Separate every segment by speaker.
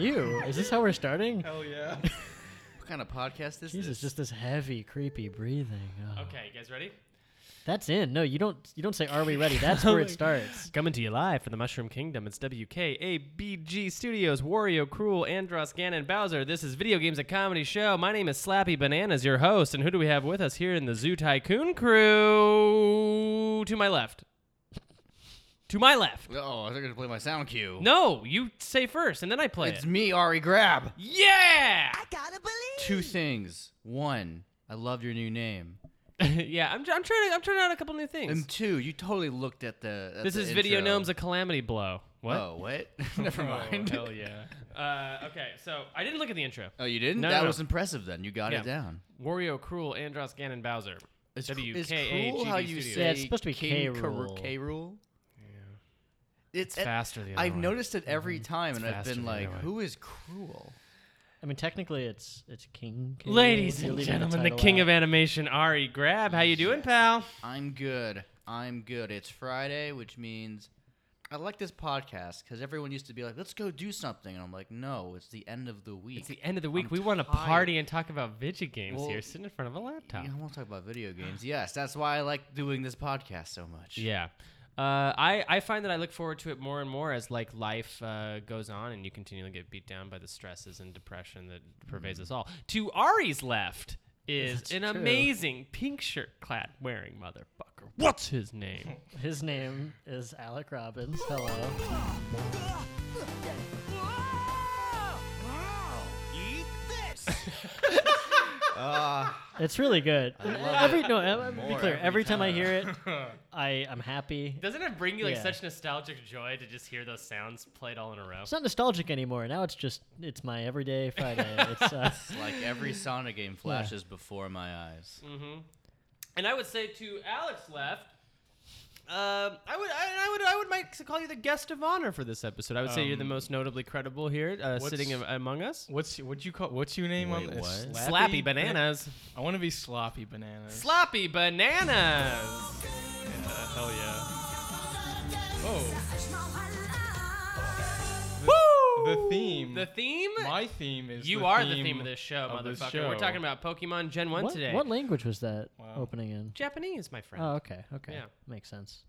Speaker 1: this how we're starting?
Speaker 2: Hell yeah.
Speaker 3: What kind of podcast is
Speaker 1: Jesus,
Speaker 3: this?
Speaker 1: just this heavy, creepy breathing. Oh.
Speaker 4: Okay, you guys ready?
Speaker 1: That's in. No, you don't. You don't say. Are we ready?
Speaker 4: Oh
Speaker 1: That's where it starts.
Speaker 4: Coming to you live from the Mushroom Kingdom. It's WKABG Studios, Wario, Cruel, Andros, Ganon, Bowser. This is Video Games, a comedy show. My name is Slappy Bananas, your host. And who do we have with us here in the Zoo Tycoon crew? To my left. To my left.
Speaker 3: Oh, I was going to play my sound cue.
Speaker 4: No, you say first, and then I play
Speaker 3: it's
Speaker 4: it.
Speaker 3: me, Ari Grab.
Speaker 4: Yeah!
Speaker 3: Two things. One, I loved your new name.
Speaker 4: yeah, I'm, I'm trying to, I'm trying out a couple new things.
Speaker 3: And two, you totally looked at the. at
Speaker 4: this
Speaker 3: the
Speaker 4: is Video
Speaker 3: intro.
Speaker 4: Gnomes, a Calamity Blow. What?
Speaker 3: Oh, what? Never mind.
Speaker 4: hell yeah. Uh, okay, so I didn't look at the intro.
Speaker 3: Oh, you didn't?
Speaker 4: No,
Speaker 3: that
Speaker 4: no, no.
Speaker 3: was impressive then. You got
Speaker 4: Yeah.
Speaker 3: it down.
Speaker 4: Wario, Cruel, Andros, Ganon, Bowser.
Speaker 3: It's,
Speaker 4: WKAGB
Speaker 3: it's cool how you
Speaker 4: Studios.
Speaker 3: say
Speaker 1: Yeah, it's supposed to be
Speaker 3: King
Speaker 1: K.
Speaker 3: Kar-
Speaker 1: Rool.
Speaker 3: K. Rule. It's,
Speaker 4: It's faster the other
Speaker 3: I've
Speaker 4: way.
Speaker 3: noticed it every time, and I've
Speaker 4: faster
Speaker 3: been
Speaker 4: the other
Speaker 3: like,
Speaker 4: way.
Speaker 3: "Who is cruel?"
Speaker 1: I mean, technically, it's it's King. K.
Speaker 4: Ladies
Speaker 1: Rool. You're
Speaker 4: and
Speaker 1: leaving
Speaker 4: gentlemen, the
Speaker 1: title
Speaker 4: king
Speaker 1: out.
Speaker 4: of animation, Ari Grab. How you doing, pal?
Speaker 3: I'm good. I'm good. It's Friday, which means I like this podcast because everyone used to be like, "Let's go do something," and I'm like, "No, it's the end of the week."
Speaker 4: It's the end of the week.
Speaker 3: I'm
Speaker 4: we want to
Speaker 3: tired.
Speaker 4: party and talk about video games
Speaker 3: Well,
Speaker 4: here, sitting in front of a
Speaker 3: You
Speaker 4: laptop.
Speaker 3: know, I want to talk about video games. Yes, that's why I like doing this podcast so much.
Speaker 4: Yeah. Uh, I, I find that I look forward to it more and more as like life uh, goes on and you continually get beat down by the stresses and depression that
Speaker 3: Mm.
Speaker 4: pervades us all. To Ari's left is
Speaker 1: That's
Speaker 4: an
Speaker 1: true.
Speaker 4: amazing pink shirt clad wearing motherfucker. What's his name?
Speaker 1: His name is Alec Robbins. Hello.
Speaker 3: Ah,
Speaker 1: It's really good.
Speaker 3: love
Speaker 1: every no, uh, be
Speaker 3: more
Speaker 1: clear. Every,
Speaker 3: every
Speaker 1: time. I hear it, I I'm happy.
Speaker 4: Doesn't it bring you like
Speaker 1: Yeah.
Speaker 4: such nostalgic joy to just hear those sounds played all in a row?
Speaker 1: It's not nostalgic anymore. Now it's just it's my everyday Friday. it's uh,
Speaker 3: It's like every Sonic game flashes before my eyes.
Speaker 4: Mm-hmm. And I would say to Alex left, um, I would, I, I would, I would might call you the guest of honor for this episode. I would say you're the most notably credible here, uh,
Speaker 2: Um, what's-
Speaker 4: sitting am- among us.
Speaker 2: What's what'd you call what's your name on
Speaker 3: Wait,
Speaker 2: this?
Speaker 3: what?
Speaker 4: Slappy bananas,
Speaker 2: I want to be sloppy bananas.
Speaker 4: sloppy bananas.
Speaker 2: yeah, hell yeah. Oh,
Speaker 4: Woo!
Speaker 2: the theme.
Speaker 4: The theme.
Speaker 2: my theme is
Speaker 4: you
Speaker 2: the
Speaker 4: are
Speaker 2: theme
Speaker 4: the theme of this show,
Speaker 2: of this
Speaker 4: motherfucker. We're
Speaker 2: show.
Speaker 4: talking about Pokemon Gen One
Speaker 1: what,
Speaker 4: today.
Speaker 1: what language was that
Speaker 2: Wow.
Speaker 1: opening in?
Speaker 4: Japanese, my friend.
Speaker 1: Oh, okay, okay,
Speaker 4: Yeah.
Speaker 1: makes sense.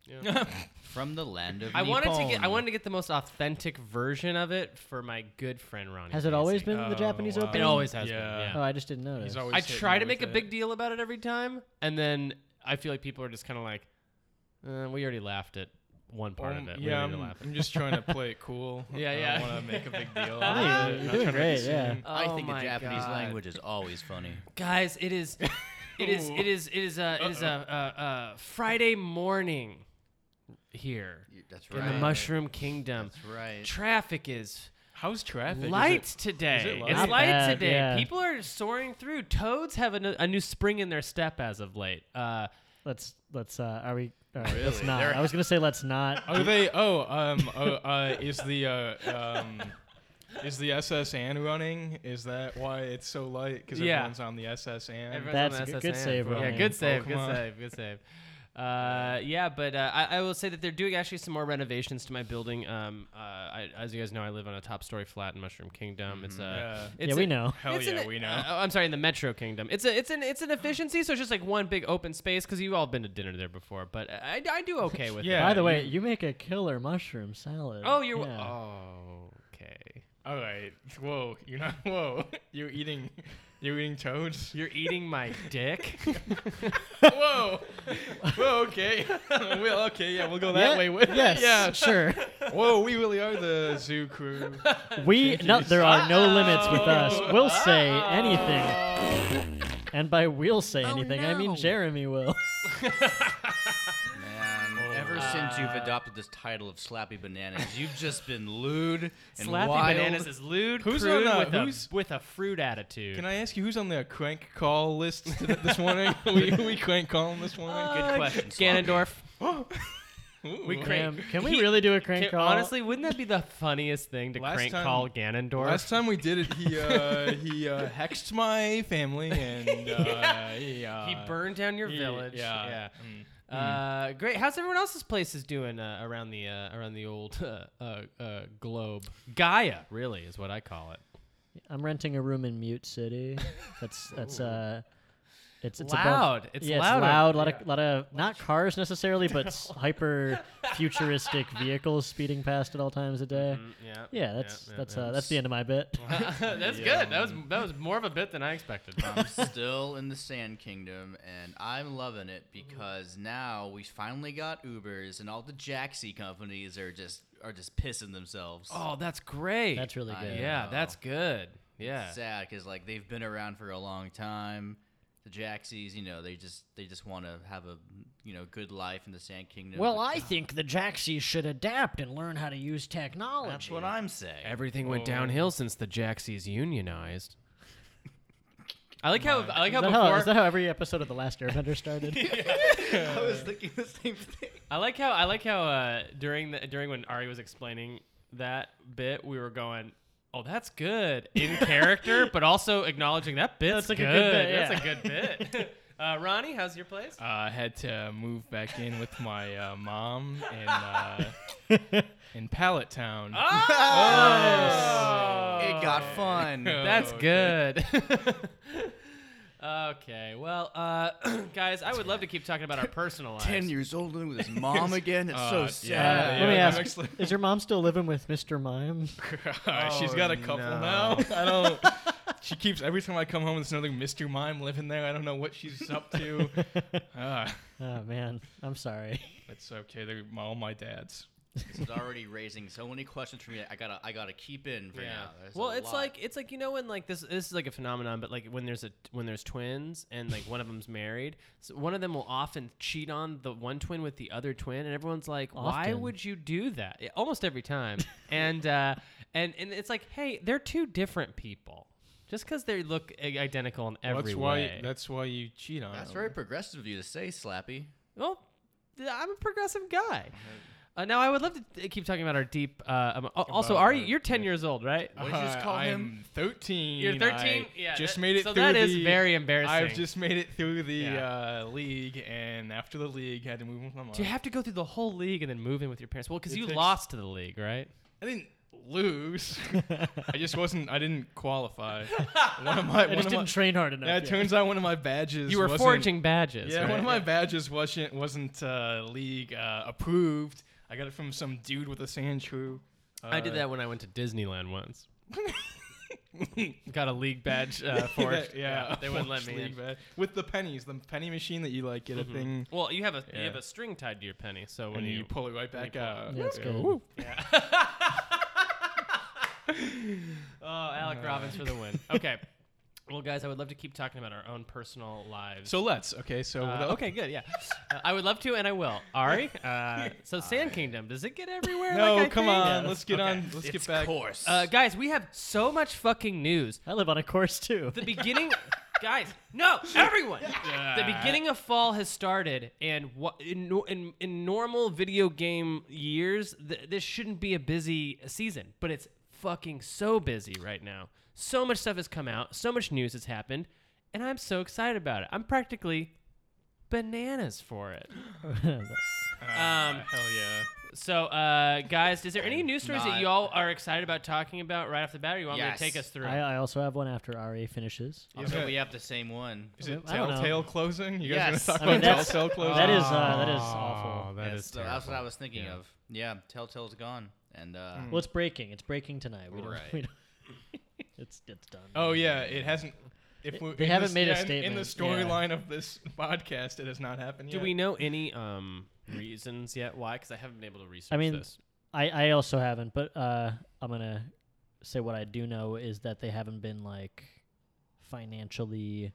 Speaker 3: From the land of
Speaker 4: I wanted to get,
Speaker 3: Nippon.
Speaker 4: I wanted to get the most authentic version of it for my good friend Ronnie.
Speaker 1: Has it always
Speaker 4: Paisley.
Speaker 1: been the
Speaker 2: Oh,
Speaker 1: Japanese
Speaker 2: wow.
Speaker 1: opening?
Speaker 4: It always has
Speaker 2: Yeah.
Speaker 4: been. Yeah.
Speaker 1: Oh, I just didn't notice.
Speaker 2: He's always
Speaker 4: I
Speaker 2: hitting
Speaker 4: try to
Speaker 2: with
Speaker 4: make a
Speaker 2: it.
Speaker 4: big deal about it every time, and then I feel like people are just kind of like, uh, "We already laughed at one part
Speaker 2: Um,
Speaker 4: of it. We
Speaker 2: yeah,
Speaker 4: don't need to
Speaker 2: I'm,
Speaker 4: laugh."
Speaker 2: I'm just trying to play it cool.
Speaker 4: Yeah,
Speaker 2: I
Speaker 4: yeah.
Speaker 2: don't want to make a big
Speaker 4: No,
Speaker 2: deal.
Speaker 4: you're-
Speaker 2: out of it.
Speaker 1: you're doing
Speaker 2: Not trying to make a
Speaker 1: great, yeah.
Speaker 2: scene.
Speaker 3: I
Speaker 4: oh
Speaker 3: think the Japanese language is always funny.
Speaker 4: guys, it is, it is, it is, it is a, it is a, a, a Friday morning here
Speaker 3: That's
Speaker 4: in the
Speaker 3: right.
Speaker 4: Mushroom Kingdom.
Speaker 3: That's right.
Speaker 4: Traffic is
Speaker 2: How's traffic? Is
Speaker 4: light
Speaker 2: it-
Speaker 4: today.
Speaker 2: light?
Speaker 4: It's
Speaker 2: Not
Speaker 4: light
Speaker 1: bad,
Speaker 4: today.
Speaker 1: yeah.
Speaker 4: People are soaring through. Toads have a, n- a new spring in their step as of late. Uh,
Speaker 1: Let's let's. Uh, are we? All right, Let's
Speaker 3: Really?
Speaker 1: not.
Speaker 3: They're-
Speaker 1: I was gonna say let's not.
Speaker 2: Are they? Oh, um, oh, uh, is the uh, um, is the SSN running? Is that why it's so light? Because
Speaker 4: Yeah.
Speaker 2: everyone's on the SSN.
Speaker 4: Everyone's
Speaker 1: That's
Speaker 4: on the
Speaker 1: a good- good
Speaker 4: SSN,
Speaker 1: save,
Speaker 4: bro. Yeah,
Speaker 1: Ryan.
Speaker 4: good save,
Speaker 2: come
Speaker 4: good
Speaker 2: on.
Speaker 4: save, good save. Uh, yeah, but uh, I, I will say that they're doing actually some more renovations to my building. Um, uh, I, as you guys know, I live on a top story flat in Mushroom Kingdom. It's a,
Speaker 2: Yeah.
Speaker 4: it's
Speaker 1: Mm-hmm. we
Speaker 4: a-
Speaker 1: know.
Speaker 2: Hell
Speaker 4: it's
Speaker 2: yeah,
Speaker 4: an-
Speaker 2: we know.
Speaker 4: uh, oh, I'm sorry, in the Metro Kingdom. It's a, it's an, it's an efficiency. So it's just like one big open space because you've all been to dinner there before. But I, I do okay with
Speaker 2: Yeah.
Speaker 1: By the
Speaker 2: you-
Speaker 1: way, you make a killer mushroom salad.
Speaker 4: it. Oh, you're
Speaker 1: Yeah.
Speaker 4: oh, okay.
Speaker 2: All right. Whoa. You're not. Whoa. You're eating. You're eating toads.
Speaker 4: You're eating my dick.
Speaker 2: whoa. Whoa. Okay. well. Okay. Yeah. We'll go that
Speaker 1: Yeah,
Speaker 2: way. with it.
Speaker 1: Yes.
Speaker 2: Yeah.
Speaker 1: Sure.
Speaker 2: Whoa. We really are the zoo crew.
Speaker 1: We no, there are no limits with us. We'll say anything. And by we'll say anything, I mean
Speaker 3: no.
Speaker 1: Jeremy will.
Speaker 3: Man,
Speaker 4: Oh,
Speaker 3: ever since you've adopted this title of Slappy Bananas, you've just been lewd and
Speaker 4: Slappy
Speaker 3: wild.
Speaker 4: bananas is lewd,
Speaker 2: Who's
Speaker 4: crude,
Speaker 2: on, uh,
Speaker 4: with,
Speaker 2: who's-
Speaker 4: a, with a fruit attitude.
Speaker 2: Can I ask you who's on the crank call list th- this morning? we we crank call him this morning.
Speaker 3: Good question, Slappy.
Speaker 4: Ganondorf.
Speaker 2: Ooh.
Speaker 1: Damn, can we
Speaker 4: He-
Speaker 1: really do a crank
Speaker 4: Can-
Speaker 1: call?
Speaker 4: Honestly, wouldn't that be the funniest thing to
Speaker 2: Last
Speaker 4: crank
Speaker 2: time-
Speaker 4: call Ganondorf?
Speaker 2: Last time we did it, he uh, he uh, hexed my family and uh, he, uh,
Speaker 4: he burned down your
Speaker 2: he-
Speaker 4: village.
Speaker 2: Yeah,
Speaker 4: Yeah.
Speaker 2: Mm.
Speaker 4: Uh, great. How's everyone else's places doing uh, around the uh, around the old uh, uh, uh, globe? Gaia, really, is what I call it.
Speaker 1: I'm renting a room in Mute City. That's that's uh, it's it's
Speaker 4: Loud.
Speaker 1: Above,
Speaker 4: It's
Speaker 1: yeah,
Speaker 4: louder.
Speaker 1: It's loud. A lot
Speaker 4: Yeah.
Speaker 1: of lot of not cars necessarily, but s- hyper futuristic vehicles speeding past at all times of day.
Speaker 4: Mm-hmm. Mm, yeah.
Speaker 1: Yeah, that's that's uh, that's the end of my bit.
Speaker 4: that's good. That was that was more of a bit than I expected.
Speaker 3: I'm still in the Sand Kingdom, and I'm loving it because now we finally got Ubers, and all the Jaxi companies are just are just pissing themselves.
Speaker 4: oh, that's great.
Speaker 1: That's really
Speaker 3: I-
Speaker 1: good.
Speaker 4: yeah.
Speaker 3: know.
Speaker 4: That's good. Yeah.
Speaker 3: sad because like they've been around for a long time. The Jaxies, you know, they just they just want to have a you know good life in the Sand Kingdom. but-
Speaker 1: think the Jaxies should adapt and learn how to use technology.
Speaker 3: that's what I'm saying.
Speaker 4: Everything went
Speaker 2: Whoa.
Speaker 4: downhill since the Jaxies unionized. I like how I like how
Speaker 1: Is that,
Speaker 4: before
Speaker 1: how, is that how every episode of The Last Airbender started?
Speaker 3: I was thinking the same thing.
Speaker 4: I like how I like how uh, during the during when Ari was explaining that bit, we were going, "Oh, that's good in character," but also acknowledging that bit's
Speaker 1: That's like a good
Speaker 4: good.
Speaker 1: bit,
Speaker 4: That's a good bit. uh, Ronnie, how's your place?
Speaker 2: Uh, I had to move back in with my uh, mom in uh, in Pallet Town.
Speaker 4: Oh!
Speaker 3: It got fun.
Speaker 4: That's
Speaker 2: Oh,
Speaker 4: good. okay, well, uh, guys, I would love to keep talking about our personal lives.
Speaker 3: Ten years old living with his mom again. It's so
Speaker 2: Uh,
Speaker 3: sad.
Speaker 1: Uh,
Speaker 2: yeah,
Speaker 1: let me
Speaker 2: yeah,
Speaker 1: ask:
Speaker 2: I'm actually-
Speaker 1: Is your mom still living with Mr. Mime?
Speaker 4: Oh,
Speaker 2: She's got a couple
Speaker 4: no.
Speaker 2: now. I don't. She keeps every time I come home. There's another Mr. Mime living there. I don't know what she's up to. Ah,
Speaker 1: Oh man, I'm sorry.
Speaker 2: it's okay. They're my- all my dads.
Speaker 3: This is already raising so many questions for me. that I gotta I gotta keep in for now. There's a
Speaker 4: well, it's
Speaker 3: lot.
Speaker 4: like it's like you know when like this this is like a phenomenon, but like when there's a when there's twins and like one of them's married, so one of them will often cheat on the one twin with the other twin, and everyone's like, "Why
Speaker 1: Often.
Speaker 4: would you do that?" Yeah, almost every time, and uh, and and it's like, hey, they're two different people. Just because they look i- identical in every
Speaker 2: Well, that's
Speaker 4: way.
Speaker 2: why. That's why you cheat on.
Speaker 3: that's
Speaker 2: them.
Speaker 3: very progressive of you to say, Slappy.
Speaker 4: well, th- I'm a progressive guy. Uh, now I would love to th- keep talking about our deep. Uh, um, al- also,
Speaker 2: About
Speaker 4: Ari,
Speaker 2: our-
Speaker 4: you're 10 years old, right?
Speaker 3: What did you just
Speaker 2: Uh,
Speaker 3: call
Speaker 2: I'm
Speaker 3: him?
Speaker 2: 13.
Speaker 4: You're 13?
Speaker 2: I
Speaker 4: Yeah,
Speaker 2: Just
Speaker 4: that-
Speaker 2: made it
Speaker 4: so
Speaker 2: through
Speaker 4: that is
Speaker 2: the-
Speaker 4: very embarrassing.
Speaker 2: I've just made it through the
Speaker 4: Yeah.
Speaker 2: uh, league, and after the league, had to move with my mom.
Speaker 4: Do you have to go through the whole league and then move in with your parents? Well, because
Speaker 2: It
Speaker 4: you
Speaker 2: takes-
Speaker 4: lost to the league, right?
Speaker 2: I didn't lose. I just wasn't. I didn't qualify. One of my.
Speaker 1: I
Speaker 2: one
Speaker 1: just
Speaker 2: of
Speaker 1: didn't
Speaker 2: my-
Speaker 1: train hard enough.
Speaker 2: yeah, it
Speaker 1: yet.
Speaker 2: turns out one of my badges.
Speaker 4: You were
Speaker 2: wasn't-
Speaker 4: forging badges.
Speaker 2: Yeah,
Speaker 4: right?
Speaker 2: one of my badges wasn't wasn't uh, league uh, approved. I got it from some dude with a sand shoe. Uh,
Speaker 4: I did that when I went to Disneyland once. Got a league badge uh, forged.
Speaker 2: yeah,
Speaker 4: they wouldn't let
Speaker 2: forged
Speaker 4: me in.
Speaker 2: league badge. With the pennies, the penny machine that you like get a thing,
Speaker 4: Well, you have a you
Speaker 2: Yeah.
Speaker 4: have a string tied to your penny, so when
Speaker 2: and
Speaker 4: you,
Speaker 2: you pull it right back
Speaker 4: pull it.
Speaker 2: out.
Speaker 1: Yeah, it's
Speaker 2: Yeah.
Speaker 1: good.
Speaker 2: Woo.
Speaker 4: oh Alec
Speaker 2: Uh-huh.
Speaker 4: Robbins for the win. Okay, well guys, I would love to keep talking about our own personal lives.
Speaker 2: So let's okay. So
Speaker 4: Uh,
Speaker 2: without-
Speaker 4: okay, good, yeah. Uh, I would love to, and I will. Ari, uh, so Sand Kingdom, does it get everywhere?
Speaker 2: No,
Speaker 4: like I
Speaker 2: come
Speaker 4: think?
Speaker 2: on. Let's get
Speaker 4: Okay.
Speaker 2: on. Let's
Speaker 3: It's
Speaker 2: get back.
Speaker 3: course.
Speaker 4: Uh, guys, we have so much fucking news.
Speaker 1: I live on a course too.
Speaker 4: The beginning, guys, no, everyone. The beginning of fall has started, and what in, nor- in in normal video game years, th- this shouldn't be a busy season, but it's fucking so busy right now. So much stuff has come out, so much news has happened, and I'm so excited about it. I'm practically bananas for it. Um,
Speaker 2: Uh, Hell yeah.
Speaker 4: so, uh, guys, is there any news stories that
Speaker 3: Not-
Speaker 4: y'all are excited about talking about right off the bat, or you want
Speaker 3: Yes.
Speaker 4: me to take us through?
Speaker 1: I, I also have one after Ari finishes.
Speaker 2: Is
Speaker 3: also,
Speaker 2: it-
Speaker 3: we have the same one.
Speaker 2: Is it
Speaker 1: I don't know.
Speaker 2: Telltale closing? You guys
Speaker 3: Yes.
Speaker 2: gonna
Speaker 1: I
Speaker 2: talk
Speaker 1: mean,
Speaker 2: about
Speaker 1: that's-
Speaker 2: Telltale closing?
Speaker 1: that is uh, that is awful.
Speaker 4: That
Speaker 3: Yes,
Speaker 4: is
Speaker 3: so that's what I
Speaker 4: terrible.
Speaker 3: was thinking of. Yeah, Telltale's gone, and uh,
Speaker 2: Hmm.
Speaker 1: Well, it's breaking. It's breaking tonight. We don't.
Speaker 3: Right.
Speaker 1: We don't it's it's done.
Speaker 2: oh yeah, it hasn't. If
Speaker 1: It-
Speaker 2: we,
Speaker 1: they
Speaker 2: in
Speaker 1: haven't
Speaker 2: this-
Speaker 1: made a
Speaker 2: yeah, in- in the
Speaker 1: statement, yeah.
Speaker 2: storyline of this podcast. It has not happened
Speaker 4: Do
Speaker 2: yet.
Speaker 4: we know any um reasons yet why? Because I haven't been able to research
Speaker 1: mean,
Speaker 4: this.
Speaker 1: I I also haven't, but uh, I'm gonna say what I do know is that they haven't been like financially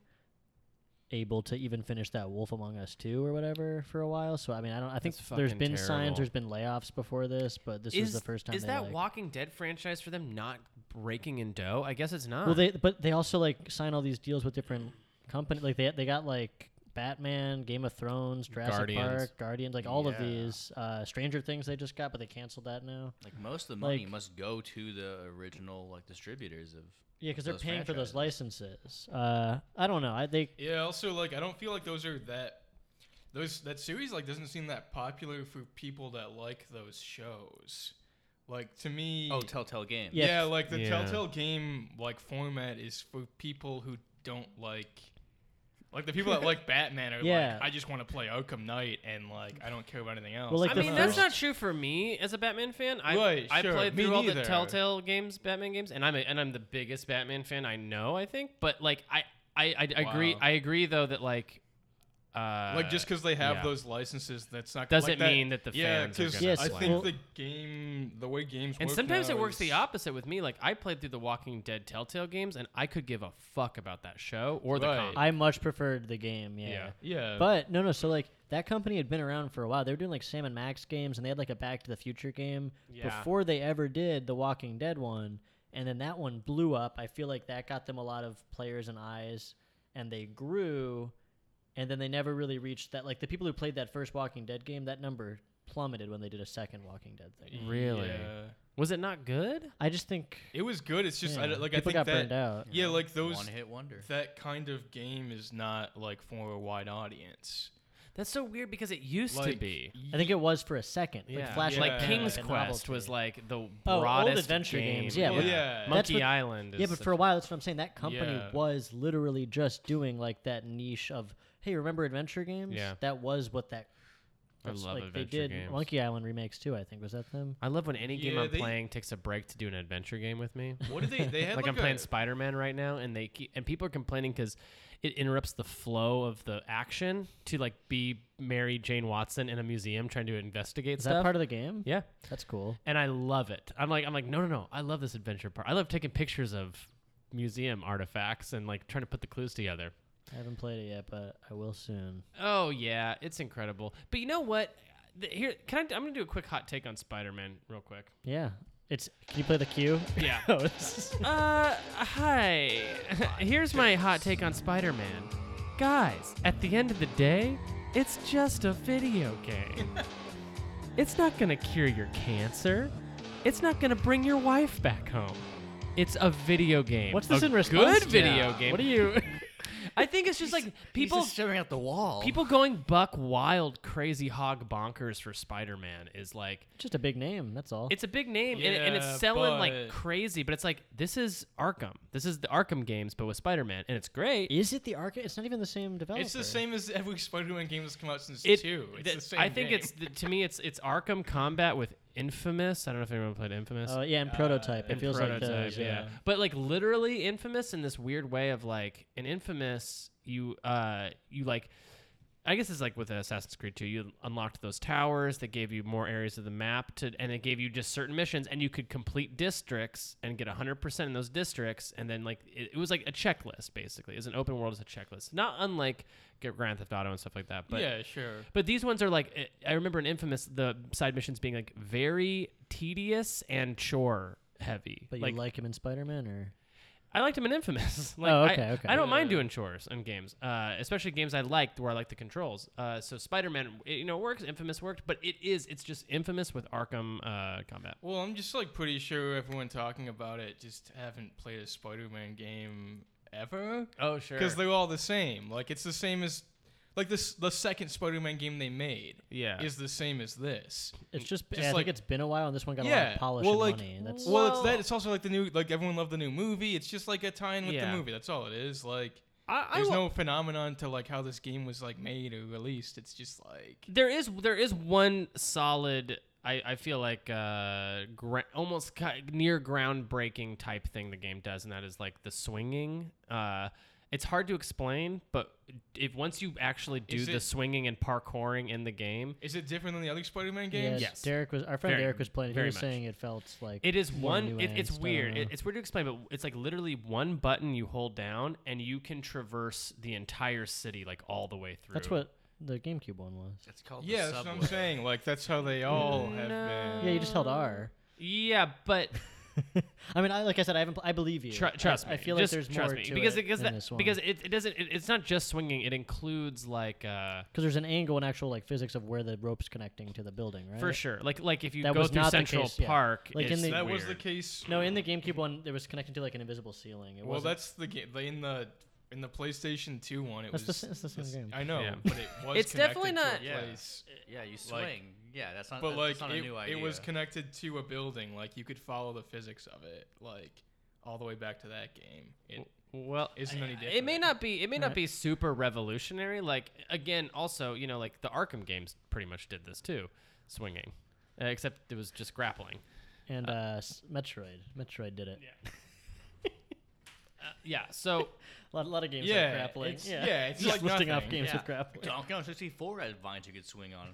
Speaker 1: able to even finish that Wolf Among Us two or whatever for a while. So I mean, I don't. I think
Speaker 4: That's
Speaker 1: there's
Speaker 4: fucking
Speaker 1: been signs.
Speaker 4: terrible.
Speaker 1: There's been layoffs before this, but this was the first time.
Speaker 4: Is
Speaker 1: they,
Speaker 4: that
Speaker 1: like,
Speaker 4: Walking Dead franchise for them not breaking in dough? I guess it's not.
Speaker 1: Well, they but they also like sign all these deals with different companies. Like they they got like Batman, Game of Thrones, Jurassic
Speaker 4: Guardians.
Speaker 1: Park, Guardians, like all of
Speaker 3: Yeah.
Speaker 1: these. Uh, Stranger Things they just got, but they canceled that now.
Speaker 3: like most of the money
Speaker 1: Like-
Speaker 3: must go to the original like distributors of.
Speaker 1: Yeah, because they're
Speaker 3: Those
Speaker 1: paying for those
Speaker 3: franchises.
Speaker 1: licenses. Uh, I don't know. I they
Speaker 2: Yeah. Also, like, I don't feel like those are that. Those that series like doesn't seem that popular for people that like those shows. Like to me,
Speaker 3: Oh, Telltale Game.
Speaker 1: Yeah.
Speaker 2: E yeah, like the
Speaker 4: Yeah.
Speaker 2: Telltale game like format is for people who don't like. Like the people that like Batman are
Speaker 1: Yeah.
Speaker 2: like, I just want to play Arkham Knight and like I don't care about anything else.
Speaker 1: Well, like
Speaker 4: I
Speaker 1: the
Speaker 4: mean,
Speaker 1: first-
Speaker 4: that's not true for me as a Batman fan. I
Speaker 2: Right,
Speaker 4: I
Speaker 2: sure.
Speaker 4: played
Speaker 2: Me
Speaker 4: through all the
Speaker 2: neither.
Speaker 4: Telltale games, Batman games, and I'm a, and I'm the biggest Batman fan I know. I think, but like I I, I agree
Speaker 2: Wow.
Speaker 4: I agree though that like uh,
Speaker 2: like just because they have
Speaker 4: yeah.
Speaker 2: those licenses, that's not
Speaker 4: Doesn't
Speaker 2: like that,
Speaker 4: mean that the
Speaker 2: yeah,
Speaker 4: fans are
Speaker 2: 'cause
Speaker 4: gonna
Speaker 1: Yes,
Speaker 2: I
Speaker 1: like it.
Speaker 2: think the game, the way games
Speaker 4: And
Speaker 2: work
Speaker 4: sometimes
Speaker 2: now
Speaker 4: it works
Speaker 2: is-
Speaker 4: the opposite with me. Like I played through the Walking Dead Telltale games, and I could give a fuck about that show or the
Speaker 2: Right.
Speaker 4: comic.
Speaker 1: I much preferred the game. Yeah.
Speaker 4: Yeah.
Speaker 2: Yeah,
Speaker 1: But no, no. So like that company had been around for a while. They were doing like Sam and Max games, and they had like a Back to the Future game
Speaker 4: Yeah.
Speaker 1: before they ever did the Walking Dead one. And then that one blew up. I feel like that got them a lot of players and eyes, and they grew. And then they never really reached that. Like the people who played that first Walking Dead game, that number plummeted when they did a second Walking Dead thing.
Speaker 4: Really?
Speaker 2: yeah.
Speaker 4: Was it not good?
Speaker 1: I just think
Speaker 2: it was good. It's just I
Speaker 1: yeah,
Speaker 2: don't- like
Speaker 1: people
Speaker 2: I think
Speaker 1: got
Speaker 2: that
Speaker 1: burned out.
Speaker 2: yeah, like those
Speaker 3: One hit wonder.
Speaker 2: that kind of game is not like for a wide audience.
Speaker 4: That's so weird because it used to
Speaker 2: Like,
Speaker 4: be.
Speaker 1: I think it was for a second.
Speaker 4: Yeah.
Speaker 1: Like Flashlight
Speaker 4: like
Speaker 2: Yeah.
Speaker 1: Panic
Speaker 4: King's
Speaker 1: and
Speaker 4: Quest
Speaker 1: Novelty. Oh,
Speaker 4: was like the
Speaker 1: old
Speaker 4: broadest
Speaker 1: adventure
Speaker 4: game.
Speaker 1: games, yeah,
Speaker 2: Well, yeah.
Speaker 1: That's
Speaker 4: Monkey
Speaker 1: what-
Speaker 4: Island. Is
Speaker 1: Yeah, but
Speaker 4: such
Speaker 1: for a while, that's what I'm saying. That company
Speaker 2: Yeah.
Speaker 1: was literally just doing like that niche of, hey, remember adventure games?
Speaker 4: Yeah.
Speaker 1: That was what that.
Speaker 4: I
Speaker 1: that's,
Speaker 4: love
Speaker 1: like they
Speaker 4: adventure
Speaker 1: did
Speaker 4: games.
Speaker 1: Monkey Island remakes too. I think was that them.
Speaker 4: I love when any game
Speaker 2: Yeah,
Speaker 4: I'm
Speaker 2: they-
Speaker 4: playing takes a break to do an adventure game with me.
Speaker 2: What did they? They had
Speaker 4: like,
Speaker 2: like,
Speaker 4: I'm playing
Speaker 2: a-
Speaker 4: Spider Man right now, and they keep, and people are complaining because it interrupts the flow of the action to like be Mary Jane Watson in a museum trying to investigate
Speaker 1: Is
Speaker 4: stuff.
Speaker 1: that part of the game?
Speaker 4: yeah,
Speaker 1: That's cool.
Speaker 4: and I love it. I'm like, I'm like, no, no, no. I love this adventure part. I love taking pictures of museum artifacts and like trying to put the clues together.
Speaker 1: I haven't played it yet, but I will soon.
Speaker 4: Oh yeah, it's incredible. But you know what? The- Here, can I? I'm gonna do a quick hot take on Spider-Man real quick.
Speaker 1: Yeah. It's. Can you play the queue?
Speaker 4: Yeah.
Speaker 1: Oh, this is-
Speaker 4: Uh, hi. Here's my hot take on Spider Man. Guys, at the end of the day, it's just a video game. it's not gonna cure your cancer, it's not gonna bring your wife back home. It's a video game.
Speaker 1: What's this
Speaker 4: a
Speaker 1: in response
Speaker 4: Good
Speaker 1: to?
Speaker 4: video game.
Speaker 1: What are you?
Speaker 4: I think it's just like people
Speaker 3: He's just staring at the wall.
Speaker 4: people going buck wild, crazy hog bonkers for Spider Man is like
Speaker 1: just a big name. That's all.
Speaker 4: it's a big name, and, and
Speaker 2: Yeah,
Speaker 4: it's selling like
Speaker 2: but-
Speaker 4: crazy. But it's like this is Arkham. This is the Arkham games, but with Spider Man, and it's great.
Speaker 1: Is it the arcade? It's not even the same developer.
Speaker 2: It's the same as every Spider-Man game that's come out since
Speaker 4: It-
Speaker 2: two. It's
Speaker 4: that-
Speaker 2: the same.
Speaker 4: I think
Speaker 2: game.
Speaker 4: it's the, to me, it's it's Arkham Combat with Infamous. I don't know if anyone played Infamous.
Speaker 1: Oh yeah, in prototype. it
Speaker 4: and
Speaker 1: feels like
Speaker 4: Prototype,
Speaker 1: those. Yeah.
Speaker 4: But like literally Infamous in this weird way of like in Infamous, you uh you like. I guess it's like with Assassin's Creed 2. You unlocked those towers that gave you more areas of the map, to, and it gave you just certain missions, and you could complete districts and get 100% in those districts. And then, like, it, it was like a checklist, basically. It's an open world, it's a checklist. Not unlike Grand Theft Auto and stuff like that. But
Speaker 2: yeah, sure.
Speaker 4: but these ones are like I- I remember in Infamous the side missions being like very tedious and chore heavy.
Speaker 1: But you
Speaker 4: like,
Speaker 1: like, him in Spider Man or?
Speaker 4: I liked them in Infamous. like
Speaker 1: Oh,
Speaker 4: I-
Speaker 1: okay,
Speaker 4: I,
Speaker 1: okay.
Speaker 4: don't mind
Speaker 2: Yeah.
Speaker 4: doing chores in games, uh, especially games I liked where I like the controls. Uh, so Spider Man, you know, works. Infamous worked, but it is it's just Infamous with Arkham uh, combat.
Speaker 2: Well, I'm just like pretty sure everyone talking about it just haven't played a Spider-Man game ever
Speaker 4: Oh sure.
Speaker 2: because they're all the same. Like it's the same as like this the second Spider-Man game they made
Speaker 4: yeah.
Speaker 2: is the same as this.
Speaker 1: It's just,
Speaker 2: Just
Speaker 1: I
Speaker 2: like-
Speaker 1: think it's been a while, and this one got a lot
Speaker 2: Yeah,
Speaker 1: of polish
Speaker 2: well,
Speaker 1: and
Speaker 2: like-
Speaker 1: money. That's
Speaker 2: well, it's
Speaker 4: Well-
Speaker 2: that. It's also like the new like everyone loved the new movie. It's just like a tie-in with
Speaker 4: Yeah.
Speaker 2: the movie. That's all it is. Like
Speaker 4: I, I
Speaker 2: there's
Speaker 4: will-
Speaker 2: no phenomenon to like how this game was like made or released. It's just like
Speaker 4: There is there is one solid. I, I feel like uh, gra- almost ki- near groundbreaking type thing the game does, and that is like the swinging. Uh, it's hard to explain, but if once you actually do
Speaker 2: Is
Speaker 4: the
Speaker 2: it-
Speaker 4: swinging and parkouring in the game,
Speaker 2: is it different than the other Spider-Man
Speaker 1: Yes,
Speaker 2: games?
Speaker 4: Yes.
Speaker 1: Derek was our friend.
Speaker 4: Very-
Speaker 1: Derek was playing. He
Speaker 4: very
Speaker 1: was
Speaker 4: much.
Speaker 1: saying it felt like
Speaker 4: it is
Speaker 1: more
Speaker 4: one. It, it's
Speaker 1: nuanced, I don't
Speaker 4: weird. It,
Speaker 1: know.
Speaker 4: it's weird to explain, but it's like literally one button you hold down, and you can traverse the entire city like all the way through.
Speaker 1: That's what the GameCube one was.
Speaker 3: It's called the
Speaker 2: Yeah, that's
Speaker 3: subway.
Speaker 2: what I'm saying. Like that's how they all have
Speaker 4: No.
Speaker 1: Yeah,
Speaker 2: been.
Speaker 1: you just held R.
Speaker 4: Yeah, but
Speaker 1: I mean, I like I said, I haven't. Pl- I believe you.
Speaker 4: Uh, Tru- trust
Speaker 1: I,
Speaker 4: me.
Speaker 1: I feel
Speaker 4: Just
Speaker 1: like there's
Speaker 4: trust
Speaker 1: more
Speaker 4: me.
Speaker 1: to
Speaker 4: because
Speaker 1: it
Speaker 4: because
Speaker 1: than
Speaker 4: that,
Speaker 1: this one.
Speaker 4: because it, it doesn't it, it's not just swinging. It includes like uh,
Speaker 1: 'Cause there's an angle and actual like physics of where the rope's connecting to the building, right?
Speaker 4: for sure. Like like if you
Speaker 1: That
Speaker 4: go
Speaker 1: was
Speaker 4: through
Speaker 1: not the
Speaker 4: Central
Speaker 1: case, yeah.
Speaker 4: Park,
Speaker 1: Like, in
Speaker 4: it's
Speaker 1: the-
Speaker 2: That
Speaker 4: weird.
Speaker 2: was the case.
Speaker 1: No, in the GameCube one, it was connecting to like an invisible ceiling. It
Speaker 2: well,
Speaker 1: wasn't-
Speaker 2: that's the game. In the in the PlayStation 2 one, it
Speaker 1: That's the
Speaker 2: was
Speaker 1: sa- it's the same
Speaker 2: this-
Speaker 1: game.
Speaker 2: I know,
Speaker 4: Yeah.
Speaker 2: but it was
Speaker 4: It's definitely
Speaker 2: connected to a
Speaker 3: not- Yeah.
Speaker 2: place.
Speaker 3: Yeah, you swing.
Speaker 2: Like-
Speaker 3: yeah, that's not.
Speaker 2: But
Speaker 3: that's
Speaker 2: like
Speaker 3: not a
Speaker 2: it,
Speaker 3: new idea.
Speaker 2: it was connected to a building, like you could follow the physics of it, like all the way back to that game. It
Speaker 4: Well,
Speaker 2: isn't any different.
Speaker 4: it may not be it may not
Speaker 1: Right.
Speaker 4: be super revolutionary. Like again, also you know like the Arkham games pretty much did this too, swinging, uh, except it was just grappling.
Speaker 1: And uh, s Metroid, Metroid did it.
Speaker 4: Yeah. So
Speaker 1: A lot, a lot of games
Speaker 2: Yeah,
Speaker 1: have grappling.
Speaker 2: it's-
Speaker 1: yeah,
Speaker 2: yeah, it's
Speaker 1: just
Speaker 2: like
Speaker 1: listing off
Speaker 2: nothing.
Speaker 1: games
Speaker 3: yeah.
Speaker 1: with grappling.
Speaker 3: Donkey Kong 64 had vines you could swing on.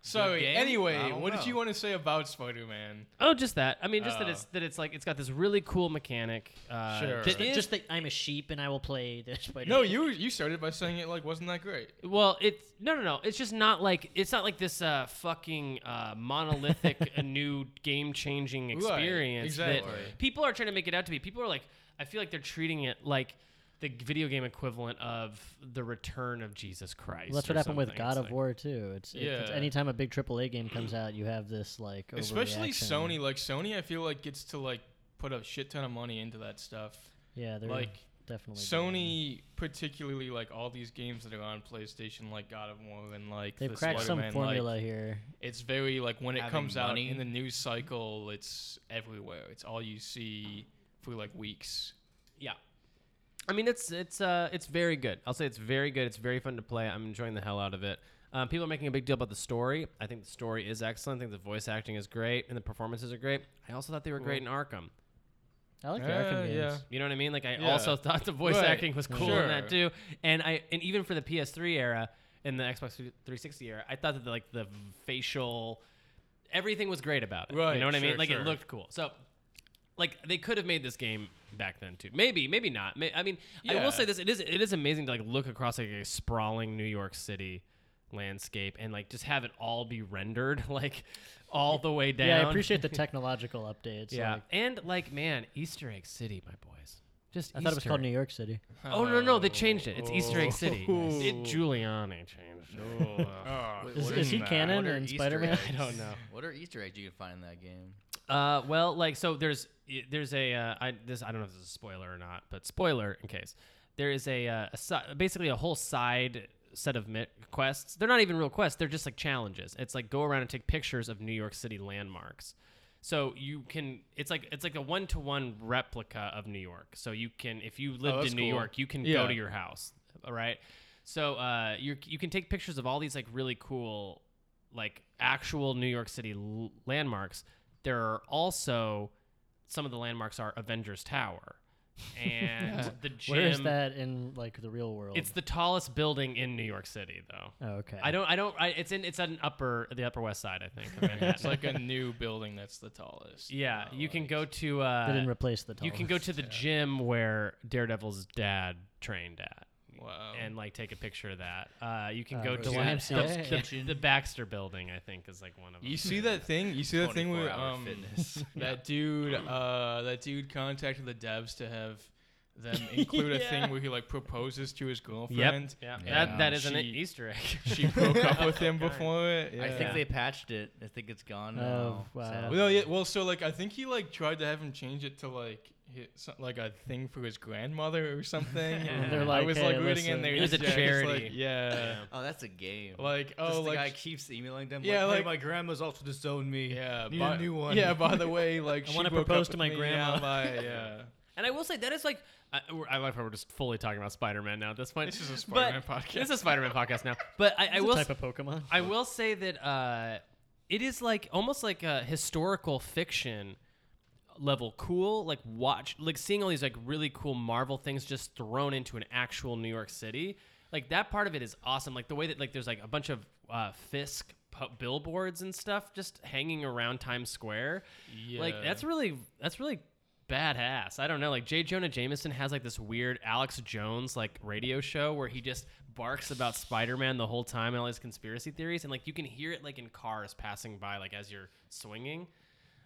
Speaker 2: So
Speaker 3: Good game? I
Speaker 2: anyway,
Speaker 3: don't
Speaker 2: what did
Speaker 3: know.
Speaker 2: you want to say about Spider-Man?
Speaker 4: oh, just that. I mean, just that
Speaker 2: Oh.
Speaker 4: it's that it's like it's got this really cool mechanic. Uh,
Speaker 2: Sure.
Speaker 4: that is-
Speaker 1: Just that I'm a sheep and I will play the Spider.
Speaker 2: No, you you started by saying it like wasn't that great.
Speaker 4: Well, it's no, no, no. It's just not like it's not like this uh, fucking uh, monolithic, a new game-changing experience
Speaker 2: exactly.
Speaker 4: that people are trying to make it out to be. People are like, I feel like they're treating it like the video game equivalent of the return of Jesus Christ.
Speaker 1: Well, that's what
Speaker 4: or
Speaker 1: happened with
Speaker 4: something.
Speaker 1: God
Speaker 4: It's
Speaker 1: of
Speaker 4: like-
Speaker 1: War too. It's, it's, it's
Speaker 2: Yeah.
Speaker 1: anytime a big AAA game comes out, you have this like
Speaker 2: Especially
Speaker 1: overreaction.
Speaker 2: Sony, like Sony, I feel like gets to like put a shit ton of money into that stuff.
Speaker 1: Yeah, they're
Speaker 2: like,
Speaker 1: definitely doing-
Speaker 2: Sony, particularly like all these games that are on PlayStation, like God of War and like
Speaker 1: They've
Speaker 2: the
Speaker 1: cracked some
Speaker 2: Spider-Man,
Speaker 1: formula
Speaker 2: Like,
Speaker 1: here.
Speaker 2: it's very like when it
Speaker 3: Having
Speaker 2: comes
Speaker 3: money.
Speaker 2: out in the news cycle, it's everywhere. It's all you see for like weeks.
Speaker 4: Yeah. I mean, it's it's uh it's very good. I'll say it's very good. It's very fun to play. I'm enjoying the hell out of it. Um, people are making a big deal about the story. I think the story is excellent. I think the voice acting is great and the performances are great. I also thought they were great in Arkham.
Speaker 1: I like the
Speaker 4: uh,
Speaker 2: Yeah,
Speaker 1: Arkham games.
Speaker 2: yeah.
Speaker 4: You know what I mean? Like I
Speaker 2: Yeah.
Speaker 4: also thought the voice
Speaker 2: Right.
Speaker 4: acting was cool in that
Speaker 2: Sure.
Speaker 4: too. And I and even for the PS3 era and the Xbox 360 era, I thought that the, like the facial everything was great about it. You
Speaker 2: Right,
Speaker 4: know what I mean?
Speaker 2: sure,
Speaker 4: Like it
Speaker 2: sure.
Speaker 4: looked cool. So like they could have made this game back then too. Maybe, maybe not. May- I mean, I
Speaker 2: Yeah.
Speaker 4: will say this: it is it is amazing to like look across like a sprawling New York City landscape and like just have it all be rendered like all the way down.
Speaker 1: Yeah, I appreciate the technological updates.
Speaker 4: Yeah,
Speaker 1: like-
Speaker 4: and like man, Easter Egg City, my boys. Just
Speaker 1: I thought it was
Speaker 4: Easter
Speaker 1: called
Speaker 4: egg.
Speaker 1: New York City.
Speaker 4: Oh, no, no, they changed it. It's Easter Egg City.
Speaker 2: Oh.
Speaker 4: It Giuliani changed it.
Speaker 2: Oh,
Speaker 1: Is, is
Speaker 3: what is
Speaker 1: he
Speaker 2: that?
Speaker 1: canon
Speaker 3: What are
Speaker 1: in
Speaker 3: Easter
Speaker 1: Spider Man?
Speaker 3: eggs?
Speaker 4: I don't know.
Speaker 3: What are Easter eggs you can find in that game?
Speaker 4: Uh, well, like so, there's y- there's a uh, I this I don't know if this is a spoiler or not, but spoiler in case there is a, uh, a si- basically a whole side set of mi- quests. They're not even real quests. They're just like challenges. It's like go around and take pictures of New York City landmarks. So you can it's like it's like a one to one replica of New York. So you can if you lived
Speaker 2: that's
Speaker 4: in New
Speaker 2: cool.
Speaker 4: York, you can go
Speaker 2: Yeah.
Speaker 4: to your house. All right. So uh, you you can take pictures of all these like really cool like actual New York City l- landmarks, there are also some of the landmarks are Avengers Tower and the gym.
Speaker 1: Where is that in like the real world?
Speaker 4: It's the tallest building in New York City, though.
Speaker 1: oh, okay.
Speaker 4: I don't. I don't. I, it's in. It's on upper the Upper West Side, I think. of Manhattan.
Speaker 2: It's like a new building that's the tallest.
Speaker 4: yeah,
Speaker 2: Uh,
Speaker 4: you can
Speaker 2: like-
Speaker 4: go to.
Speaker 1: They didn't
Speaker 4: Uh,
Speaker 1: replace the.
Speaker 4: you can
Speaker 1: tallest.
Speaker 4: go to the gym where Daredevil's dad trained at.
Speaker 2: Wow.
Speaker 4: and like take a picture of that. Uh, you can
Speaker 1: Uh,
Speaker 4: go
Speaker 1: the
Speaker 4: to
Speaker 1: YMCA.
Speaker 4: the, the, the Baxter Building, I think, is like one of them.
Speaker 2: You see that thing? You see that thing where
Speaker 3: 24 hour
Speaker 2: um,
Speaker 3: fitness.
Speaker 2: that dude uh, that dude contacted the devs to have them include a
Speaker 4: Yeah.
Speaker 2: thing where he like proposes to his girlfriend.
Speaker 4: Yeah,
Speaker 3: Yeah.
Speaker 4: That, that is an
Speaker 2: She-
Speaker 4: Easter egg.
Speaker 2: She broke up with him before it.
Speaker 3: I
Speaker 2: yeah.
Speaker 3: think they patched it. I think it's gone.
Speaker 1: Oh,
Speaker 3: now,
Speaker 1: wow.
Speaker 3: sadly.
Speaker 2: Well, yeah, well, so like I think he like tried to have him change it to like his, so- like a thing for his grandmother or something.
Speaker 4: And
Speaker 1: they're
Speaker 2: I
Speaker 1: like,
Speaker 2: was
Speaker 1: "Hey,
Speaker 2: like reading
Speaker 1: listen."
Speaker 2: in there.
Speaker 4: It was a charity.
Speaker 2: yeah.
Speaker 3: Oh, that's a game.
Speaker 2: Like
Speaker 3: Just
Speaker 2: oh
Speaker 3: the
Speaker 2: like
Speaker 3: guy keeps emailing them.
Speaker 2: Yeah,
Speaker 3: Yeah, like, "Hey,
Speaker 2: like-
Speaker 3: my grandma's also disowned me.
Speaker 2: yeah.
Speaker 3: need
Speaker 2: by,
Speaker 3: a new one.
Speaker 2: Yeah. By the way, like
Speaker 1: I
Speaker 2: she
Speaker 1: wanna
Speaker 2: broke up
Speaker 1: propose to
Speaker 2: with
Speaker 1: my
Speaker 2: me,
Speaker 1: grandma.
Speaker 2: Yeah. By, yeah.
Speaker 4: and I will say that is like I, we're- I love how we're just fully talking about Spider Man now at this point.
Speaker 2: This is a
Speaker 4: But-
Speaker 2: Spider-Man podcast.
Speaker 4: This is a Spider Man podcast now. But I, I
Speaker 1: It's a
Speaker 4: will
Speaker 1: type of Pokemon.
Speaker 4: I will say that uh, it is like almost like a historical fiction level cool like watch like seeing all these like really cool marvel things just thrown into an actual new york city like that part of it is awesome like the way that like there's like a bunch of uh, fisk pu- billboards and stuff just hanging around times square like
Speaker 2: Yeah.
Speaker 4: that's really that's really badass i don't know like j jonah jameson has like this weird alex jones like radio show where he just barks about spider-man the whole time and all his conspiracy theories and like you can hear it like in cars passing by like as you're swinging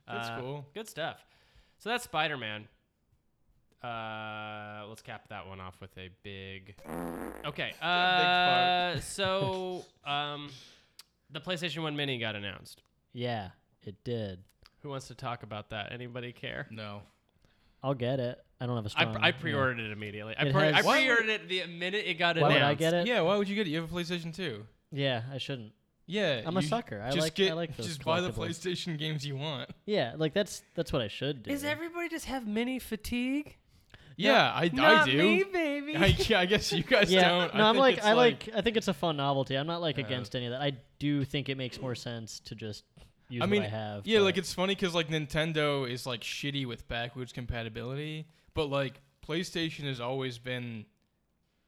Speaker 2: That's
Speaker 4: Uh,
Speaker 2: cool.
Speaker 4: good stuff so that's spider-man uh let's cap that one off with a big okay uh
Speaker 2: fart.
Speaker 4: so um the playstation 1 mini got announced
Speaker 1: Yeah, it did.
Speaker 4: who wants to talk about that anybody care
Speaker 3: No.
Speaker 1: I'll get it. I don't have a
Speaker 4: I,
Speaker 1: strong.
Speaker 4: I
Speaker 1: yeah.
Speaker 4: pre-ordered it immediately. I,
Speaker 1: It
Speaker 4: pre- I
Speaker 1: has-
Speaker 4: pre-ordered it the minute it got
Speaker 1: Why
Speaker 4: announced.
Speaker 1: would I get it?
Speaker 2: Yeah, why would you get it? You have a PlayStation 2.
Speaker 1: Yeah, I shouldn't.
Speaker 2: Yeah.
Speaker 1: I'm a
Speaker 2: you
Speaker 1: sucker. I
Speaker 2: just
Speaker 1: like- I
Speaker 2: get,
Speaker 1: like those
Speaker 2: Just buy the
Speaker 1: collectibles.
Speaker 2: PlayStation games you want.
Speaker 1: Yeah, like that's that's what I should do.
Speaker 4: Is everybody just have mini fatigue?
Speaker 2: Yeah, I, I
Speaker 4: Not
Speaker 2: do.
Speaker 4: me, baby.
Speaker 2: I, yeah, I guess you guys
Speaker 1: yeah,
Speaker 2: don't.
Speaker 1: no,
Speaker 2: I
Speaker 1: I'm
Speaker 2: think
Speaker 1: like
Speaker 2: it's
Speaker 1: I like, I think it's a fun novelty. I'm not like
Speaker 2: Yeah.
Speaker 1: against any of that. I do think it makes more sense to just use
Speaker 2: I mean,
Speaker 1: what I have.
Speaker 2: yeah,
Speaker 1: but-
Speaker 2: like it's funny because like Nintendo is like shitty with backwards compatibility, but like PlayStation has always been,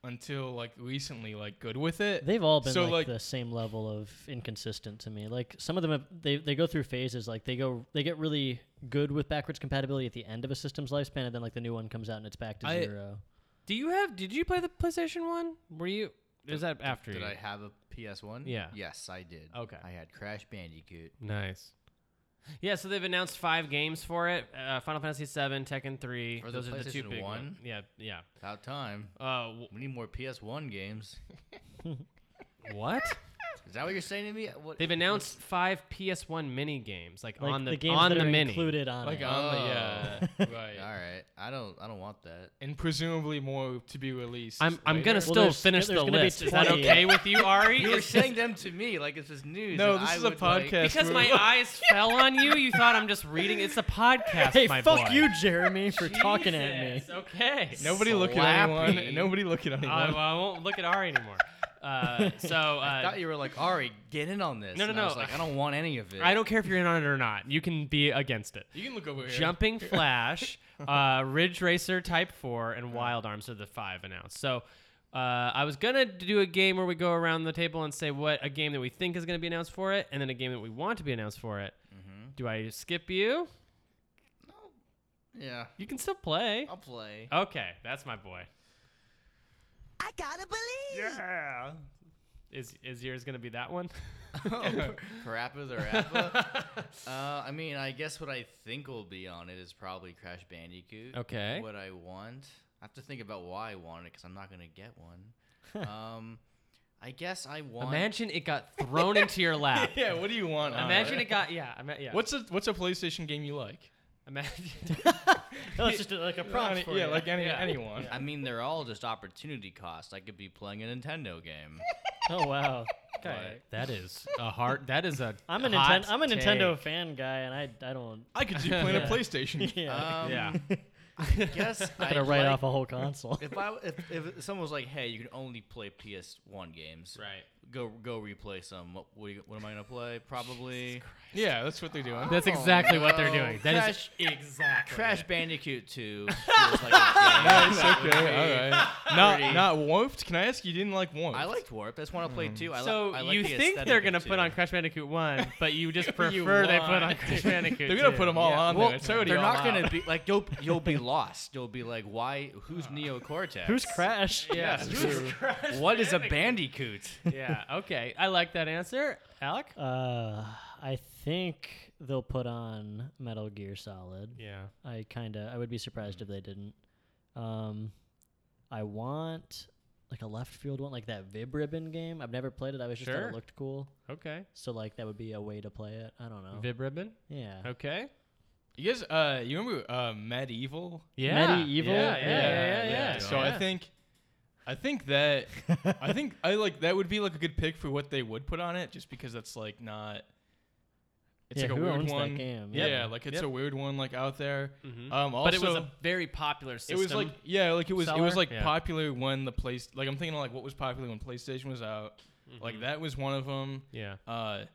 Speaker 2: until like recently, like good with it.
Speaker 1: They've all been
Speaker 2: So,
Speaker 1: like,
Speaker 2: like-
Speaker 1: the same level of inconsistent to me. Like some of them, have, they they go through phases. Like they go, they get really good with backwards compatibility at the end of a system's lifespan, and then like the new one comes out and it's back to
Speaker 2: I-
Speaker 1: zero.
Speaker 4: Do you have? Did you play the PlayStation One? Were you? Is that after
Speaker 3: Did
Speaker 4: you?
Speaker 3: I have a PS1?
Speaker 4: Yeah.
Speaker 3: Yes, I did.
Speaker 4: Okay.
Speaker 3: I had Crash Bandicoot.
Speaker 4: Nice. Yeah, so they've announced five games for it: uh, Final Fantasy VII, Tekken Three.
Speaker 3: For the
Speaker 4: Those are the two
Speaker 3: PlayStation
Speaker 4: big
Speaker 3: one?
Speaker 4: ones. Yeah, yeah.
Speaker 3: About time.
Speaker 4: Uh, w-
Speaker 3: We need more PS1 games.
Speaker 4: what?
Speaker 3: Is that what you're saying to me? What,
Speaker 4: They've announced five PS1 mini games, like,
Speaker 1: Like
Speaker 4: on the,
Speaker 1: games
Speaker 4: on
Speaker 1: that
Speaker 4: the
Speaker 1: are
Speaker 4: mini.
Speaker 1: included on
Speaker 2: like uh,
Speaker 1: it.
Speaker 2: on the
Speaker 3: Oh.
Speaker 2: yeah, right.
Speaker 3: All right. I don't. I don't want that.
Speaker 2: And presumably more to be released.
Speaker 4: I'm I'm gonna
Speaker 2: later.
Speaker 4: still
Speaker 1: there's-
Speaker 4: finish
Speaker 1: there's
Speaker 4: the
Speaker 1: gonna be
Speaker 4: list. Is that
Speaker 1: 20.
Speaker 4: okay with you, Ari?
Speaker 3: You were
Speaker 4: It's just-
Speaker 3: saying them to me like it's just news.
Speaker 2: No,
Speaker 3: and
Speaker 2: this
Speaker 3: I
Speaker 2: is a
Speaker 3: would, like-
Speaker 2: podcast.
Speaker 4: because my eyes fell on you, you thought I'm just reading. It's a podcast.
Speaker 1: hey,
Speaker 4: my
Speaker 1: fuck
Speaker 4: boy.
Speaker 1: you, Jeremy, for talking at me.
Speaker 4: Jesus, Okay.
Speaker 2: Nobody look at
Speaker 3: Slappy.
Speaker 2: anyone. Nobody look at anyone.
Speaker 4: I, I won't look at Ari anymore. Uh, so
Speaker 3: I
Speaker 4: uh,
Speaker 3: thought you were like Ari, get in on this.
Speaker 4: No, no,
Speaker 3: And I was
Speaker 4: no.
Speaker 3: like I don't want any of it.
Speaker 4: I don't care if you're in on it or not. You can be against it.
Speaker 2: you can look over here.
Speaker 4: Jumping Flash, uh, Ridge Racer Type 4, and Wild Arms are the five announced. So uh, I was going to do a game where we go around the table and say what a game that we think is going to be announced for it, and then a game that we want to be announced for it. Do I skip you?
Speaker 3: Yeah,
Speaker 4: You can still play.
Speaker 3: I'll play.
Speaker 4: Okay, that's my boy.
Speaker 5: I gotta believe.
Speaker 2: Yeah.
Speaker 4: Is, is yours going to be that one?
Speaker 3: Parappa the Rappa. uh, I mean, I guess what I think will be on it is probably Crash Bandicoot.
Speaker 4: Okay.
Speaker 3: What I want, I have to think about why I want it because I'm not gonna get one. um, I guess I want.
Speaker 4: Imagine it got thrown into your lap.
Speaker 2: Yeah. What do you want? on
Speaker 4: Imagine it got, yeah. ima- yeah.
Speaker 2: What's a What's a PlayStation game you like?
Speaker 4: Imagine.
Speaker 1: No, it's just like a prompt
Speaker 2: Any-
Speaker 1: for
Speaker 2: yeah,
Speaker 1: you.
Speaker 2: like any
Speaker 4: Yeah.
Speaker 2: anyone.
Speaker 3: I mean, they're all just opportunity cost. I could be playing a Nintendo game.
Speaker 1: oh wow.
Speaker 4: Okay. That is a hard. That is a.
Speaker 1: I'm a
Speaker 4: hot
Speaker 1: Nintendo. I'm a
Speaker 4: take.
Speaker 1: Nintendo fan guy, and I I don't.
Speaker 2: I could see you playing
Speaker 4: Yeah.
Speaker 2: a Playstation.
Speaker 1: Yeah.
Speaker 3: Um,
Speaker 4: Yeah.
Speaker 3: I guess
Speaker 1: I'm gonna
Speaker 3: I'd
Speaker 1: write
Speaker 3: like-
Speaker 1: off a whole console.
Speaker 3: If I if, if someone was like, "Hey, you can only play PS1 games,"
Speaker 4: Right.
Speaker 3: Go go replay some. What what, are you- what am I gonna play? Probably
Speaker 2: Yeah, that's what they're doing.
Speaker 4: That's exactly what they're
Speaker 3: no.
Speaker 4: doing. That is
Speaker 3: Crash-
Speaker 4: exactly.
Speaker 3: Crash Bandicoot 2. feels like a game.
Speaker 2: It's okay. All right. Not not warped. Can I ask? You didn't like warped.
Speaker 3: I liked Warp. That's one I played too. I
Speaker 4: so
Speaker 3: li- I like
Speaker 4: you
Speaker 3: the
Speaker 4: think
Speaker 3: aesthetic
Speaker 4: they're
Speaker 3: of
Speaker 4: gonna
Speaker 3: two.
Speaker 4: put on Crash Bandicoot one, but you just prefer they put on
Speaker 2: want.
Speaker 4: Crash Bandicoot.
Speaker 2: They're gonna
Speaker 4: two.
Speaker 2: put them all on
Speaker 3: Well,
Speaker 2: there. It's already
Speaker 3: they're
Speaker 2: all
Speaker 3: not
Speaker 2: out.
Speaker 3: gonna be like you'll you'll be lost. You'll be like, why? Who's
Speaker 4: Uh,
Speaker 3: Neocortex?
Speaker 1: Who's Crash?
Speaker 4: Yeah.
Speaker 3: What is a Bandicoot?
Speaker 4: yeah. Okay. I like that answer, Alec.
Speaker 1: Uh, I think they'll put on Metal Gear Solid.
Speaker 4: Yeah.
Speaker 1: I kind of I would be surprised if they didn't. Um, I want like a left field one, like that Vib Ribbon game. I've never played it. I was just thought
Speaker 4: Sure.
Speaker 1: it looked cool,
Speaker 4: Okay.
Speaker 1: so like that would be a way to play it. I don't know.
Speaker 2: Oh.
Speaker 4: Vib ribbon.
Speaker 1: yeah.
Speaker 4: Okay.
Speaker 2: You guys, uh, you remember uh, Medieval?
Speaker 4: Yeah.
Speaker 1: Medieval?
Speaker 4: Yeah. Yeah. Yeah. Yeah.
Speaker 1: Yeah,
Speaker 4: yeah,
Speaker 3: yeah.
Speaker 2: So I
Speaker 4: yeah.
Speaker 2: think, I think that, I think I like that would be like a good pick for what they would put on it, just because that's like not. It's
Speaker 1: Yeah,
Speaker 2: like a
Speaker 1: who
Speaker 2: weird
Speaker 1: owns that
Speaker 2: one.
Speaker 1: game?
Speaker 2: Yeah,
Speaker 1: Yep.
Speaker 2: like it's
Speaker 4: Yep.
Speaker 2: a weird one like out there.
Speaker 4: Mhm.
Speaker 2: Um, also,
Speaker 4: But it was a very popular
Speaker 2: it
Speaker 4: system.
Speaker 2: was like yeah, like it was it
Speaker 4: seller?
Speaker 2: was like
Speaker 4: Yeah.
Speaker 2: popular when the place like I'm thinking like what was popular when PlayStation was out.
Speaker 4: Mm-hmm.
Speaker 2: Like that was one of them.
Speaker 4: Yeah.
Speaker 2: Uh,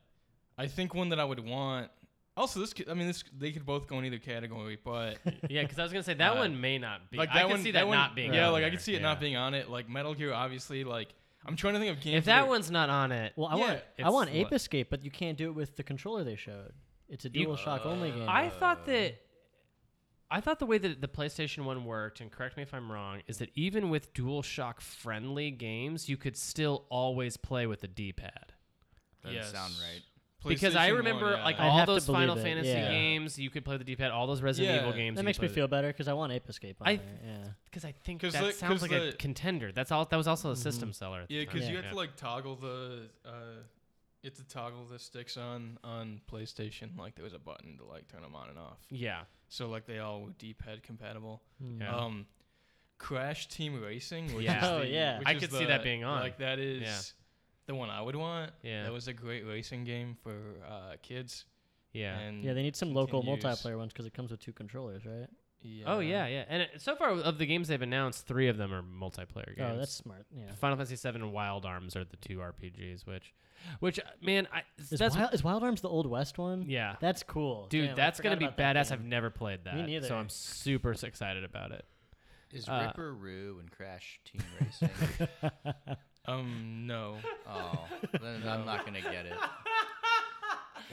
Speaker 2: I think one that I would want. Also, this could, I mean, this they could both go in either category, but
Speaker 4: Yeah, because I was gonna say that
Speaker 2: Uh,
Speaker 4: one may not be.
Speaker 2: like
Speaker 4: I
Speaker 2: that
Speaker 4: can
Speaker 2: one,
Speaker 4: see that,
Speaker 2: one,
Speaker 4: not being.
Speaker 2: Yeah,
Speaker 4: on
Speaker 2: like I
Speaker 4: there.
Speaker 2: could see it
Speaker 4: Yeah.
Speaker 2: not being on it. Like Metal Gear, obviously. Like I'm trying to think of games.
Speaker 4: If that
Speaker 2: are-
Speaker 4: one's not on it,
Speaker 1: Well, I
Speaker 2: Yeah,
Speaker 1: want I
Speaker 4: it's
Speaker 1: want Ape
Speaker 4: what-
Speaker 1: Escape, but you can't do it with the controller they showed. It's a
Speaker 4: You- uh,
Speaker 1: DualShock Shock only game.
Speaker 4: I thought that
Speaker 1: Uh.
Speaker 4: I thought the way that the PlayStation 1 worked, and correct me if I'm wrong, is that even with DualShock friendly games, you could still always play with the D-pad.
Speaker 3: Doesn't
Speaker 2: Yes.
Speaker 3: sound right.
Speaker 4: Because I
Speaker 2: PlayStation
Speaker 4: remember
Speaker 2: one, yeah.
Speaker 4: like
Speaker 1: I'd
Speaker 4: all
Speaker 1: have to
Speaker 4: those
Speaker 1: believe
Speaker 4: Final
Speaker 1: it,
Speaker 4: Fantasy
Speaker 1: yeah.
Speaker 4: games, you could play with the D-pad, all those Resident
Speaker 2: Yeah.
Speaker 4: Evil games.
Speaker 1: that makes me feel better because I want Ape Escape. On
Speaker 4: I-
Speaker 1: there,
Speaker 4: because I think
Speaker 2: 'Cause
Speaker 4: that
Speaker 2: the-
Speaker 4: sounds
Speaker 2: 'cause
Speaker 4: like a
Speaker 2: the-
Speaker 1: Mm-hmm.
Speaker 4: contender. That's all that was also a system seller. at the
Speaker 2: yeah,
Speaker 4: time.
Speaker 2: because you
Speaker 1: Yeah.
Speaker 2: have to like toggle the. Uh, It's a toggle that sticks on on PlayStation. Like there was a button to like turn them on and off.
Speaker 4: Yeah.
Speaker 2: So like they all were D-pad compatible.
Speaker 4: Yeah.
Speaker 2: Um, Crash Team Racing. Which
Speaker 4: Yeah.
Speaker 2: Is
Speaker 1: Oh,
Speaker 2: the-
Speaker 1: yeah.
Speaker 2: which
Speaker 4: I
Speaker 2: is
Speaker 4: could see
Speaker 2: the-
Speaker 4: that being on.
Speaker 2: Like that is
Speaker 4: Yeah.
Speaker 2: the one I would want.
Speaker 4: Yeah.
Speaker 2: That was a great racing game for uh, kids.
Speaker 4: Yeah.
Speaker 2: And
Speaker 1: Yeah, they need some local
Speaker 2: continues.
Speaker 1: multiplayer ones because it comes with two controllers, right?
Speaker 2: uh,
Speaker 4: Oh yeah, yeah. And it, so far of the games they've announced, three of them are multiplayer games.
Speaker 1: Oh, that's smart. Yeah.
Speaker 4: Final Fantasy VII and Wild Arms are the two RPGs, which, which uh, man, I
Speaker 1: Is
Speaker 4: that's
Speaker 1: Wild, is Wild Arms the old West one?
Speaker 4: yeah,
Speaker 1: That's cool.
Speaker 4: dude,
Speaker 1: Damn, I
Speaker 4: that's gonna
Speaker 1: forgot
Speaker 4: be
Speaker 1: about that
Speaker 4: badass.
Speaker 1: game.
Speaker 4: I've never played that,
Speaker 1: neither.
Speaker 4: so I'm super excited about it.
Speaker 3: Is
Speaker 4: Uh,
Speaker 3: Ripper Roo and Crash Team Racing?
Speaker 2: Um no.
Speaker 3: oh, then I'm not gonna get it.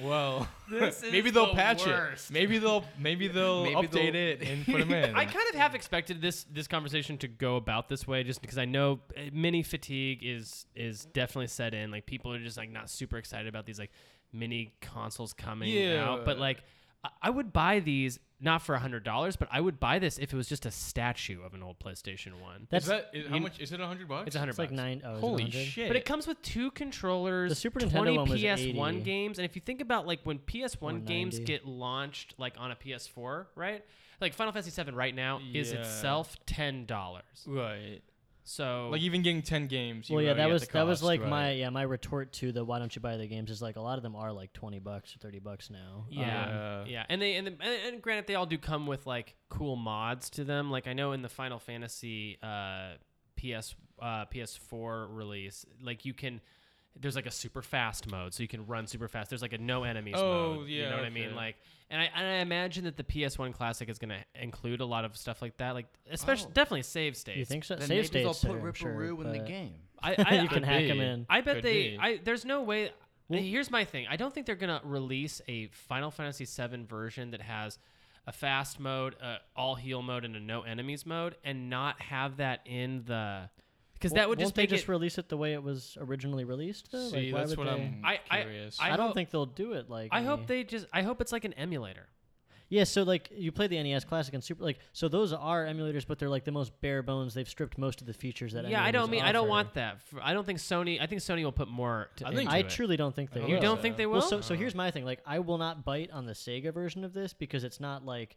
Speaker 2: Well,
Speaker 4: This
Speaker 2: maybe
Speaker 4: is
Speaker 2: they'll
Speaker 4: the
Speaker 2: patch
Speaker 4: worst.
Speaker 2: it. Maybe they'll maybe they'll
Speaker 3: Maybe
Speaker 2: update
Speaker 3: they'll-
Speaker 2: it and put them in.
Speaker 4: I kind of have expected this this conversation to go about this way, just because I know uh, mini fatigue is is definitely set in. Like people are just like not super excited about these like mini consoles coming out, but
Speaker 2: Yeah.
Speaker 4: like I- I would buy these not for a hundred dollars, but I would buy this if it was just a statue of an old PlayStation One.
Speaker 1: That's
Speaker 2: is that is, how
Speaker 4: you-
Speaker 2: much is it? hundred bucks.
Speaker 4: It's a hundred
Speaker 1: it's like
Speaker 4: bucks.
Speaker 1: nine. Oh, is it
Speaker 2: Holy
Speaker 1: 100?
Speaker 2: shit!
Speaker 4: But it comes with two controllers,
Speaker 1: The Super Nintendo
Speaker 4: 20
Speaker 1: one was
Speaker 4: PS1
Speaker 1: 80.
Speaker 4: games, and if you think about like when PS1 games
Speaker 1: 190.
Speaker 4: get launched like on a PS4, right? Like Final Fantasy VII right now is
Speaker 2: Yeah.
Speaker 4: itself ten dollars.
Speaker 2: right.
Speaker 4: So
Speaker 2: Like even getting ten games. you
Speaker 1: Well, yeah,
Speaker 2: already
Speaker 1: that
Speaker 2: got
Speaker 1: was
Speaker 2: the
Speaker 1: that was
Speaker 2: cost,
Speaker 1: like
Speaker 2: right.
Speaker 1: my yeah my retort to the why don't you buy the games is like a lot of them are like twenty bucks or thirty bucks now.
Speaker 4: yeah,
Speaker 1: Um,
Speaker 2: Yeah.
Speaker 4: yeah, and they and, the, and and granted they all do come with like cool mods to them. Like I know in the Final Fantasy uh, PS uh, PS4 release, like you can. There's like a super fast mode, so you can run super fast. There's like a no enemies
Speaker 2: Oh,
Speaker 4: mode. you
Speaker 2: yeah,
Speaker 4: know what I
Speaker 2: okay.
Speaker 4: mean? Like, and I, and I imagine that the PS1 Classic is gonna include a lot of stuff like that, like especially
Speaker 3: Oh.
Speaker 4: definitely save states.
Speaker 1: you think so?
Speaker 3: Then
Speaker 1: Save
Speaker 3: maybe they'll
Speaker 1: states.
Speaker 3: put
Speaker 1: are, I'm
Speaker 3: Ripper
Speaker 1: sure,
Speaker 3: Roo in the
Speaker 1: but
Speaker 3: game.
Speaker 4: I, I,
Speaker 1: you can
Speaker 2: Could
Speaker 1: hack
Speaker 2: be.
Speaker 1: them in.
Speaker 4: I bet
Speaker 2: Could
Speaker 4: they.
Speaker 2: be.
Speaker 4: I there's no way. here's my thing. I don't think they're gonna release a Final Fantasy VII version that has a fast mode, a all heal mode, and a no enemies mode, and not have that in the because that would
Speaker 1: Won't
Speaker 4: just
Speaker 1: they
Speaker 4: make
Speaker 1: just
Speaker 4: it.
Speaker 1: release it the way it was originally released? Though?
Speaker 2: See,
Speaker 1: like, why
Speaker 2: that's
Speaker 1: would
Speaker 2: what
Speaker 1: they-
Speaker 2: I'm
Speaker 4: I- I-
Speaker 2: curious.
Speaker 4: I
Speaker 1: I don't
Speaker 4: hope-
Speaker 1: think they'll do it. Like
Speaker 4: I
Speaker 1: any-
Speaker 4: hope they just. I hope it's like an emulator.
Speaker 1: Yeah, so like you play the NES Classic and Super, like so those are emulators, but they're like the most bare bones. They've stripped most of the features that.
Speaker 4: yeah, I don't
Speaker 1: emulators
Speaker 4: mean. I don't
Speaker 1: offer.
Speaker 4: want that. For, I don't think Sony. I think Sony will put more. To,
Speaker 2: I think-
Speaker 4: into
Speaker 1: I
Speaker 4: it.
Speaker 1: truly don't think they.
Speaker 2: don't
Speaker 1: will.
Speaker 4: You don't
Speaker 2: so.
Speaker 4: think they will?
Speaker 1: Well, so so here's my thing. Like, I will not bite on the Sega version of this because it's not like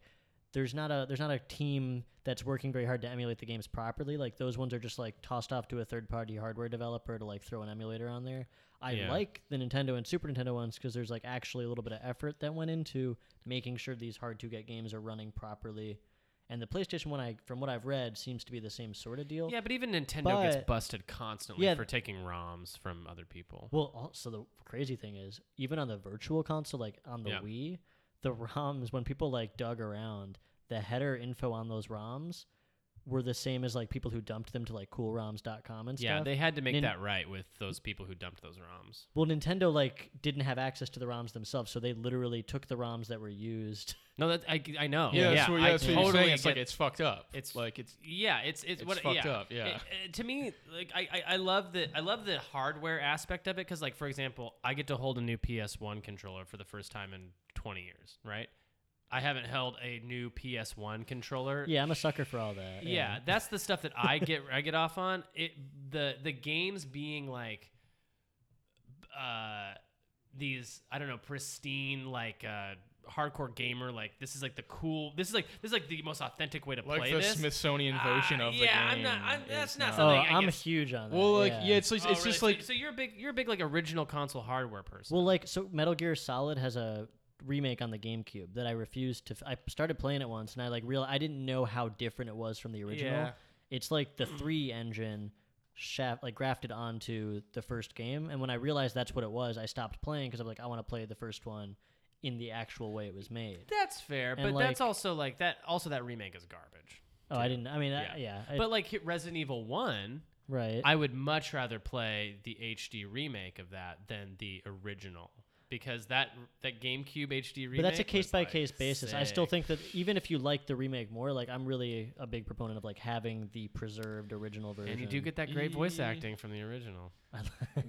Speaker 1: there's not a there's not a team that's working very hard to emulate the games properly. Like those ones are just like tossed off to a third party hardware developer to like throw an emulator on there. I
Speaker 4: Yeah.
Speaker 1: like the Nintendo and Super Nintendo ones because there's like actually a little bit of effort that went into making sure these hard to get games are running properly. And the PlayStation one, I from what I've read, seems to be the same sort of deal.
Speaker 4: yeah, but even Nintendo
Speaker 1: But-
Speaker 4: gets busted constantly
Speaker 1: Yeah.
Speaker 4: for taking ROMs from other people.
Speaker 1: Well, also the crazy thing is, even on the virtual console, like on the
Speaker 4: Yeah.
Speaker 1: Wii, the ROMs when people like dug around, the header info on those ROMs were the same as like people who dumped them to like coolroms.com and
Speaker 4: Yeah,
Speaker 1: stuff.
Speaker 4: they had to make
Speaker 1: Nin-
Speaker 4: that right with those people who dumped those ROMs.
Speaker 1: well, Nintendo like didn't have access to the ROMs themselves, so they literally took the ROMs that were used.
Speaker 4: No, that I, I know.
Speaker 2: yeah, that's what, yeah,
Speaker 4: Oh, I
Speaker 2: that's what
Speaker 4: totally
Speaker 2: you're saying. It's
Speaker 4: get-
Speaker 2: like it's fucked up.
Speaker 4: it's-
Speaker 2: like it's
Speaker 4: yeah, it's it's,
Speaker 2: it's
Speaker 4: what
Speaker 2: fucked
Speaker 4: yeah.
Speaker 2: up, yeah.
Speaker 4: It- it- to me, like I, I, I love the I love the hardware aspect of it because like for example, I get to hold a new PS1 controller for the first time in 20 years, right? I haven't held a new PS1 controller.
Speaker 1: yeah, I'm a sucker for all that.
Speaker 4: Yeah, that's the stuff that I get I get off on. It the the games being like uh these I don't know pristine like uh hardcore gamer like this is like the cool this is like this is like the most authentic way to
Speaker 2: like
Speaker 4: play
Speaker 2: the
Speaker 4: this.
Speaker 2: Smithsonian version
Speaker 4: Ah,
Speaker 2: of
Speaker 4: yeah,
Speaker 2: the
Speaker 4: I'm
Speaker 2: game.
Speaker 4: not- I'm-
Speaker 2: is
Speaker 4: that's not
Speaker 1: Oh,
Speaker 4: something I
Speaker 1: I'm
Speaker 4: guess-
Speaker 1: huge on that.
Speaker 2: Well, like yeah, it's like,
Speaker 4: Oh,
Speaker 2: it's
Speaker 4: really?
Speaker 2: just
Speaker 4: So-
Speaker 2: like
Speaker 4: so, you're a big you're a big like original console hardware person.
Speaker 1: Well, like so, Metal Gear Solid has a remake on the GameCube that I refused to. F- I started playing it once, and I like real. I didn't know how different it was from the original.
Speaker 4: Yeah.
Speaker 1: It's like the three engine shaft, like grafted onto the first game. And when I realized that's what it was, I stopped playing because I'm like, I want to play the first one in the actual way it was made.
Speaker 4: that's fair,
Speaker 1: and,
Speaker 4: but that's
Speaker 1: like-
Speaker 4: also like that also that remake is garbage.
Speaker 1: Oh, I didn't. I mean, I- yeah, I,
Speaker 4: but like Resident Evil 1
Speaker 1: right.
Speaker 4: I would much rather play the HD remake of that than the original because that that GameCube HD remake.
Speaker 1: but that's a case
Speaker 4: was,
Speaker 1: by
Speaker 4: like,
Speaker 1: case basis. I still think
Speaker 4: sick.
Speaker 1: that even if you like the remake more, like I'm really a big proponent of like having the preserved original version.
Speaker 4: And you do get that great voice
Speaker 2: E-
Speaker 4: acting from the original.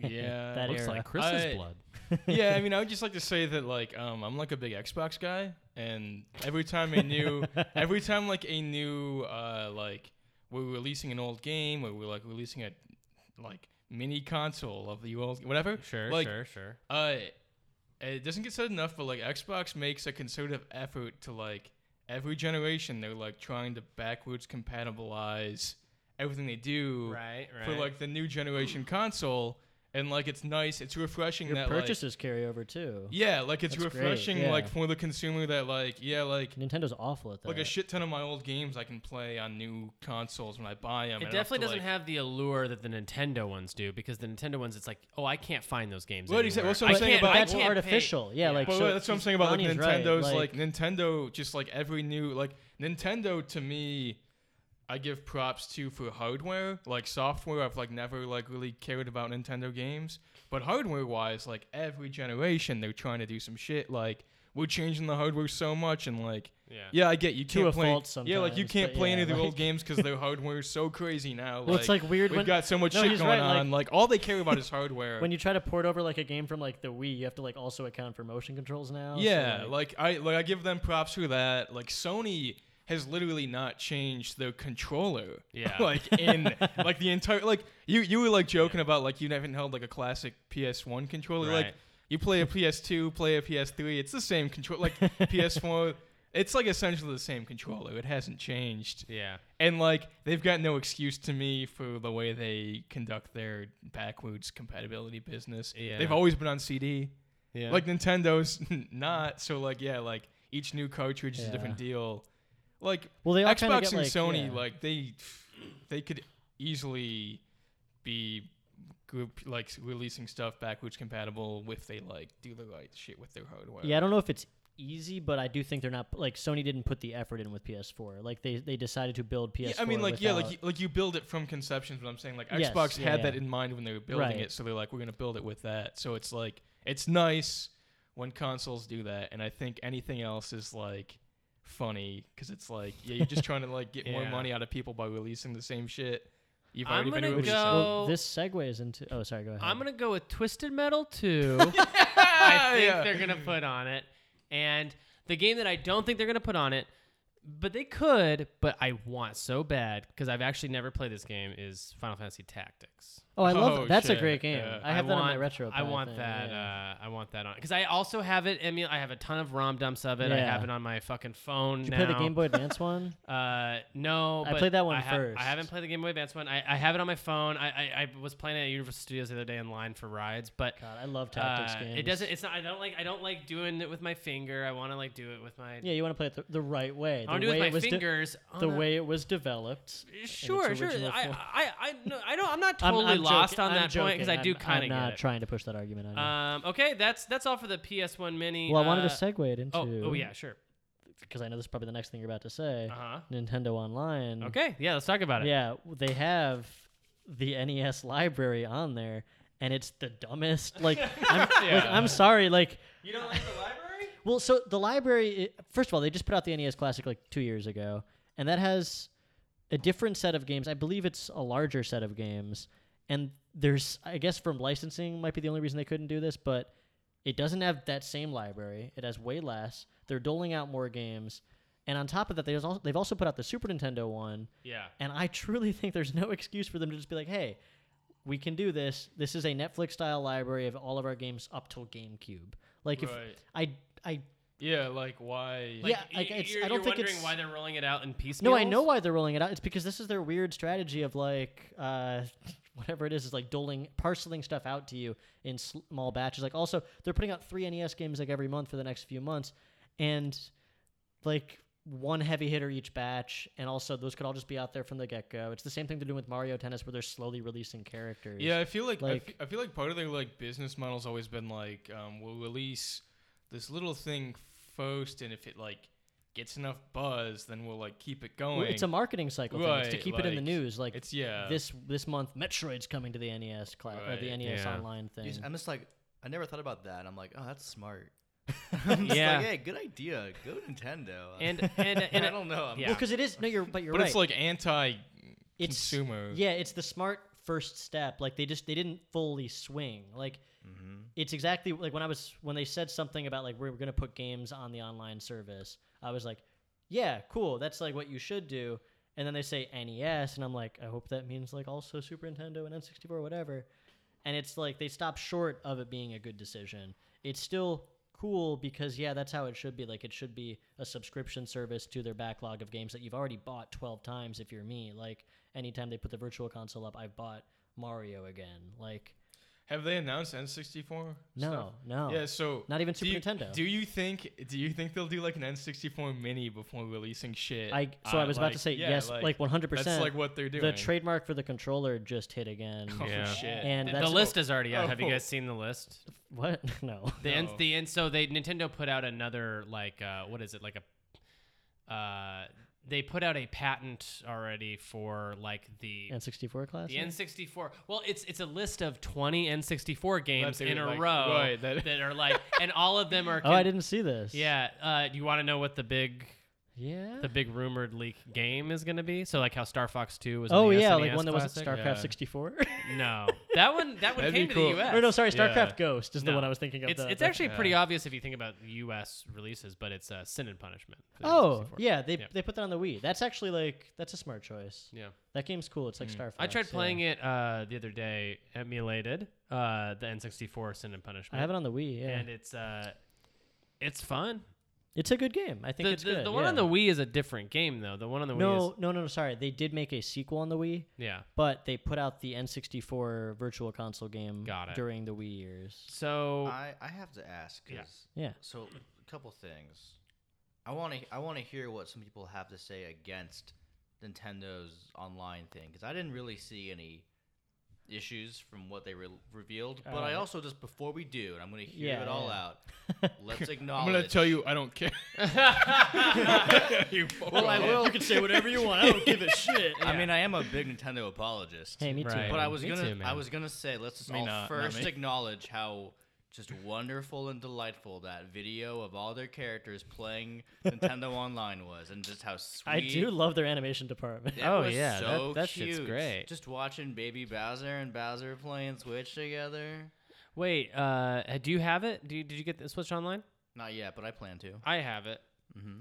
Speaker 2: yeah.
Speaker 1: that
Speaker 4: Looks
Speaker 1: era.
Speaker 4: like Chris's
Speaker 2: I-
Speaker 4: blood.
Speaker 2: yeah, I mean, I would just like to say that like um, I'm like a big Xbox guy, and every time a new, every time like a new uh, like we're releasing an old game, or we're like releasing a like mini console of the world, whatever.
Speaker 4: Sure,
Speaker 2: like,
Speaker 4: sure, sure.
Speaker 2: Uh, it doesn't get said enough, but like Xbox makes a concerted effort to like every generation they're like trying to backwards compatibilize everything they do
Speaker 4: Right,
Speaker 2: for
Speaker 4: right.
Speaker 2: like the new generation console, and like it's nice, it's refreshing
Speaker 1: Your
Speaker 2: that like,
Speaker 1: purchases carry over too.
Speaker 2: yeah, like it's
Speaker 1: That's great,
Speaker 2: refreshing like
Speaker 1: yeah.
Speaker 2: for the consumer that like yeah like.
Speaker 1: Nintendo's awful at that.
Speaker 2: Like a shit ton of my old games I can play on new consoles when I buy them.
Speaker 4: It definitely doesn't have the allure that the Nintendo ones do because the Nintendo ones, it's like, oh, I can't find those games.
Speaker 2: Well, exactly.
Speaker 4: anywhere.
Speaker 2: That's what I'm
Speaker 4: I
Speaker 2: saying
Speaker 4: can't-
Speaker 2: about-
Speaker 4: I
Speaker 1: that's
Speaker 4: can't pay-
Speaker 1: artificial. Yeah, like
Speaker 2: Well,
Speaker 1: so
Speaker 2: that's what I'm saying about like
Speaker 1: Ronnie's right,
Speaker 2: Nintendo's like, Nintendo just like every new like Nintendo to me I give props to for hardware like software I've like never like really cared about Nintendo games but hardware wise like every generation they're trying to do some shit like we're changing the hardware so much and like
Speaker 4: Yeah.
Speaker 2: yeah I get you
Speaker 1: To
Speaker 2: can't
Speaker 1: a
Speaker 2: play
Speaker 1: fault
Speaker 2: yeah like you
Speaker 1: sometimes,
Speaker 2: can't
Speaker 1: but
Speaker 2: play
Speaker 1: yeah,
Speaker 2: any of the
Speaker 1: like-
Speaker 2: old games because their hardware is so crazy now
Speaker 1: Well, it's, like, weird
Speaker 2: we've
Speaker 1: when-
Speaker 2: got so much
Speaker 1: No,
Speaker 2: shit
Speaker 1: he's
Speaker 2: going
Speaker 1: right, like-
Speaker 2: on like, all they care about is hardware
Speaker 1: when you try to port over like a game from like the Wii, you have to like also account for motion controls now. so,
Speaker 2: Yeah,
Speaker 1: like,
Speaker 2: like, I like I give them props for that. Like Sony has literally not changed their controller.
Speaker 4: Yeah.
Speaker 2: like in like the entire like you you were like joking about like you haven't held like a classic PS1 controller. Like
Speaker 4: Right.
Speaker 2: you play a PS2, play a PS3, it's the same control. Like PS4, it's like essentially the same controller. It hasn't changed.
Speaker 4: Yeah.
Speaker 2: And like they've got no excuse to me for the way they conduct their backwards compatibility business.
Speaker 4: Yeah.
Speaker 2: They've always been on CD.
Speaker 4: Yeah.
Speaker 2: Like Nintendo's not. So like yeah, like each new cartridge is a different
Speaker 1: Yeah.
Speaker 2: deal. Like
Speaker 1: Well, they all kinda
Speaker 2: Xbox
Speaker 1: get,
Speaker 2: and
Speaker 1: like-
Speaker 2: Sony,
Speaker 1: yeah.
Speaker 2: like they they could easily be group like releasing stuff backwards compatible if they like do the right shit with their hardware.
Speaker 1: yeah, I don't know if it's easy, but I do think they're not like Sony didn't put the effort in with PS4. Like they they decided to build PS4.
Speaker 2: Yeah, I mean, like, yeah, like
Speaker 1: without-
Speaker 2: you, like you build it from conceptions. But I'm saying, like,
Speaker 1: Yes,
Speaker 2: Xbox
Speaker 1: yeah,
Speaker 2: had that
Speaker 1: yeah.
Speaker 2: in mind when they were building
Speaker 1: Right.
Speaker 2: it, so they're like, we're gonna build it with that. So it's like, it's nice when consoles do that, and I think anything else is like funny because it's like, yeah, you're just trying to like get more
Speaker 4: Yeah.
Speaker 2: money out of people by releasing the same shit. You've
Speaker 4: I'm
Speaker 2: already been
Speaker 4: gonna
Speaker 1: which
Speaker 2: releasing.
Speaker 1: is- well,
Speaker 4: go-
Speaker 1: this segues into. Oh, sorry, go ahead.
Speaker 4: I'm gonna go with Twisted Metal 2. I think
Speaker 2: Yeah.
Speaker 4: they're gonna put on it, and the game that I don't think they're gonna put on it, but they could. But I want so bad because I've actually never played this game. Is Final Fantasy Tactics?
Speaker 1: oh, I love
Speaker 2: Oh,
Speaker 1: that's
Speaker 2: shit,
Speaker 1: a great game.
Speaker 2: yeah.
Speaker 1: I have that
Speaker 4: want,
Speaker 1: on my retro.
Speaker 4: I want that. Uh, I want that on because I also have it. Emul- I have a ton of ROM dumps of it. I
Speaker 1: Yeah.
Speaker 4: have it on my fucking phone
Speaker 1: Did you
Speaker 4: now.
Speaker 1: play the Game Boy Advance one?
Speaker 4: Uh, no,
Speaker 1: I
Speaker 4: but
Speaker 1: played that one
Speaker 4: I
Speaker 1: first.
Speaker 4: I haven't played the Game Boy Advance one. I, I have it on my phone. I, I, I was playing it at Universal Studios the other day in line for rides, but
Speaker 1: God, I love tactics
Speaker 4: uh,
Speaker 1: games.
Speaker 4: It doesn't. It's not. I don't like. I don't like doing it with my finger. I want to like do it with my.
Speaker 1: Yeah, you want to play it the, the right way.
Speaker 4: I want
Speaker 1: the
Speaker 4: to do
Speaker 1: way it
Speaker 4: it with my
Speaker 1: was de-
Speaker 4: fingers. on
Speaker 1: the
Speaker 4: a-
Speaker 1: way it was developed. in its
Speaker 4: Sure, sure.
Speaker 1: original
Speaker 4: I,
Speaker 1: form.
Speaker 4: I, I, no, I don't. I'm not
Speaker 1: I'm-
Speaker 4: totally
Speaker 1: I'm
Speaker 4: lost
Speaker 1: joking.
Speaker 4: on
Speaker 1: I'm
Speaker 4: that point because I
Speaker 1: joking.
Speaker 4: do
Speaker 1: I'm-
Speaker 4: kind
Speaker 1: I'm
Speaker 4: of
Speaker 1: not
Speaker 4: get
Speaker 1: trying to push that argument on
Speaker 4: it.
Speaker 1: you.
Speaker 4: Um. Okay. That's that's all for the PS1 Mini.
Speaker 1: well, I wanted
Speaker 4: uh,
Speaker 1: to segue it into.
Speaker 4: Oh. Oh yeah. Sure.
Speaker 1: Because I know this is probably the next thing you're about to say.
Speaker 4: Uh huh.
Speaker 1: Nintendo Online.
Speaker 4: Okay. Yeah. Let's talk about it.
Speaker 1: Yeah, they have the NES library on there, and it's the dumbest. Like, I'm, like, I'm sorry. Like,
Speaker 4: You don't like the library?
Speaker 1: well, so the library. i- First of all, they just put out the NES Classic like two years ago, and that has a different set of games. I believe it's a larger set of games, and there's, I guess, from licensing might be the only reason they couldn't do this, but it doesn't have that same library. It has way less. They're doling out more games, and on top of that, there's also, they've also put out the Super Nintendo one,
Speaker 4: Yeah.
Speaker 1: and I truly think there's no excuse for them to just be like, hey, we can do this. This is a Netflix style library of all of our games up till GameCube. Like if
Speaker 2: Right.
Speaker 1: I I
Speaker 2: Yeah, like why?
Speaker 1: Like, Yeah,
Speaker 4: y-
Speaker 1: I- it's-
Speaker 4: you're,
Speaker 1: I don't
Speaker 4: you're
Speaker 1: think
Speaker 4: wondering
Speaker 1: it's-
Speaker 4: why they're rolling it out in piecemeal.
Speaker 1: no, I know why they're rolling it out. It's because this is their weird strategy of like uh whatever it is is like doling parceling stuff out to you in sl- small batches. Like also they're putting out 3 NES games like every month for the next few months and like one heavy hitter each batch and also those could all just be out there from the get-go. It's the same thing they're doing with Mario Tennis where they're slowly releasing characters.
Speaker 2: Yeah, I feel like, I,
Speaker 1: Like-
Speaker 2: fe- I feel like part of their like business model's always been like um, we'll release this little thing first, and if it like gets enough buzz, then we'll like keep it going.
Speaker 1: Well, It's a marketing cycle thing. It's to
Speaker 2: Right,
Speaker 1: keep it in the
Speaker 2: like,
Speaker 1: news. Like
Speaker 2: it's yeah.
Speaker 1: this this month, Metroid's coming to the NES class or the
Speaker 2: Right,
Speaker 1: NES
Speaker 4: yeah.
Speaker 1: online thing.
Speaker 3: Dude, I'm just like, I never thought about that. I'm like, oh, that's smart.
Speaker 4: Yeah.
Speaker 3: yeah. Hey, good idea. Go Nintendo.
Speaker 4: And and and
Speaker 3: I don't know. I'm
Speaker 4: yeah.
Speaker 1: Well, because it is no, you're but you're
Speaker 2: but
Speaker 1: right.
Speaker 2: it's like anti
Speaker 1: It's-
Speaker 2: consumer.
Speaker 1: yeah, it's the smart first step. Like they just they didn't fully swing. Like
Speaker 3: mm-hmm.
Speaker 1: it's exactly like when I was when they said something about like we're gonna put games on the online service. I was like, yeah, cool. That's like what you should do. And then they say NES, and I'm like, I hope that means like also Super Nintendo and N64, or whatever. And it's like they stop short of it being a good decision. It's still cool because yeah, that's how it should be. Like it should be a subscription service to their backlog of games that you've already bought 12 times. If you're me, like anytime they put the Virtual Console up, I've bought Mario again. Like
Speaker 2: Have they announced N64?
Speaker 1: no,
Speaker 2: stuff?
Speaker 1: no,
Speaker 2: Yeah, so
Speaker 1: not even
Speaker 2: do
Speaker 1: Super
Speaker 2: you-
Speaker 1: Nintendo.
Speaker 2: Do you think do you think they'll do like an N64 mini before releasing shit?
Speaker 1: I so I
Speaker 2: on,
Speaker 1: was about
Speaker 2: like-
Speaker 1: to say
Speaker 2: yeah,
Speaker 1: yes, like 100.
Speaker 2: That's
Speaker 1: percent
Speaker 2: like what they're doing.
Speaker 1: The trademark for the controller just hit again.
Speaker 2: Oh,
Speaker 4: Yeah.
Speaker 2: shit.
Speaker 1: And
Speaker 4: the
Speaker 1: that's-
Speaker 4: list is already out. Have you
Speaker 2: Oh.
Speaker 4: guys seen the list?
Speaker 1: What? No.
Speaker 4: The end,
Speaker 2: No.
Speaker 4: the end. So they Nintendo put out another like uh, what is it like a uh, they put out a patent already for like the
Speaker 1: N64 class?
Speaker 4: the N64. Well, it's it's a list of 20 N64 games
Speaker 2: That
Speaker 4: in
Speaker 2: they're,
Speaker 4: a
Speaker 2: like-
Speaker 4: row
Speaker 2: right, that-
Speaker 4: that, are like and all of them are
Speaker 1: Oh, I
Speaker 4: con-
Speaker 1: didn't see this.
Speaker 4: Yeah, uh, you want to know what the big
Speaker 1: Yeah.
Speaker 4: the big rumored leak game is going to be? So like how Star Fox 2 was
Speaker 1: oh
Speaker 4: on the
Speaker 1: yeah,
Speaker 4: SNES
Speaker 1: like one that wasn't
Speaker 4: Classic?
Speaker 1: StarCraft
Speaker 2: Yeah.
Speaker 1: 64.
Speaker 4: No. That one that one
Speaker 2: That'd be
Speaker 4: came to
Speaker 2: cool.
Speaker 4: the US.
Speaker 1: or no, sorry,
Speaker 2: Yeah.
Speaker 1: StarCraft Ghost is the
Speaker 4: No.
Speaker 1: one I was thinking of.
Speaker 4: It's,
Speaker 1: the-
Speaker 4: it's
Speaker 1: the-
Speaker 4: actually pretty
Speaker 2: Yeah.
Speaker 4: obvious if you think about U.S. releases, but it's uh, Sin and Punishment. for the
Speaker 1: Oh
Speaker 4: 64.
Speaker 1: yeah, they
Speaker 4: Yeah.
Speaker 1: they put that on the Wii. That's actually like that's a smart choice.
Speaker 4: yeah. Mm.
Speaker 1: That game's cool. It's like Star Fox.
Speaker 4: I tried playing it uh, the other day, emulated uh, the N64 Sin and Punishment.
Speaker 1: I have it on the Wii. Yeah,
Speaker 4: and it's uh, it's fun.
Speaker 1: it's a good game. I think
Speaker 4: the,
Speaker 1: it's
Speaker 4: the,
Speaker 1: good.
Speaker 4: the one on
Speaker 1: yeah.
Speaker 4: the Wii is a different game though. The one on the Wii
Speaker 1: no,
Speaker 4: is
Speaker 1: no, no, no. Sorry, they did make a sequel on the Wii,
Speaker 4: yeah.
Speaker 1: but they put out the N64 Virtual Console game
Speaker 4: Got it.
Speaker 1: during the Wii years.
Speaker 4: So
Speaker 3: I, I have to ask. 'cause-
Speaker 4: Yeah.
Speaker 1: Yeah.
Speaker 3: So a couple things. I want to I want to hear what some people have to say against Nintendo's online thing because I didn't really see any issues from what they re- revealed. But I
Speaker 1: Alright.
Speaker 3: also just before we do, and I'm going to hear
Speaker 1: Yeah,
Speaker 3: it all
Speaker 1: yeah.
Speaker 3: out. Let's
Speaker 2: I'm
Speaker 3: acknowledge.
Speaker 2: gonna tell you, I don't care. You
Speaker 3: Well, I
Speaker 2: fucker.
Speaker 3: will.
Speaker 1: can say whatever you want. I don't give a shit.
Speaker 3: I mean, I am a big Nintendo apologist.
Speaker 1: Hey, me too.
Speaker 4: Right.
Speaker 3: But I was
Speaker 4: Me
Speaker 3: gonna,
Speaker 4: too,
Speaker 3: I
Speaker 4: man.
Speaker 3: was gonna say, let's just
Speaker 2: Me
Speaker 3: all
Speaker 2: not, not
Speaker 3: first
Speaker 2: me.
Speaker 3: acknowledge how just wonderful and delightful that video of all their characters playing Nintendo Online was, and just how sweet.
Speaker 1: I do love their animation department.
Speaker 3: It
Speaker 4: Oh,
Speaker 3: was
Speaker 4: yeah, that-
Speaker 3: so
Speaker 4: that
Speaker 3: cute.
Speaker 4: shit's great.
Speaker 3: Just watching Baby Bowser and Bowser playing Switch together.
Speaker 4: wait, uh, do you have it? Do you, did you get the Switch Online?
Speaker 3: Not yet, but I plan to. Mm-hmm.
Speaker 4: I have it.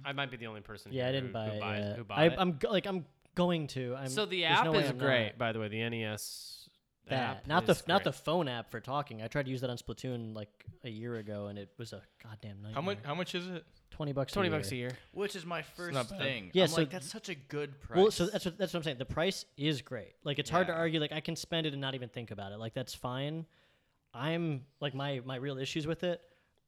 Speaker 4: I might be the only person.
Speaker 1: Yeah,
Speaker 4: here
Speaker 1: I didn't
Speaker 4: who,
Speaker 1: buy
Speaker 4: who
Speaker 1: it.
Speaker 4: buys-
Speaker 1: yet.
Speaker 4: Who bought
Speaker 1: I,
Speaker 4: it.
Speaker 1: I'm go- like I'm going to. I'm,
Speaker 4: so the
Speaker 1: there's
Speaker 4: app
Speaker 1: no way
Speaker 4: is
Speaker 1: I'm not.
Speaker 4: great, by the way. The NES
Speaker 1: That
Speaker 4: app
Speaker 1: not the
Speaker 4: is
Speaker 1: f- not the
Speaker 4: great.
Speaker 1: phone app for talking. I tried to use that on Splatoon like a year ago, and it was a goddamn nightmare.
Speaker 2: How much? How much is it?
Speaker 1: Twenty bucks.
Speaker 4: twenty
Speaker 1: a
Speaker 4: bucks a
Speaker 1: year.
Speaker 4: year.
Speaker 3: Which is my
Speaker 2: not
Speaker 3: first
Speaker 2: bad.
Speaker 3: thing.
Speaker 1: Yeah,
Speaker 3: I'm
Speaker 1: so-
Speaker 3: like, that's such a good price.
Speaker 1: Well, so that's what that's what I'm saying. The price is great. Like it's hard to
Speaker 3: Yeah.
Speaker 1: argue. Like I can spend it and not even think about it. Like that's fine. I'm like my my real issues with it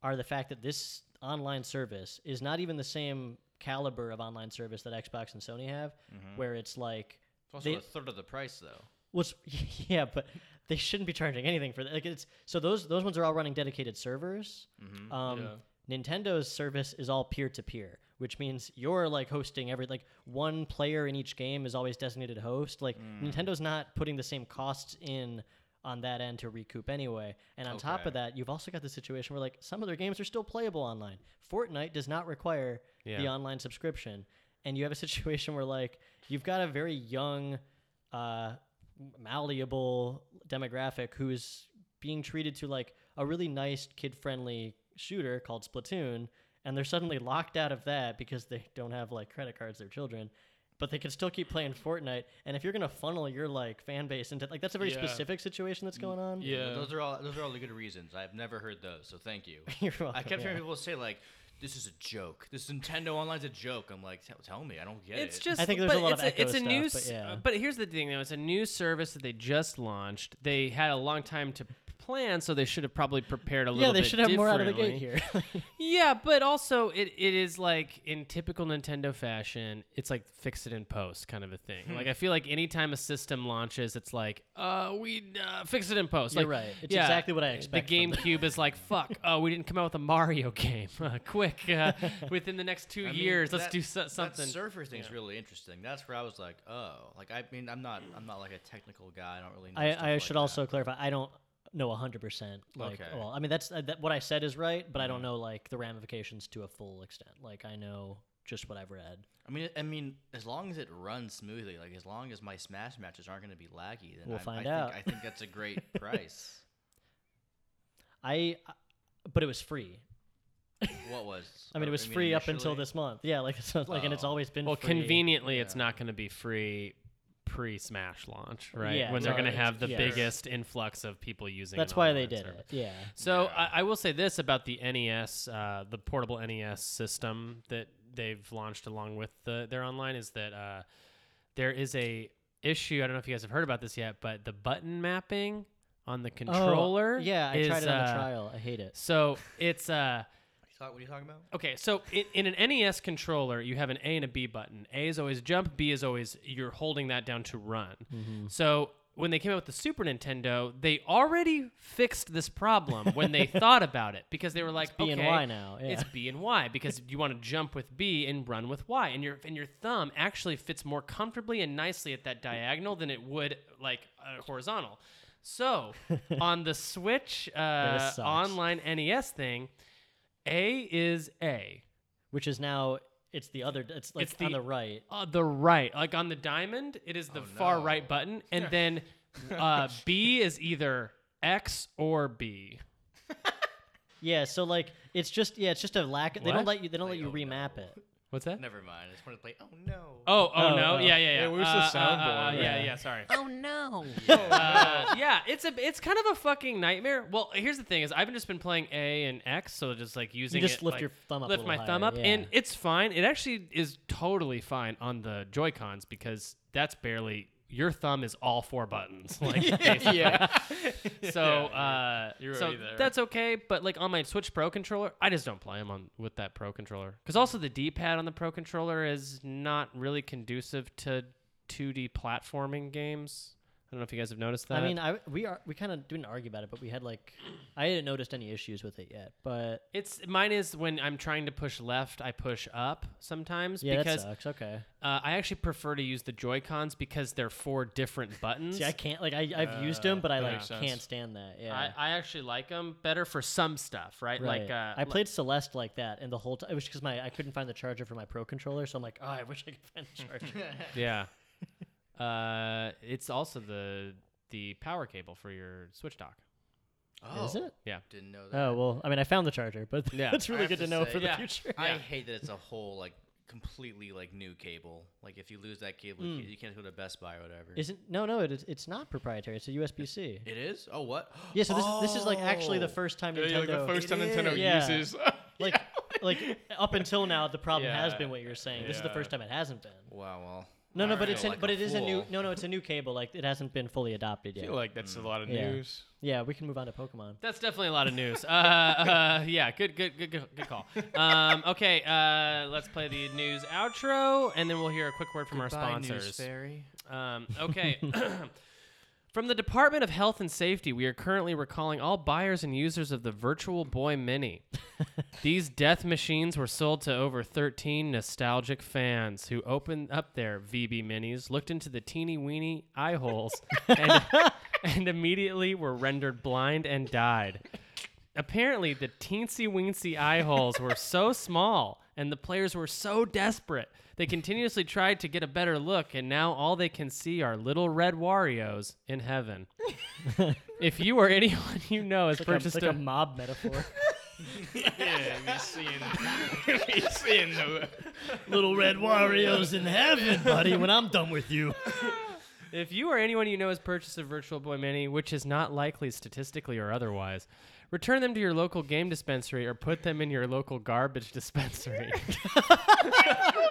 Speaker 1: are the fact that this online service is not even the same caliber of online service that Xbox and Sony have,
Speaker 3: Mm-hmm.
Speaker 1: where it's like
Speaker 3: It's also
Speaker 1: they-
Speaker 3: a third of the price though.
Speaker 1: What's yeah, but they shouldn't be charging anything for that. Like it's so those those ones are all running dedicated servers. Um, Nintendo's service is all peer to peer, which means you're like hosting every like one player in each game is always designated host. Like Nintendo's not putting the same costs in on that end to recoup anyway. And on top of that, you've also got the situation where like some of their games are still playable online. Fortnite does not require the
Speaker 4: Yeah.
Speaker 1: online subscription, and you have a situation where like you've got a very young uh, malleable demographic who is being treated to like a really nice kid friendly shooter called Splatoon, and they're suddenly locked out of that because they don't have like credit cards, their children. But they can still keep playing Fortnite, and if you're gonna funnel your like fan base into like that's a very
Speaker 2: Yeah.
Speaker 1: specific situation that's going on.
Speaker 2: Yeah.
Speaker 3: But Those are all those are all the good reasons. I've never heard those, so thank you.
Speaker 1: You're welcome,
Speaker 3: I kept
Speaker 1: yeah.
Speaker 3: hearing people say like, "This is a joke. This Nintendo Online's a joke." I'm like, "Tell- "Tell me, I don't get
Speaker 4: It's
Speaker 3: it."
Speaker 4: just.
Speaker 1: I think there's a
Speaker 4: but
Speaker 1: lot
Speaker 4: it's
Speaker 1: of
Speaker 4: a, it's
Speaker 1: Echo
Speaker 4: a new.
Speaker 1: stuff,
Speaker 4: s-
Speaker 1: but yeah.
Speaker 4: uh, But here's the thing, though. It's a new service that they just launched. They had a long time to plan, so they should have probably prepared a little.
Speaker 1: yeah, they
Speaker 4: bit
Speaker 1: should have more out of the gate
Speaker 4: differently.
Speaker 1: here.
Speaker 4: Yeah, but also it, it is like in typical Nintendo fashion, it's like fix it in post kind of a
Speaker 1: Hmm.
Speaker 4: thing. like I feel like anytime a system launches, it's like, uh, we uh, fix it in post.
Speaker 1: You're
Speaker 4: like,
Speaker 1: right. It's exactly what I expect
Speaker 4: The
Speaker 1: from them.
Speaker 4: GameCube is like, fuck, oh, we didn't come out with a Mario game. Uh, quick, uh, within the next two
Speaker 3: I mean,
Speaker 4: years, let's
Speaker 3: that-
Speaker 4: do so-
Speaker 3: That
Speaker 4: something.
Speaker 3: surfer thing's really interesting. That's where I was like, "Oh, like I mean, I'm not I'm not like a technical guy. I don't really know." stuff
Speaker 1: I, I
Speaker 3: like
Speaker 1: should
Speaker 3: that.
Speaker 1: also clarify. I don't know 100%. Like,
Speaker 3: Okay. Mm-hmm.
Speaker 1: well, I mean, that's uh, that, what I said is right, but I don't know like the ramifications to a full extent. Like, I know just what I've read.
Speaker 3: I mean, I mean, as long as it runs smoothly, like as long as my Smash matches aren't going to be laggy, then
Speaker 1: We'll
Speaker 3: I,
Speaker 1: find
Speaker 3: I
Speaker 1: out.
Speaker 3: Think, I think that's a great price.
Speaker 1: I, but it was free.
Speaker 3: What was?
Speaker 1: I mean,
Speaker 3: or-
Speaker 1: it was free up until
Speaker 3: Oh, initially?
Speaker 1: this month. Yeah, like it's not- like, and it's
Speaker 3: Oh.
Speaker 1: always been
Speaker 4: Well,
Speaker 1: free.
Speaker 4: conveniently, it's
Speaker 3: Yeah.
Speaker 4: not going to be free pre Smash launch, right?
Speaker 1: Yeah,
Speaker 4: when they're going to
Speaker 1: right,
Speaker 4: have the
Speaker 1: yes.
Speaker 4: biggest influx of people using.
Speaker 1: That's
Speaker 4: an
Speaker 1: why they
Speaker 4: online
Speaker 1: did
Speaker 4: service.
Speaker 1: it. Yeah,
Speaker 4: So
Speaker 3: Yeah.
Speaker 4: I, I will say this about the NES, uh, the portable NES system that they've launched along with the, their online is that uh, there is a issue. I don't know if you guys have heard about this yet, but the button mapping on the controller.
Speaker 1: Oh, yeah, I
Speaker 4: is,
Speaker 1: tried it on the
Speaker 4: uh,
Speaker 1: trial. I hate it.
Speaker 4: So it's uh,
Speaker 3: You thought- What are you talking about?
Speaker 4: Okay, so in, in an NES controller, you have an A and a B button. A is always jump, B is always you're holding that down to run.
Speaker 1: Mm-hmm.
Speaker 4: So when they came out with the Super Nintendo, they already fixed this problem when they thought about it because they were like,
Speaker 1: B
Speaker 4: okay,
Speaker 1: and Y now. Yeah.
Speaker 4: it's B and Y because you want to jump with B and run with Y, and your and your thumb actually fits more comfortably and nicely at that diagonal than it would like uh, horizontal. So on the Switch uh,
Speaker 1: sucks.
Speaker 4: online NES thing, A is A.
Speaker 1: Which is now it's the other. It's like
Speaker 4: It's
Speaker 1: on
Speaker 4: the-
Speaker 1: the right.
Speaker 4: Uh, the right, like on the diamond, it is the
Speaker 3: Oh,
Speaker 4: far
Speaker 3: no.
Speaker 4: right button, and then uh, B is either X or B.
Speaker 1: Yeah, so like it's just yeah, it's just a lack. They
Speaker 4: What?
Speaker 1: don't let you. They don't let
Speaker 3: Like,
Speaker 1: you
Speaker 3: oh,
Speaker 1: remap
Speaker 3: no.
Speaker 1: it.
Speaker 4: What's that?
Speaker 3: Never mind. I just wanted to play. Oh no.
Speaker 4: Oh, oh,
Speaker 1: Oh,
Speaker 4: no,
Speaker 1: oh.
Speaker 4: yeah, yeah, Uh, yeah.
Speaker 2: It was the soundboard,
Speaker 4: yeah,
Speaker 1: yeah.
Speaker 4: yeah. Sorry.
Speaker 5: Oh no.
Speaker 4: uh, yeah, it's a it's kind of a fucking nightmare. Well, here's the thing: is I've just been playing A and X, so just like using
Speaker 1: just
Speaker 4: it,
Speaker 1: lift
Speaker 4: like,
Speaker 1: your thumb up a
Speaker 4: lift my
Speaker 1: little
Speaker 4: thumb
Speaker 1: higher,
Speaker 4: up, and
Speaker 1: yeah.
Speaker 4: it's fine. It actually is totally fine on the Joy Cons because that's barely your thumb is all four buttons. Like, basically. So, uh,
Speaker 2: you're
Speaker 4: so
Speaker 2: already there.
Speaker 4: that's okay. But like on my Switch Pro controller, I just don't play them on with that Pro controller because also the D-pad on the Pro controller is not really conducive to 2D platforming games. I don't know if you guys have noticed that.
Speaker 1: I mean, I we are we kind of didn't argue about it, but we had like I hadn't noticed any issues with it yet. But
Speaker 4: It's mine is when I'm trying to push left, I push up sometimes
Speaker 1: yeah, that
Speaker 4: because uh,
Speaker 1: sucks. Okay.
Speaker 4: I actually prefer to use the Joy Cons because they're four different buttons.
Speaker 1: See, I can't like I I've used
Speaker 4: Uh,
Speaker 1: them, but I
Speaker 2: that
Speaker 1: like
Speaker 2: makes sense.
Speaker 1: can't stand that. Yeah.
Speaker 4: I, I actually like them better for some stuff, right? Like
Speaker 1: Right.
Speaker 4: uh,
Speaker 1: I played Celeste like that, and the whole time it was because my I couldn't find the charger for my Pro controller, so I'm like, oh, I wish I could find the charger.
Speaker 4: like- yeah. uh, it's also the the power cable for your Switch dock.
Speaker 3: Oh,
Speaker 1: Is it?
Speaker 4: Yeah.
Speaker 3: Didn't know that.
Speaker 1: Oh well, I mean, I found the charger, but
Speaker 4: Yeah.
Speaker 1: that's really
Speaker 3: have
Speaker 1: good
Speaker 3: to
Speaker 1: to know
Speaker 3: say-
Speaker 1: for the
Speaker 4: yeah.
Speaker 1: future.
Speaker 3: I
Speaker 4: Yeah.
Speaker 3: hate that it's a whole like completely like new cable. Like if you lose that cable, you
Speaker 1: Mm.
Speaker 3: can't- you can't go to Best Buy or whatever.
Speaker 1: Isn't no, no, it is, it's not proprietary. It's a USB C.
Speaker 3: it is? Oh what?
Speaker 1: Yeah, so this this is like actually the
Speaker 3: Oh.
Speaker 1: first time
Speaker 2: Yeah,
Speaker 1: Nintendo
Speaker 2: like the first time
Speaker 3: It
Speaker 2: Nintendo
Speaker 1: is. Yeah.
Speaker 2: uses.
Speaker 1: like like up until now the problem has
Speaker 2: Yeah.
Speaker 1: been what you're saying. This is the
Speaker 2: Yeah.
Speaker 1: first time it hasn't been.
Speaker 3: Wow. Well.
Speaker 1: No, no,
Speaker 3: I
Speaker 1: but
Speaker 3: feel
Speaker 1: it's an,
Speaker 3: like
Speaker 1: but it is a new
Speaker 3: fool.
Speaker 1: no, no, it's a new cable. Like it hasn't been fully adopted
Speaker 2: I
Speaker 1: yet.
Speaker 2: feel like that's a lot of
Speaker 1: Yeah.
Speaker 2: news.
Speaker 1: yeah, we can move on to Pokemon.
Speaker 4: That's definitely a lot of news. uh, uh, yeah, good, good, good, good, good call. Um, okay, uh, let's play the news outro, and then we'll hear a quick word from our sponsors. Um, okay. From the Department of Health and Safety, we are currently recalling all buyers and users of the Virtual Boy Mini. These death machines were sold to over 13 nostalgic fans who opened up their VB Minis, looked into the teeny weeny eye holes, and, and immediately were rendered blind and died. Apparently, the teensy weensy eye holes were so small, and the players were so desperate. They continuously tried to get a better look, and now all they can see are little red Wario's in heaven. if you or anyone you know has
Speaker 1: It's like, a, it's
Speaker 4: purchased
Speaker 1: like a mob metaphor.
Speaker 2: yeah, we're seeing, we're seeing the.
Speaker 1: Little red Wario's in heaven, buddy. When I'm done with you.
Speaker 4: If you or anyone you know has purchased a Virtual Boy Mini, which is not likely statistically or otherwise, return them to your local game dispensary or put them in your local garbage dispensary.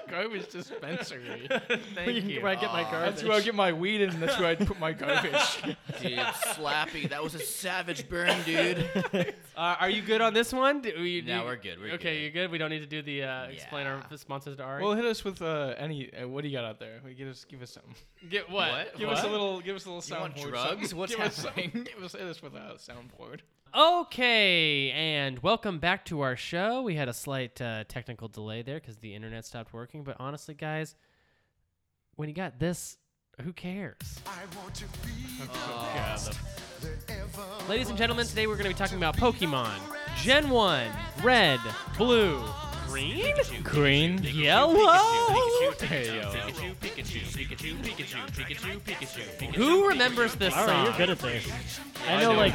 Speaker 2: garbage dispensary.
Speaker 1: Where you can- where I get my
Speaker 2: That's where I
Speaker 1: garbage.
Speaker 2: get my weed in, and that's where I put my garbage.
Speaker 3: Dude, Slappy, that was a savage burn, dude.
Speaker 4: uh, are you good on this one? Do you,
Speaker 3: No,
Speaker 4: you-
Speaker 3: we're good, we're
Speaker 4: okay,
Speaker 3: good.
Speaker 4: you're good. We don't need to do the uh, explain our
Speaker 3: Yeah.
Speaker 4: sponsors to Ari.
Speaker 2: well, hit us with uh, any. Uh, what do you got out there? Give us, give us something.
Speaker 4: get
Speaker 3: what?
Speaker 2: Give us a little. Give us a little
Speaker 3: You want
Speaker 2: soundboard.
Speaker 3: drugs?
Speaker 2: something.
Speaker 3: What's
Speaker 2: give Us,
Speaker 3: happening?
Speaker 2: some- give us hit us with a soundboard.
Speaker 4: Okay, and welcome back to our show. We had a slight uh, technical delay there because the internet stopped working, but honestly, guys, when you got this, who cares?
Speaker 6: I want to be
Speaker 2: Oh,
Speaker 6: the ever
Speaker 4: Ladies and gentlemen, today we're going to be talking about Pokemon Gen 1, Red, Blue, Green, Green, Yellow. Who remembers this song?
Speaker 1: You're good at this. I know like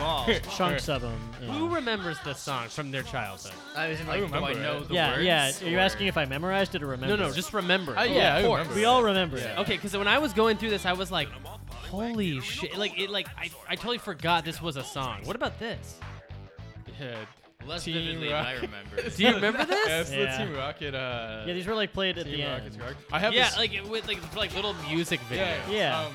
Speaker 1: chunks of them.
Speaker 4: Who remembers the song from their childhood?
Speaker 3: I was in, like, do I
Speaker 2: remember
Speaker 3: know
Speaker 2: it.
Speaker 3: the
Speaker 1: Yeah,
Speaker 3: words?
Speaker 1: yeah. Are you
Speaker 3: or-
Speaker 1: asking if I memorized it or remember?
Speaker 4: No, no, just remember.
Speaker 3: Oh,
Speaker 4: it.
Speaker 3: yeah,
Speaker 2: I
Speaker 3: of course.
Speaker 2: remember
Speaker 1: we
Speaker 2: it.
Speaker 1: all remember it.
Speaker 4: Okay, because when I was going through this, I was like, "Holy shit!" Like it, like I, I totally forgot this was a song. What about this?
Speaker 2: Yeah.
Speaker 3: Less
Speaker 2: Team
Speaker 3: vividly than I
Speaker 2: Rocket.
Speaker 3: remember.
Speaker 4: Do you remember this?
Speaker 2: Yes,
Speaker 1: Yeah.
Speaker 2: the Team Rocket. Uh,
Speaker 1: Yeah, these were like played at
Speaker 2: Team
Speaker 1: the
Speaker 2: Rocket's
Speaker 1: end.
Speaker 2: Rock. I have
Speaker 4: yeah,
Speaker 2: this,
Speaker 4: like it- with like for, like little music video.
Speaker 2: yeah,
Speaker 1: Yeah.
Speaker 2: Um,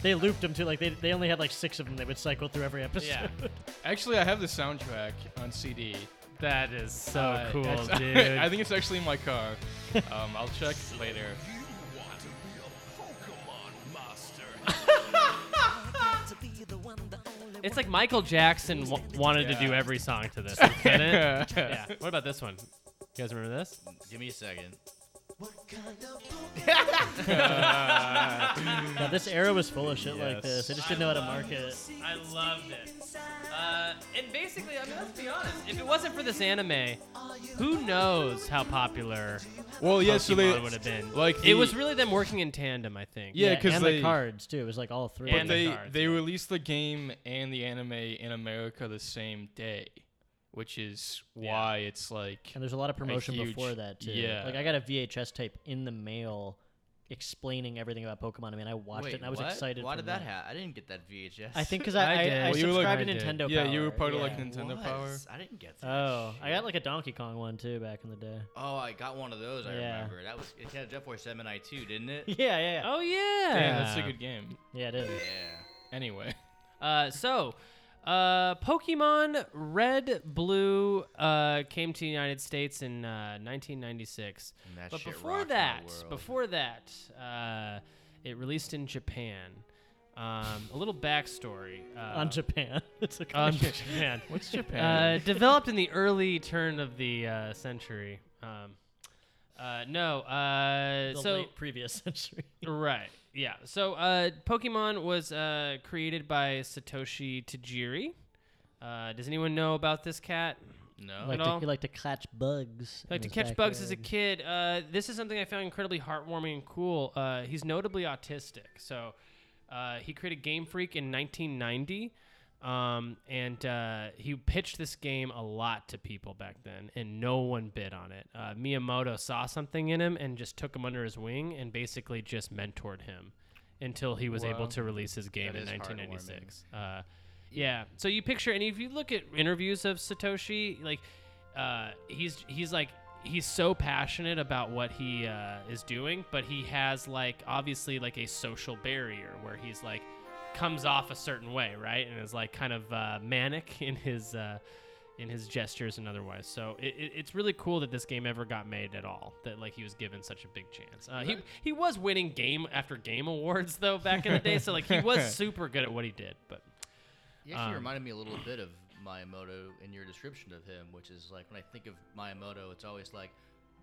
Speaker 1: They looped them too. Like they, they only had like six of them. They would cycle through every episode.
Speaker 4: Yeah.
Speaker 2: actually, I have the soundtrack on CD.
Speaker 4: That is so
Speaker 2: Uh,
Speaker 4: Oh, cool,
Speaker 2: it's-
Speaker 4: dude.
Speaker 2: I think it's actually in my car. Um, I'll check later.
Speaker 4: it's like Michael Jackson w- wanted to do
Speaker 2: Yeah.
Speaker 4: every song to this. didn't it? yeah. What about this one? You guys remember this?
Speaker 3: Give me a second.
Speaker 1: Now, this era was full of shit like
Speaker 2: Yes.
Speaker 1: this. I just didn't know how to market.
Speaker 4: I loved it. Uh, and basically, I mean, let's be honest. If it wasn't for this anime, who knows how popular
Speaker 2: Well, yeah,
Speaker 4: Pokemon
Speaker 2: so they
Speaker 4: would have been?
Speaker 2: like
Speaker 4: it
Speaker 2: the-
Speaker 4: was really them working in tandem, I think.
Speaker 2: Yeah, 'cause
Speaker 1: and
Speaker 2: they-
Speaker 1: the cards too. It was like all three.
Speaker 4: But and the
Speaker 2: they
Speaker 4: cards,
Speaker 2: they
Speaker 4: yeah.
Speaker 2: released the game and the anime in America the same day, which is
Speaker 4: Yeah.
Speaker 2: why it's like
Speaker 1: And there's a lot of promotion
Speaker 2: huge-
Speaker 1: before that too.
Speaker 2: yeah.
Speaker 1: Like I got a VHS tape in the mail explaining everything about Pokemon. I mean, I watched
Speaker 3: Wait,
Speaker 1: it and I was
Speaker 3: what?
Speaker 1: excited.
Speaker 3: Why
Speaker 1: from
Speaker 3: did that happen? I didn't get that VHS.
Speaker 1: I think because
Speaker 4: I
Speaker 1: I, I,
Speaker 4: did.
Speaker 1: I,
Speaker 4: Well,
Speaker 2: you were, like-
Speaker 1: subscribed to
Speaker 4: I did.
Speaker 1: Nintendo.
Speaker 2: yeah, you were
Speaker 1: Power,
Speaker 2: part of like
Speaker 1: yeah.
Speaker 2: Nintendo
Speaker 3: Was?
Speaker 2: Power.
Speaker 3: I didn't get that.
Speaker 1: Oh, I
Speaker 3: shit.
Speaker 1: got like a Donkey Kong one too back in the day.
Speaker 3: Oh, I got one of those. I
Speaker 1: Yeah.
Speaker 3: remember. That was it had Jet Force Gemini too, didn't it?
Speaker 1: Yeah, yeah, yeah.
Speaker 4: Oh yeah.
Speaker 2: Yeah, that's a good game.
Speaker 1: Yeah, it is.
Speaker 3: yeah.
Speaker 2: Anyway,
Speaker 4: Uh, so, uh, Pokemon Red Blue uh, came to the United States in uh, 1996.
Speaker 3: And that
Speaker 4: but
Speaker 3: shit
Speaker 4: before
Speaker 3: rocked my
Speaker 4: that,
Speaker 3: world.
Speaker 4: before that, uh, it released in Japan. Um, a little backstory uh,
Speaker 1: On Japan, it's a
Speaker 4: on
Speaker 1: comic.
Speaker 4: Japan.
Speaker 2: what's
Speaker 4: Uh,
Speaker 2: Japan?
Speaker 4: developed in the early turn of the uh, century. Um, uh, no, uh,
Speaker 1: the
Speaker 4: so
Speaker 1: late previous century.
Speaker 4: Right. Yeah. So uh, Pokemon was uh, created by Satoshi Tajiri. Uh, does anyone know about this cat?
Speaker 3: No.
Speaker 1: like
Speaker 4: at all?
Speaker 1: to, he liked to catch bugs.
Speaker 4: Like to
Speaker 1: in his
Speaker 4: catch bugs as a
Speaker 1: backyard.
Speaker 4: kid. Uh, this is something I found incredibly heartwarming and cool. Uh, he's notably autistic. So uh, he created Game Freak in 1990. Um, and uh, he pitched this game a lot to people back then, and no one bid on it. Uh, Miyamoto saw something in him and just took him under his wing and basically just mentored him until he was able
Speaker 2: Wow.
Speaker 4: to release his game
Speaker 3: That
Speaker 4: in
Speaker 3: is
Speaker 4: 1996. Uh, yeah. So you picture, and if you look at interviews of Satoshi, like uh, he's he's like he's so passionate about what he uh, is doing, but he has like obviously like a social barrier where he's like comes off a certain way, right, and is like kind of uh, manic in his. Uh, in his gestures and otherwise, so it, it, it's really cool that this game ever got made at all. That like he was given such a big chance. Uh, he he was winning game after game awards though back in the day, so like he was super good at what he did. But
Speaker 3: You actually
Speaker 4: Um,
Speaker 3: reminded me a little bit of Miyamoto in your description of him, which is like when I think of Miyamoto, it's always like,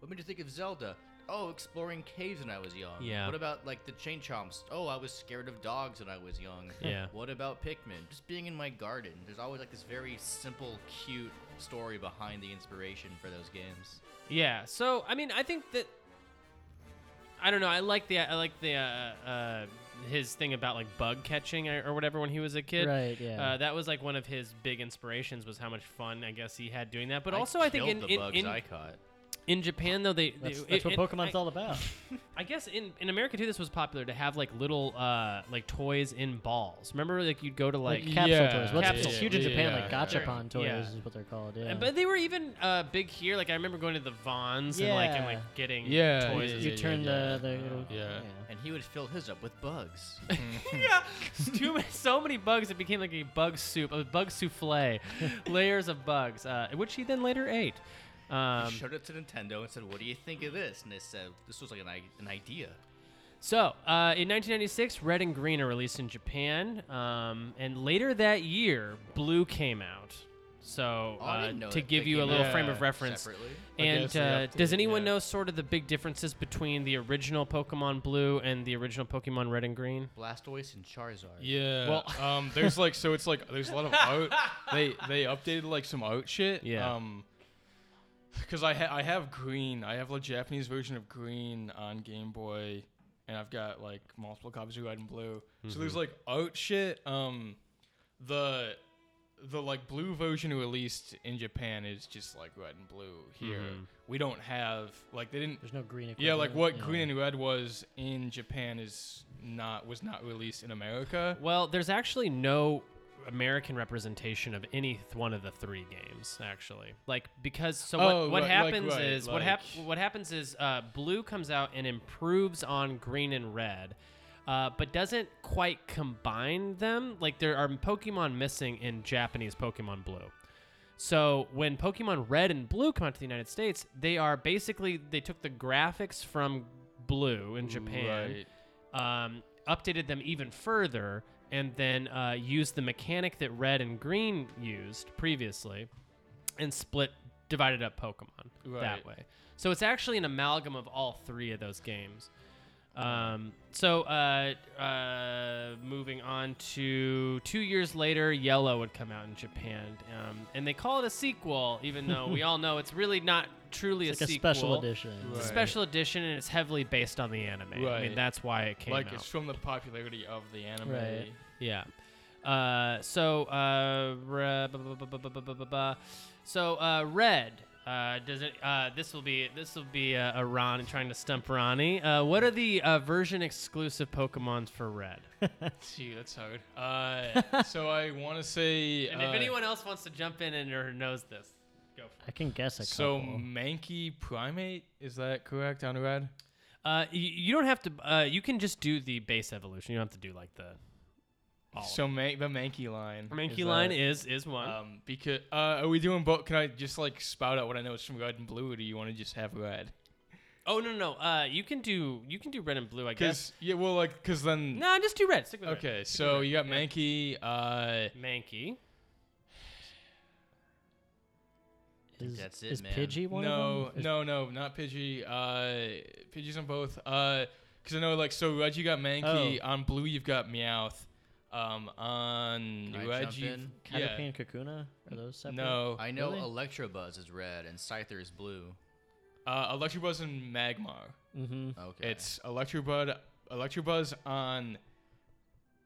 Speaker 3: what made you think of Zelda? Oh, exploring caves when I was young.
Speaker 4: Yeah.
Speaker 3: What about like the chain chomps? Oh, I was scared of dogs when I was young.
Speaker 4: Yeah.
Speaker 3: What about Pikmin? Just being in my garden. There's always like this very simple, cute story behind the inspiration for those games.
Speaker 4: Yeah. So I mean, I think that I don't know. I like the I like the uh, uh, his thing about like bug catching or or whatever when he was a kid.
Speaker 1: Right, yeah.
Speaker 4: Uh, that was like one of his big inspirations was how much fun I guess he had doing that. But also, I think
Speaker 3: killed
Speaker 4: in
Speaker 3: the
Speaker 4: in,
Speaker 3: bugs
Speaker 4: in,
Speaker 3: I caught.
Speaker 4: in Japan though they
Speaker 1: That's,
Speaker 4: they-
Speaker 1: that's
Speaker 4: it-
Speaker 1: what
Speaker 4: it-
Speaker 1: Pokemon's
Speaker 4: I,
Speaker 1: all about.
Speaker 4: I guess in in America too, this was popular to have like little uh like toys in balls. Remember, like you'd go to
Speaker 1: Like,
Speaker 4: like.
Speaker 1: capsule
Speaker 2: yeah,
Speaker 1: toys. What's
Speaker 4: capsule
Speaker 1: it's huge in
Speaker 2: toys,
Speaker 1: Japan,
Speaker 2: yeah.
Speaker 1: like gachapon toys
Speaker 4: Yeah.
Speaker 1: is what they're called. Yeah.
Speaker 4: and- But they were even uh, big here. Like I remember going to the Vons and like and
Speaker 1: Yeah.
Speaker 4: like getting
Speaker 2: Yeah,
Speaker 4: toys.
Speaker 2: yeah,
Speaker 4: and
Speaker 1: you
Speaker 2: yeah,
Speaker 1: turn
Speaker 2: yeah.
Speaker 1: the the little-
Speaker 2: Yeah.
Speaker 3: And he would fill his up with bugs.
Speaker 4: yeah, too many, so many bugs it became like a bug soup, a bug souffle, layers of bugs, uh, which he then later ate.
Speaker 3: He
Speaker 4: Um,
Speaker 3: showed it to Nintendo and said, "What do you think of this?" And they said, "This was like an, i- an idea."
Speaker 4: so uh, in 1996, Red and Green are released in Japan, um, and later that year, Blue came out. So
Speaker 3: Oh, I
Speaker 4: uh,
Speaker 3: didn't know
Speaker 4: to
Speaker 3: that
Speaker 4: give
Speaker 3: they
Speaker 4: you a
Speaker 3: came
Speaker 4: little
Speaker 2: out
Speaker 4: frame of reference,
Speaker 3: Separately.
Speaker 4: and
Speaker 2: guess,
Speaker 4: uh,
Speaker 2: yeah,
Speaker 4: does
Speaker 2: yeah.
Speaker 4: anyone know sort of the big differences between the original Pokemon Blue and the original Pokemon Red and Green?
Speaker 3: Blastoise and Charizard.
Speaker 2: Yeah.
Speaker 4: Well-
Speaker 2: um, there's like so it's like there's a lot of art. They they updated like some art shit.
Speaker 4: Yeah.
Speaker 2: Um, because I ha- I have green. I have like Japanese version of green on Game Boy,
Speaker 4: Mm-hmm.
Speaker 2: and I've got like multiple copies of red and blue. So there's like art shit. Um, the the like blue version released in Japan is just like red and blue. Here
Speaker 4: Mhm.
Speaker 2: we don't have like they didn't.
Speaker 1: There's no green.
Speaker 2: Yeah, like what
Speaker 1: equivalent,
Speaker 2: green and red was in Japan is not was not released in America.
Speaker 4: Well, there's actually no American representation of any th- one of the three games, actually. Like because so what,
Speaker 2: Oh,
Speaker 4: what
Speaker 2: right, like,
Speaker 4: happens
Speaker 2: right,
Speaker 4: is what hap-
Speaker 2: like-
Speaker 4: what happens is uh, blue comes out and improves on green and red. Uh, but doesn't quite combine them. Like there are Pokemon missing in Japanese Pokemon Blue. So when Pokemon Red and Blue come out to the United States, they are basically they took the graphics from Blue in Japan
Speaker 2: Right.
Speaker 4: um, updated them even further and then uh, used the mechanic that red and green used previously and split divided up pokemon that
Speaker 2: Right.
Speaker 4: way so it's actually an amalgam of all three of those games um, so uh, uh, moving on to two years later yellow would come out in japan um, and they call it a sequel even though we all know it's really not truly
Speaker 1: It's
Speaker 4: a
Speaker 1: like a
Speaker 4: sequel
Speaker 1: special edition.
Speaker 4: It's a
Speaker 2: Right.
Speaker 4: special edition and it's heavily based on the anime i mean
Speaker 2: Right.
Speaker 4: that's why it came
Speaker 2: Like
Speaker 4: out
Speaker 2: it's from the popularity of the anime.
Speaker 1: Right.
Speaker 4: yeah. Uh, so, uh, re- bu- bu- bu- bu- bu- bu- bu- bu- bu- so uh, red. Uh, does it? Uh, this will be this will be uh, a Ron trying to stump Ronnie. Uh, what are the uh, version exclusive Pokemons for red?
Speaker 2: Gee, that's hard. Uh, so I want to say.
Speaker 4: And
Speaker 2: uh,
Speaker 4: if anyone else wants to jump in and or knows this, go for it.
Speaker 1: I can guess a
Speaker 2: So
Speaker 1: couple.
Speaker 4: mm,
Speaker 2: Mankey Primate is that correct on red?
Speaker 4: Uh, you, you don't have to. Uh, you can just do the base evolution. You don't have to do like the. All
Speaker 2: So Man- the Mankey line.
Speaker 4: Mankey
Speaker 2: is
Speaker 4: line
Speaker 2: that-
Speaker 4: is Oh, is one.
Speaker 2: Um, because uh, are we doing both? Can I just like spout out what I know is from red and blue, or do you want to just have red?
Speaker 4: oh no no. Uh, you can do you can do red and blue. I guess.
Speaker 2: Because yeah, well, like, cause then.
Speaker 4: No, just do red. Stick with red.
Speaker 2: Okay, so you got Mankey. Uh,
Speaker 4: Mankey.
Speaker 1: is,
Speaker 3: that's it,
Speaker 1: is
Speaker 3: man.
Speaker 1: Pidgey one
Speaker 2: no,
Speaker 1: of them? Is-
Speaker 2: no, no, not Pidgey. Uh, Pidgey's on both. Uh, cause I know like so red you got Mankey on blue you've got Meowth. Um, on
Speaker 3: Can I
Speaker 2: red
Speaker 3: jump
Speaker 2: you've-
Speaker 3: in?
Speaker 2: yeah.
Speaker 1: Caterpie and Kakuna are those separate?
Speaker 2: No,
Speaker 3: I know
Speaker 1: Really?
Speaker 3: Electrobuzz is red and Scyther is blue.
Speaker 2: uh, Electrobuzz and Magmar.
Speaker 1: Mm-hmm.
Speaker 3: Okay.
Speaker 2: It's Electrobuzz. Electrobuzz on.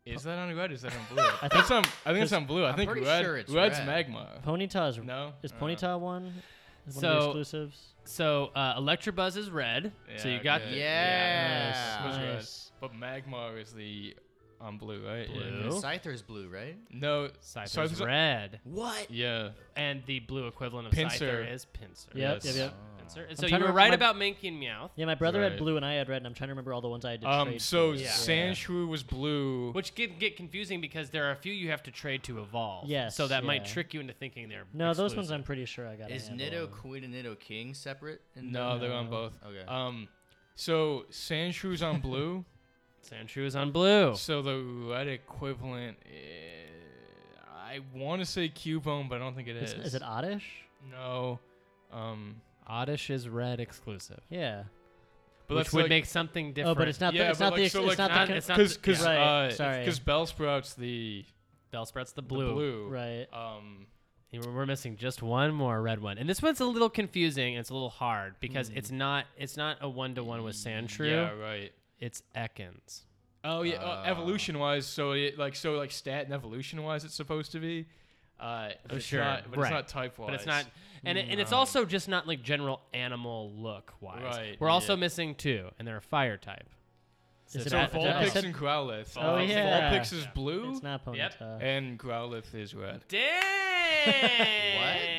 Speaker 2: Is that on red? Is that on blue? I think on. I think it's on blue. I
Speaker 3: I'm
Speaker 2: think
Speaker 3: pretty
Speaker 2: red.
Speaker 3: sure it's
Speaker 2: red's
Speaker 3: red.
Speaker 2: Magmar.
Speaker 1: Ponyta's
Speaker 2: No.
Speaker 1: Is
Speaker 2: Uh,
Speaker 1: Ponyta one? Is one of
Speaker 4: So-
Speaker 1: the exclusives?
Speaker 4: So uh, Electrobuzz is red. so
Speaker 2: Yeah,
Speaker 4: you got
Speaker 3: uh,
Speaker 2: good.
Speaker 3: Yeah.
Speaker 2: Nice.
Speaker 1: Nice.
Speaker 2: Nice. But Magmar is the on blue, right? Yeah.
Speaker 4: Blue.
Speaker 3: And Scyther is blue, right?
Speaker 2: No.
Speaker 4: Scyther's
Speaker 2: Scyther's-
Speaker 4: red,
Speaker 3: What?
Speaker 2: Yeah.
Speaker 4: and the blue equivalent of
Speaker 2: Pinsir.
Speaker 4: Scyther is Pinsir.
Speaker 1: Yep,
Speaker 2: Yes.
Speaker 1: yep, yep.
Speaker 4: Pinsir. And so
Speaker 1: trying
Speaker 4: you
Speaker 1: to
Speaker 4: were
Speaker 1: rem-
Speaker 4: right
Speaker 1: my-
Speaker 4: about Mankey and Meowth,
Speaker 1: Yeah, my brother
Speaker 2: Right.
Speaker 1: had blue and I had red, and I'm trying to remember all the ones I had to
Speaker 2: Um.
Speaker 1: trade.
Speaker 2: So
Speaker 1: for.
Speaker 2: Sandshrew was blue.
Speaker 4: which get get confusing because there are a few you have to trade to evolve.
Speaker 1: Yes,
Speaker 4: So that might
Speaker 1: yeah.
Speaker 4: trick you into thinking they're
Speaker 1: No, those ones
Speaker 4: exclusive.
Speaker 1: I'm pretty sure I got. a
Speaker 3: Is
Speaker 1: handle
Speaker 3: Nido
Speaker 1: on.
Speaker 3: Queen and Nido King separate? in
Speaker 2: No,
Speaker 3: the-
Speaker 2: they're on both.
Speaker 3: Okay.
Speaker 2: Um. So Sandshrew's on blue.
Speaker 4: Sandshrew is on blue.
Speaker 2: so the red equivalent. Is, I want to say Cubone, but I don't think it
Speaker 1: Is,
Speaker 2: is.
Speaker 1: is it Oddish?
Speaker 2: No. Um.
Speaker 4: Oddish is red exclusive,
Speaker 1: Yeah.
Speaker 2: But
Speaker 4: which
Speaker 2: that's
Speaker 4: would
Speaker 2: like-
Speaker 4: make something
Speaker 1: Oh,
Speaker 4: different.
Speaker 1: but it's not.
Speaker 2: Yeah,
Speaker 1: the, it's
Speaker 2: but
Speaker 1: not
Speaker 2: like,
Speaker 1: the. Ex-
Speaker 2: so,
Speaker 1: it's
Speaker 2: like,
Speaker 1: not
Speaker 4: not-
Speaker 1: the.
Speaker 4: it's not-
Speaker 2: Because
Speaker 4: the-
Speaker 2: because
Speaker 1: yeah.
Speaker 2: uh,
Speaker 1: Right, sorry.
Speaker 2: because Bellsprout's the
Speaker 4: Bellsprout's the
Speaker 2: the
Speaker 4: blue.
Speaker 2: blue.
Speaker 1: right.
Speaker 2: Um.
Speaker 4: And We're we're missing just one more red one, and this one's a little confusing. and It's a little hard because it's not it's not a one to one with Sandshrew.
Speaker 2: Hmm. Mm, Yeah. Right.
Speaker 4: It's Ekans.
Speaker 2: Oh yeah, uh, evolution wise, so it, like so like stat and evolution wise, it's supposed to be. Uh, but it's
Speaker 4: sure,
Speaker 2: not, but
Speaker 4: right.
Speaker 2: it's not type wise.
Speaker 4: But it's not, and, it, and it's also just not like general animal look wise.
Speaker 2: Right,
Speaker 4: We're also
Speaker 2: yeah.
Speaker 4: missing two, and they're a fire type.
Speaker 1: Is it
Speaker 2: So
Speaker 1: Ad- I
Speaker 2: Vulpix
Speaker 1: said-
Speaker 2: and Growlithe.
Speaker 1: Oh, yeah.
Speaker 2: Vulpix is blue,
Speaker 1: It's not Ponyta.
Speaker 4: Yep.
Speaker 2: and Growlithe is red.
Speaker 4: Dang!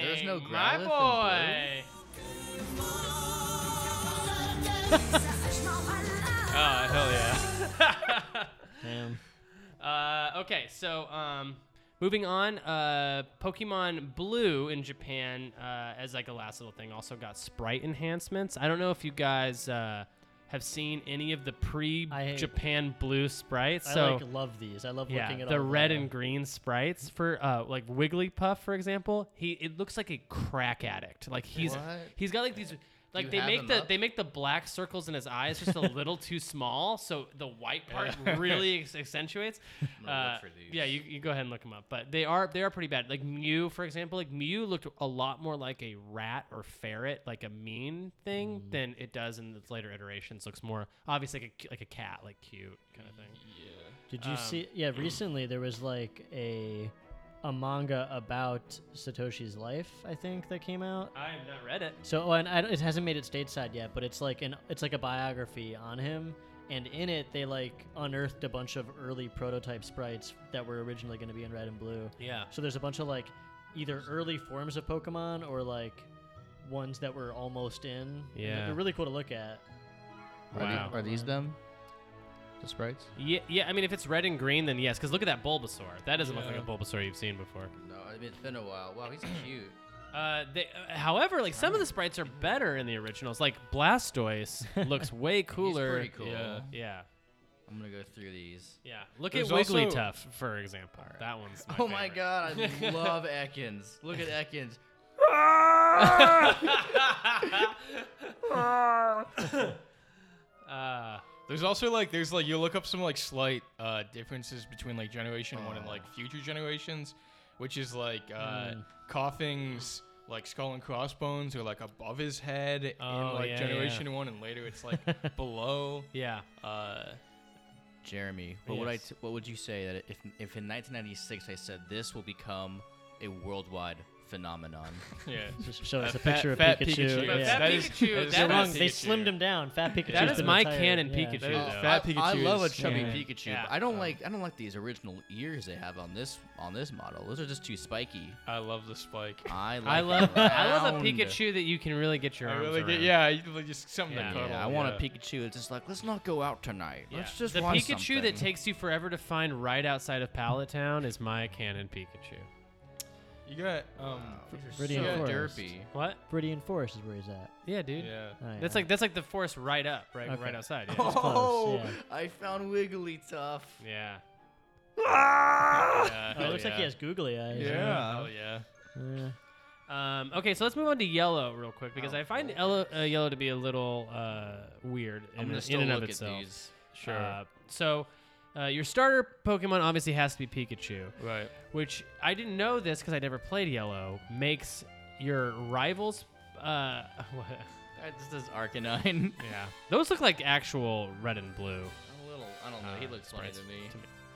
Speaker 3: There's no
Speaker 4: my
Speaker 3: Growlithe in
Speaker 4: boy.
Speaker 2: Oh hell yeah!
Speaker 1: Damn.
Speaker 4: Uh, okay, so um, moving on, uh, Pokemon Blue in Japan, uh, as like a last little thing, also got sprite enhancements. I don't know if you guys uh, have seen any of the
Speaker 1: I-
Speaker 4: pre-Japan Blue sprites.
Speaker 1: I
Speaker 4: so
Speaker 1: like love these. I love
Speaker 4: yeah,
Speaker 1: looking at
Speaker 4: the
Speaker 1: all of
Speaker 4: red
Speaker 1: them.
Speaker 4: and green sprites for uh, like Wigglypuff, for example. He it looks like a crack addict. Like he's
Speaker 3: What?
Speaker 4: he's got like these. Like
Speaker 3: you
Speaker 4: they
Speaker 3: have
Speaker 4: make
Speaker 3: him
Speaker 4: the
Speaker 3: up?
Speaker 4: they make the black circles in his eyes just a little too small, so the white part really ex- accentuates.
Speaker 3: gonna look
Speaker 4: Uh,
Speaker 3: for these.
Speaker 4: yeah, you, you go ahead and look them up, but they are they are pretty bad. Like Mew, for example, like Mew looked a lot more like a rat or ferret, like a mean thing,
Speaker 3: Mm.
Speaker 4: than it does in its later iterations. Looks more obviously like a cu- like a cat, like cute kind of thing. mm.
Speaker 1: Did you see? Yeah, recently there was like a a manga about Satoshi's life, I think, that came out.
Speaker 4: I have not read it.
Speaker 1: So, oh, and I, it hasn't made it stateside yet, but it's like an it's like a biography on him, and in it they like unearthed a bunch of early prototype sprites that were originally going to be in red and blue.
Speaker 4: Yeah.
Speaker 1: So there's a bunch of like either early forms of Pokemon or like ones that were almost in. And they're-
Speaker 4: Yeah.
Speaker 1: They're really cool to look at.
Speaker 4: Are the- Wow.
Speaker 7: Are these them? The sprites?
Speaker 4: Yeah, yeah. I mean, if it's red and green, then yes. Because look at that Bulbasaur. That doesn't
Speaker 2: Yeah.
Speaker 4: look like a Bulbasaur you've seen before.
Speaker 3: No, I mean, it's been a while. Wow, he's cute.
Speaker 4: Uh, they, uh, however, like some of the sprites are better in the originals. Like Blastoise looks way cooler.
Speaker 3: pretty cool.
Speaker 4: Yeah. Yeah.
Speaker 3: I'm gonna go through these.
Speaker 4: Yeah. Look
Speaker 2: There's
Speaker 4: at
Speaker 2: also-
Speaker 4: Wigglytuff, for example. That one's. My
Speaker 3: oh my
Speaker 4: favorite.
Speaker 3: god, I love Ekans. Look at Ekans.
Speaker 4: Uh,
Speaker 2: There's also like there's like you look up some like slight uh, differences between like generation one and like
Speaker 4: Oh.
Speaker 2: future generations, which is like uh,
Speaker 4: Mm.
Speaker 2: coughing's like skull and crossbones are like above his head
Speaker 4: Oh,
Speaker 2: in like
Speaker 4: yeah,
Speaker 2: generation one, and later it's like below.
Speaker 4: yeah.
Speaker 2: Uh,
Speaker 3: Jeremy, what would I?
Speaker 4: Yes.
Speaker 3: T- what would you say that if if in 1996 I said this will become a worldwide phenomenon?
Speaker 2: yeah.
Speaker 1: Just show us
Speaker 2: Uh,
Speaker 1: a picture of
Speaker 2: fat- fat Pikachu.
Speaker 1: Yeah.
Speaker 4: But Fat
Speaker 2: That is-
Speaker 4: Pikachu,
Speaker 2: that is
Speaker 4: that
Speaker 2: the
Speaker 1: Wrong,
Speaker 2: wrong
Speaker 1: They
Speaker 2: Pikachu.
Speaker 1: slimmed him down. Fat Pikachu.
Speaker 4: That is my
Speaker 1: canon
Speaker 4: canon Pikachu.
Speaker 2: That is
Speaker 4: though.
Speaker 2: fat
Speaker 3: Oh, I,
Speaker 2: Pikachu.
Speaker 3: I love a
Speaker 2: is-
Speaker 3: chubby
Speaker 1: Yeah.
Speaker 3: Pikachu,
Speaker 4: Yeah. Um,
Speaker 3: but I don't like I don't like these original ears they have on this on this model. Those are just too spiky.
Speaker 2: I love the spike.
Speaker 3: I like
Speaker 4: I love. I love a
Speaker 3: round.
Speaker 4: Pikachu that you can really get your
Speaker 2: I
Speaker 4: arms
Speaker 2: really
Speaker 4: around.
Speaker 2: get, yeah, you- like, just something
Speaker 4: Yeah.
Speaker 2: to cuddle.
Speaker 3: Yeah, I want
Speaker 2: yeah.
Speaker 3: a Pikachu. It's just like let's not go out tonight.
Speaker 4: Yeah.
Speaker 3: Let's just
Speaker 4: the
Speaker 3: watch
Speaker 4: Pikachu
Speaker 3: something.
Speaker 4: that takes you forever to find right outside of Palatown is my canon Pikachu.
Speaker 2: You got um.
Speaker 1: Pretty
Speaker 3: so
Speaker 2: Yeah.
Speaker 1: enforced.
Speaker 3: derpy.
Speaker 4: What?
Speaker 1: Viridian Forest is where he's at.
Speaker 4: Yeah, dude.
Speaker 2: Yeah.
Speaker 1: Oh, yeah.
Speaker 4: That's like that's like the forest right up, right,
Speaker 1: Okay.
Speaker 4: right outside. Yeah.
Speaker 3: Oh,
Speaker 1: yeah.
Speaker 3: I found Wigglytuff.
Speaker 4: yeah.
Speaker 2: yeah.
Speaker 1: Oh, it looks like he has googly eyes.
Speaker 2: Yeah. Oh yeah.
Speaker 1: Yeah.
Speaker 4: Um, okay, so let's move on to yellow real quick because
Speaker 3: Oh,
Speaker 4: I find
Speaker 3: cool.
Speaker 4: yellow, uh, yellow to be a little uh, weird
Speaker 3: I'm
Speaker 4: in,
Speaker 3: gonna
Speaker 4: in
Speaker 3: still
Speaker 4: and
Speaker 3: look
Speaker 4: of
Speaker 3: at
Speaker 4: itself.
Speaker 3: these.
Speaker 4: Sure. Uh, so uh, your starter Pokemon obviously has to be Pikachu,
Speaker 2: Right.
Speaker 4: which I didn't know this because I never played yellow. Makes your rivals. Uh,
Speaker 3: Uh, This is Arcanine.
Speaker 4: yeah, those look like actual red and blue.
Speaker 3: A little, I don't know. he
Speaker 4: Uh,
Speaker 3: looks funny to me.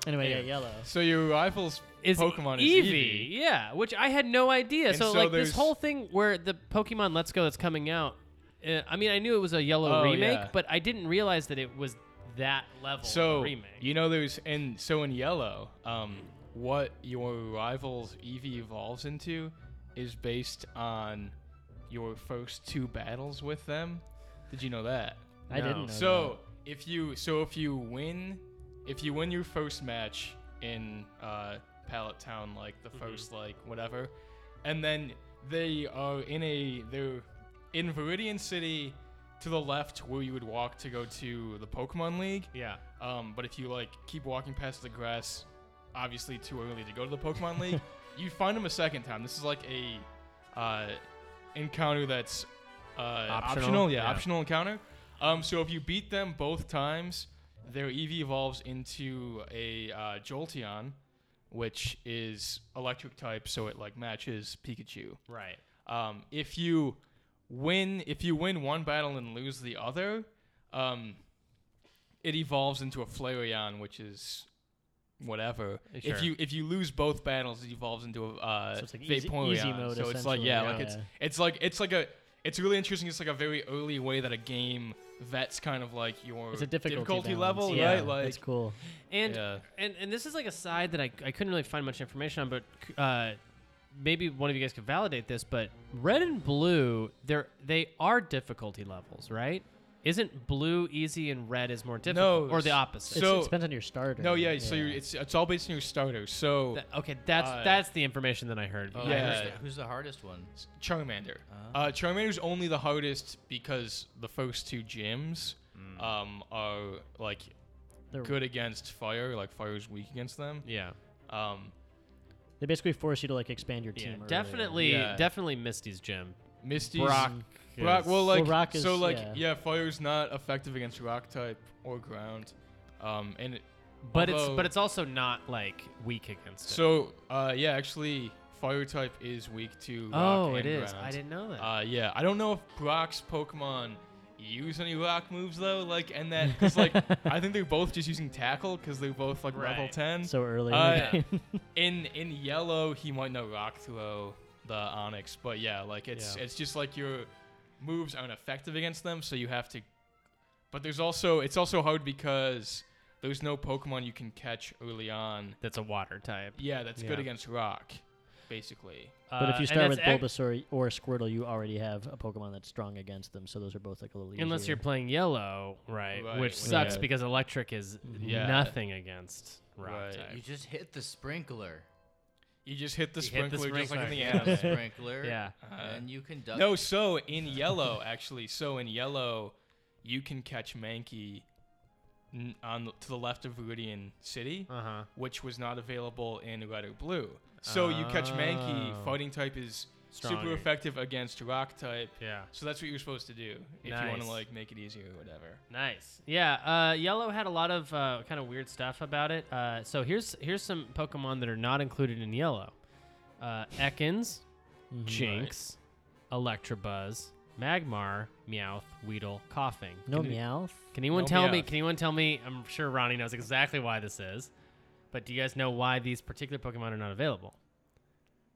Speaker 1: Anyway,
Speaker 4: Yeah.
Speaker 1: yeah, yellow.
Speaker 2: So your rifle's
Speaker 4: is
Speaker 2: Pokemon
Speaker 4: Eevee.
Speaker 2: is Eevee.
Speaker 4: Yeah, which I had no idea.
Speaker 2: And
Speaker 4: so,
Speaker 2: so
Speaker 4: like
Speaker 2: there's-
Speaker 4: this whole thing where the Pokemon Let's Go that's coming out. Uh, I mean, I knew it was a yellow
Speaker 2: Oh,
Speaker 4: remake,
Speaker 2: yeah.
Speaker 4: but I didn't realize that it was that level
Speaker 2: So
Speaker 4: of remake.
Speaker 2: you know there's and so in yellow, um, what your rival's Eevee evolves into is based on your first two battles with them. Did you know that?
Speaker 1: I
Speaker 4: No.
Speaker 1: didn't know.
Speaker 2: So if you so if you win if you win your first match in uh Pallet Town, like the first like whatever, and then they are in a they're in Viridian City to the left where you would walk to go to the Pokemon League.
Speaker 4: yeah,
Speaker 2: Um, but if you like keep walking past the grass, obviously too early to go to the Pokemon League, you find them a second time. This is like a uh, encounter that's uh, optional. yeah,
Speaker 4: Yeah.
Speaker 2: optional encounter. Um, so if you beat them both times, their Eevee evolves into a uh, Jolteon, which is electric type, so it like matches Pikachu.
Speaker 4: right.
Speaker 2: Um, if you win, if you win one battle and lose the other, um, it evolves into a Flareon, which is whatever.
Speaker 4: Sure.
Speaker 2: If you if you lose both battles, it evolves into a uh,
Speaker 1: So it's like easy-
Speaker 2: Vaporeon.
Speaker 1: easy mode,
Speaker 2: so it's like
Speaker 1: essentially.
Speaker 2: yeah,
Speaker 1: Yeah.
Speaker 2: like it's
Speaker 1: Yeah.
Speaker 2: it's like it's like a it's really interesting. It's like a very early way that a game vets kind of like your
Speaker 1: It's a difficulty, balance.
Speaker 2: level,
Speaker 1: yeah,
Speaker 2: right? Like
Speaker 1: that's cool.
Speaker 4: And
Speaker 2: Yeah.
Speaker 4: and and this is like a side that I I couldn't really find much information on, but. Uh, Maybe one of you guys could validate this, but red and blue, they're they are difficulty levels, right? Isn't blue easy and red is more difficult, or the
Speaker 2: s-
Speaker 4: opposite?
Speaker 1: It's,
Speaker 2: So-
Speaker 1: it depends on your starter.
Speaker 2: no, yeah. So you it's it's all based on your starter. So
Speaker 4: That- okay, that's
Speaker 2: Uh,
Speaker 4: that's the information that I heard.
Speaker 3: Oh,
Speaker 4: I
Speaker 2: Yeah.
Speaker 4: heard-
Speaker 3: who's, the, who's the hardest one?
Speaker 2: Charmander. Uh, Charmander's only the hardest because the first two gyms um, are like
Speaker 1: They're-
Speaker 2: good against fire. Like fire's weak against them.
Speaker 4: yeah.
Speaker 2: Um,
Speaker 1: they basically force you to like expand your
Speaker 4: Yeah,
Speaker 1: team. earlier.
Speaker 4: definitely,
Speaker 2: Yeah.
Speaker 4: definitely Misty's gym.
Speaker 2: Misty's
Speaker 4: Brock,
Speaker 2: Brock.
Speaker 4: is-
Speaker 2: Well, like
Speaker 1: Mm. Well, rock is-
Speaker 2: so, like
Speaker 1: yeah.
Speaker 2: yeah. fire's not effective against rock type or ground. Um, and it,
Speaker 4: but it's
Speaker 2: although-
Speaker 4: but it's also not like weak against. it.
Speaker 2: so uh, yeah, actually, fire type is weak to. rock
Speaker 4: oh, it
Speaker 2: and
Speaker 4: is.
Speaker 2: ground.
Speaker 4: I didn't know that.
Speaker 2: Uh, yeah, I don't know if Brock's Pokemon use any rock moves though. Like and that because like I think they're both just using tackle because they're both like level
Speaker 4: Right.
Speaker 2: ten.
Speaker 1: so early. in
Speaker 2: Uh,
Speaker 1: the game.
Speaker 2: in in yellow he might know rock throw the onyx but yeah like it's
Speaker 4: Yeah.
Speaker 2: it's just like your moves aren't effective against them so you have to but there's also it's also hard because there's no pokemon you can catch early on
Speaker 4: That's a water type.
Speaker 2: yeah that's
Speaker 4: Yeah.
Speaker 2: good against rock basically
Speaker 1: but
Speaker 4: Uh,
Speaker 1: if you
Speaker 4: and
Speaker 1: start with
Speaker 4: that's ac-
Speaker 1: Bulbasaur or Squirtle, you already have a Pokemon that's strong against them. So those are both like a little.
Speaker 4: unless
Speaker 1: easier.
Speaker 4: you're playing yellow, right,
Speaker 2: Right,
Speaker 4: which
Speaker 2: which
Speaker 4: sucks
Speaker 1: is-
Speaker 4: because electric is
Speaker 2: Yeah.
Speaker 4: nothing against rock
Speaker 2: Right.
Speaker 4: type.
Speaker 3: You just hit the sprinkler.
Speaker 2: you just hit the,
Speaker 4: You hit the
Speaker 2: sprinkler, just like in the Uh,
Speaker 4: sprinkler.
Speaker 2: anime
Speaker 3: sprinkler.
Speaker 4: Yeah.
Speaker 2: Uh-huh.
Speaker 3: And you can duck.
Speaker 2: no so in yellow actually so in yellow you can catch mankey n- on the, to the left of Viridian City,
Speaker 4: Uh huh.
Speaker 2: which was not available in red or blue. So you catch Mankey,
Speaker 4: Oh.
Speaker 2: fighting type is
Speaker 4: Stronger.
Speaker 2: super effective against rock type.
Speaker 4: Yeah.
Speaker 2: So that's what you're supposed to do if you want
Speaker 4: Nice.
Speaker 2: to like make it easier or whatever.
Speaker 4: Nice. Yeah. Uh, Yellow had a lot of uh, kind of weird stuff about it. Uh, so here's here's some Pokemon that are not included in Yellow. Uh, Ekans,
Speaker 1: Mhm.
Speaker 4: Jinx, Electabuzz, Magmar, Meowth, Weedle, Coughing.
Speaker 1: no
Speaker 4: can,
Speaker 1: Meowth.
Speaker 4: Can anyone
Speaker 2: No
Speaker 4: tell me?
Speaker 2: Meowth.
Speaker 4: Can anyone tell me? I'm sure Ronnie knows exactly why this is, but do you guys know why these particular Pokemon are not available?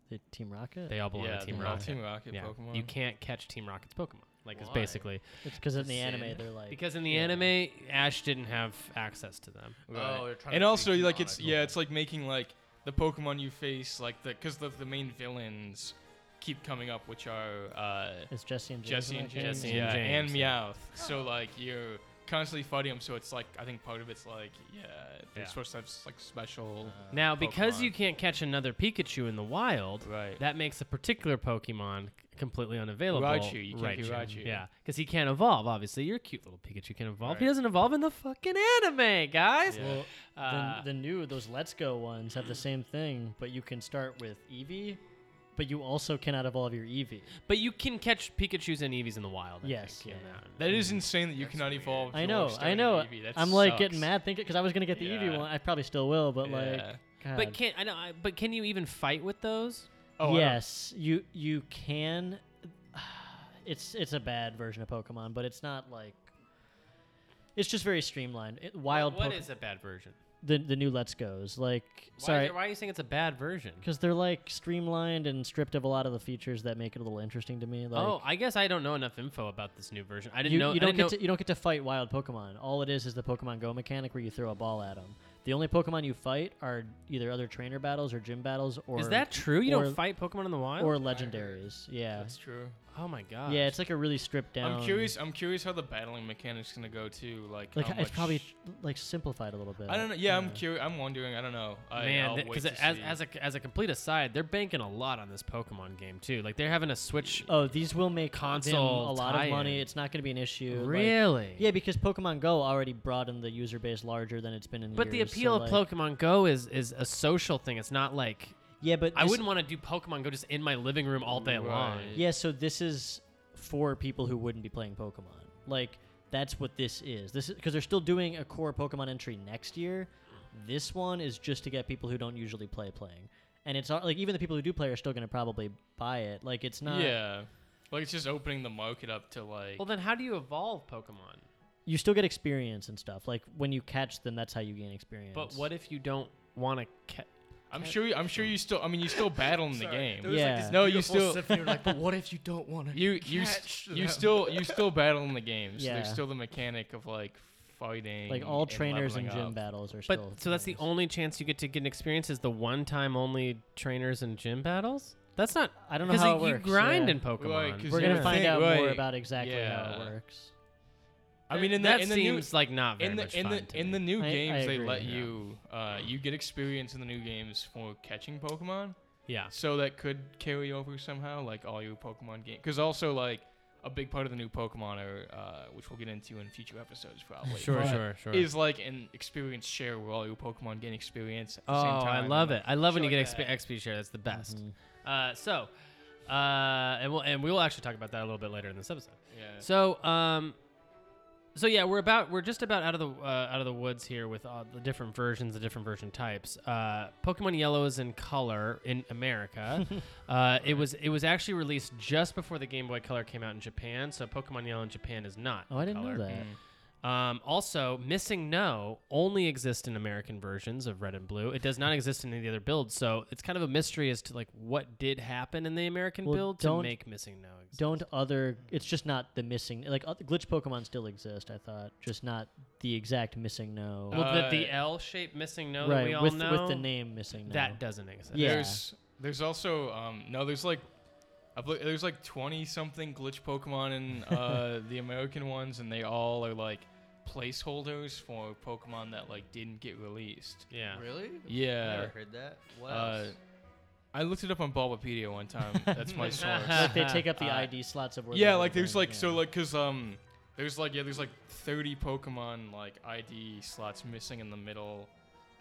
Speaker 1: The Team Rocket.
Speaker 4: They all belong
Speaker 2: yeah,
Speaker 4: to Team
Speaker 2: they're all
Speaker 4: Rocket.
Speaker 2: Team Rocket
Speaker 4: yeah.
Speaker 2: Pokemon.
Speaker 4: You can't catch Team Rocket's Pokemon. Like it's
Speaker 3: Why?
Speaker 4: basically
Speaker 1: it's because in
Speaker 3: the
Speaker 1: the anime
Speaker 3: same-
Speaker 1: they're like.
Speaker 4: because in the
Speaker 1: yeah.
Speaker 4: anime Ash didn't have access to them.
Speaker 2: Right.
Speaker 3: they're trying
Speaker 2: and
Speaker 3: to
Speaker 2: also
Speaker 3: create
Speaker 2: like it's
Speaker 3: Monocle.
Speaker 2: yeah, it's like making like the Pokemon you face like the because the, the main villains keep coming up, which are uh,
Speaker 1: It's Jesse and James.
Speaker 2: Jesse
Speaker 1: in
Speaker 2: and
Speaker 1: that game?
Speaker 2: James,
Speaker 4: Jesse and
Speaker 2: yeah,
Speaker 4: James,
Speaker 2: and
Speaker 4: yeah.
Speaker 2: Meowth. So like you're constantly fighting them. So it's like I think part of it's like yeah,
Speaker 4: Yeah.
Speaker 2: they're
Speaker 4: Uh,
Speaker 2: supposed to have like special.
Speaker 4: Now, because
Speaker 2: Pokemon.
Speaker 4: you can't catch another Pikachu in the wild,
Speaker 2: Right.
Speaker 4: that makes a particular Pokemon c- completely unavailable.
Speaker 2: Raichu, you can't do Raichu.
Speaker 4: Yeah, because he can't evolve. Obviously, your cute little Pikachu can evolve. He
Speaker 2: Right.
Speaker 4: doesn't evolve in the fucking anime, guys.
Speaker 2: Yeah.
Speaker 4: Uh,
Speaker 1: the, the new those Let's Go ones have the same thing, but you can start with Eevee, but you also cannot evolve your Eevee.
Speaker 4: but you can catch Pikachu's and Eevees in the wild. I
Speaker 1: Yes,
Speaker 4: think, in
Speaker 1: yeah.
Speaker 4: that.
Speaker 2: That is insane that you cannot evolve.
Speaker 1: I
Speaker 2: your
Speaker 1: know,
Speaker 2: Starter
Speaker 1: I know.
Speaker 2: Eevee. That
Speaker 1: I'm like
Speaker 2: sucks.
Speaker 1: getting mad thinking because I was gonna get the Eevee
Speaker 2: Yeah.
Speaker 1: one. I probably still will, but like,
Speaker 2: Yeah.
Speaker 1: God.
Speaker 4: But can I know? I- But can you even fight with those?
Speaker 2: Oh, I don't-
Speaker 1: yes, you you can. It's it's a bad version of Pokemon, but it's not like. It's just very streamlined. It, wild.
Speaker 4: What, what
Speaker 1: Poke-
Speaker 4: is a bad version?
Speaker 1: the the new Let's Goes? Like
Speaker 4: Why,
Speaker 1: sorry,
Speaker 4: Is it, why are you saying it's a bad version?
Speaker 1: because they're like streamlined and stripped of a lot of the features that make it a little interesting to me. Like,
Speaker 4: oh, I guess I don't know enough info about this new version. I didn't
Speaker 1: you,
Speaker 4: know.
Speaker 1: you
Speaker 4: I
Speaker 1: don't
Speaker 4: didn't
Speaker 1: get
Speaker 4: know-
Speaker 1: to, you don't get to fight wild Pokemon. All it is is the Pokemon Go mechanic where you throw a ball at them. The only Pokemon you fight are either other trainer battles or gym battles or
Speaker 4: is that true? You
Speaker 1: or-
Speaker 4: don't fight Pokemon in the wild?
Speaker 1: or legendaries. Yeah,
Speaker 2: that's true.
Speaker 4: oh my god.
Speaker 1: yeah, um, it's like a really stripped down.
Speaker 2: I'm curious. I'm curious how the battling mechanic's gonna go too. Like,
Speaker 1: Like
Speaker 2: how
Speaker 1: it's probably
Speaker 2: much-
Speaker 1: like simplified a little bit.
Speaker 2: I don't know. Yeah, I'm curious. I'm wondering. I don't know. I,
Speaker 4: Man,
Speaker 2: I'll wait
Speaker 4: because
Speaker 2: to
Speaker 4: as,
Speaker 2: see.
Speaker 4: as a as a complete aside, they're banking a lot on this Pokemon game too. Like they're having a Switch.
Speaker 1: Oh, these will make them
Speaker 4: Console
Speaker 1: a lot of money.
Speaker 4: tie-in.
Speaker 1: It's not going to be an issue. like-
Speaker 4: really?
Speaker 1: yeah, because Pokemon Go already broadened the user base larger than it's been in.
Speaker 4: But the
Speaker 1: years, so,
Speaker 4: appeal
Speaker 1: like-
Speaker 4: of Pokemon Go is is a social thing. It's not like
Speaker 1: Yeah, but
Speaker 4: I
Speaker 1: this-
Speaker 4: wouldn't want to do Pokemon Go just in my living room all day long.
Speaker 2: Right.
Speaker 1: Yeah, so this is for people who wouldn't be playing Pokemon. Like that's what this is. This is because they're still doing a core Pokemon entry next year. This one is just to get people who don't usually play playing, and it's not- like even the people who do play are still going to probably buy it. Like it's not.
Speaker 2: yeah, like it's just opening the market up to like.
Speaker 4: Well, then how do you evolve Pokemon?
Speaker 1: You still get experience and stuff. Like when you catch them, that's how you gain experience.
Speaker 4: But what if you don't want to? Ca-
Speaker 2: I'm sure. You, I'm sure you still. I mean, you still battle in the game.
Speaker 1: was, like, Yeah. this
Speaker 2: No, you still.
Speaker 3: like, but what if you don't want to?
Speaker 2: You you s- you still you still battle in the game. So
Speaker 1: Yeah.
Speaker 2: there's still the mechanic of like fighting.
Speaker 1: Like all
Speaker 2: and
Speaker 1: trainers and
Speaker 2: leveling
Speaker 1: gym
Speaker 2: up.
Speaker 1: battles are
Speaker 4: but
Speaker 1: still.
Speaker 4: so that's the
Speaker 1: things.
Speaker 4: only chance you get to get an experience is the one time only trainers and gym battles. That's not.
Speaker 1: I don't know
Speaker 4: Because
Speaker 1: how it
Speaker 4: you
Speaker 1: works,
Speaker 4: grind
Speaker 1: yeah.
Speaker 4: in Pokemon.
Speaker 2: 'cause
Speaker 1: We're
Speaker 2: you
Speaker 1: gonna
Speaker 2: would
Speaker 1: find
Speaker 2: think,
Speaker 1: out more
Speaker 2: right,
Speaker 1: about exactly how
Speaker 2: yeah.
Speaker 1: it works.
Speaker 2: I mean, in the
Speaker 4: that
Speaker 2: in the new
Speaker 4: seems like not very
Speaker 2: in
Speaker 4: much
Speaker 2: the in
Speaker 4: fun
Speaker 2: the
Speaker 4: to
Speaker 2: in
Speaker 4: me.
Speaker 2: the new
Speaker 1: I- I
Speaker 2: games they
Speaker 1: agree,
Speaker 2: let
Speaker 1: yeah.
Speaker 2: you uh, you get experience in the new games for catching Pokemon.
Speaker 4: yeah.
Speaker 2: So that could carry over somehow, like all your Pokemon game. Because also like a big part of the new Pokemon are, uh, which we'll get into in future episodes probably.
Speaker 4: Sure,
Speaker 2: but
Speaker 4: sure, sure.
Speaker 2: Is like an experience share where all your Pokemon gain experience. At the
Speaker 4: oh,
Speaker 2: same time.
Speaker 4: I love it. I love when you
Speaker 2: shit
Speaker 4: get
Speaker 2: like
Speaker 4: XP,
Speaker 2: that.
Speaker 4: XP share. That's the best.
Speaker 2: Mm-hmm.
Speaker 4: Uh, so, uh, and we'll and we will actually talk about that a little bit later in this episode.
Speaker 2: Yeah.
Speaker 4: So, um, so yeah, we're about we're just about out of the uh, out of the woods here with all the different versions, the different version types. Uh, Pokemon Yellow is in color in America. uh, it was it was actually released just before the Game Boy Color came out in Japan, so Pokemon Yellow in Japan is not.
Speaker 1: Oh,
Speaker 4: in
Speaker 1: I didn't
Speaker 4: color.
Speaker 1: know that.
Speaker 4: Um, also, Missing No only exists in American versions of Red and Blue. It
Speaker 1: Hmm.
Speaker 4: does not exist in any of the other builds, so it's kind of a mystery as to like what did happen in the American
Speaker 1: Well,
Speaker 4: build to
Speaker 1: don't-
Speaker 4: make Missing No exist.
Speaker 1: Don't other? It's just not the missing. Like other, glitch Pokemon still exist. I thought, just not the exact missing no.
Speaker 4: Well, the, the
Speaker 2: Uh,
Speaker 4: L-shaped Missing No Oh, that
Speaker 1: right
Speaker 4: we all
Speaker 1: with
Speaker 4: know
Speaker 1: with the name missing no.
Speaker 4: that doesn't exist.
Speaker 1: Yeah.
Speaker 2: There's there's also um no there's like I've look, there's like 20 something glitch Pokemon in uh, the American ones and they all are like placeholders for Pokemon that like didn't get released.
Speaker 4: Yeah.
Speaker 3: Really?
Speaker 2: Yeah.
Speaker 3: Never heard that. What
Speaker 2: Uh,
Speaker 3: else?
Speaker 2: I looked it up on Bulbapedia one time. That's my source.
Speaker 1: like they take up the
Speaker 2: Uh,
Speaker 1: ID slots of where.
Speaker 2: yeah,
Speaker 1: they
Speaker 2: like
Speaker 1: were
Speaker 2: there's
Speaker 1: born,
Speaker 2: like
Speaker 1: yeah.
Speaker 2: so like cuz um there's like yeah, there's like 30 Pokemon like ID slots missing in the middle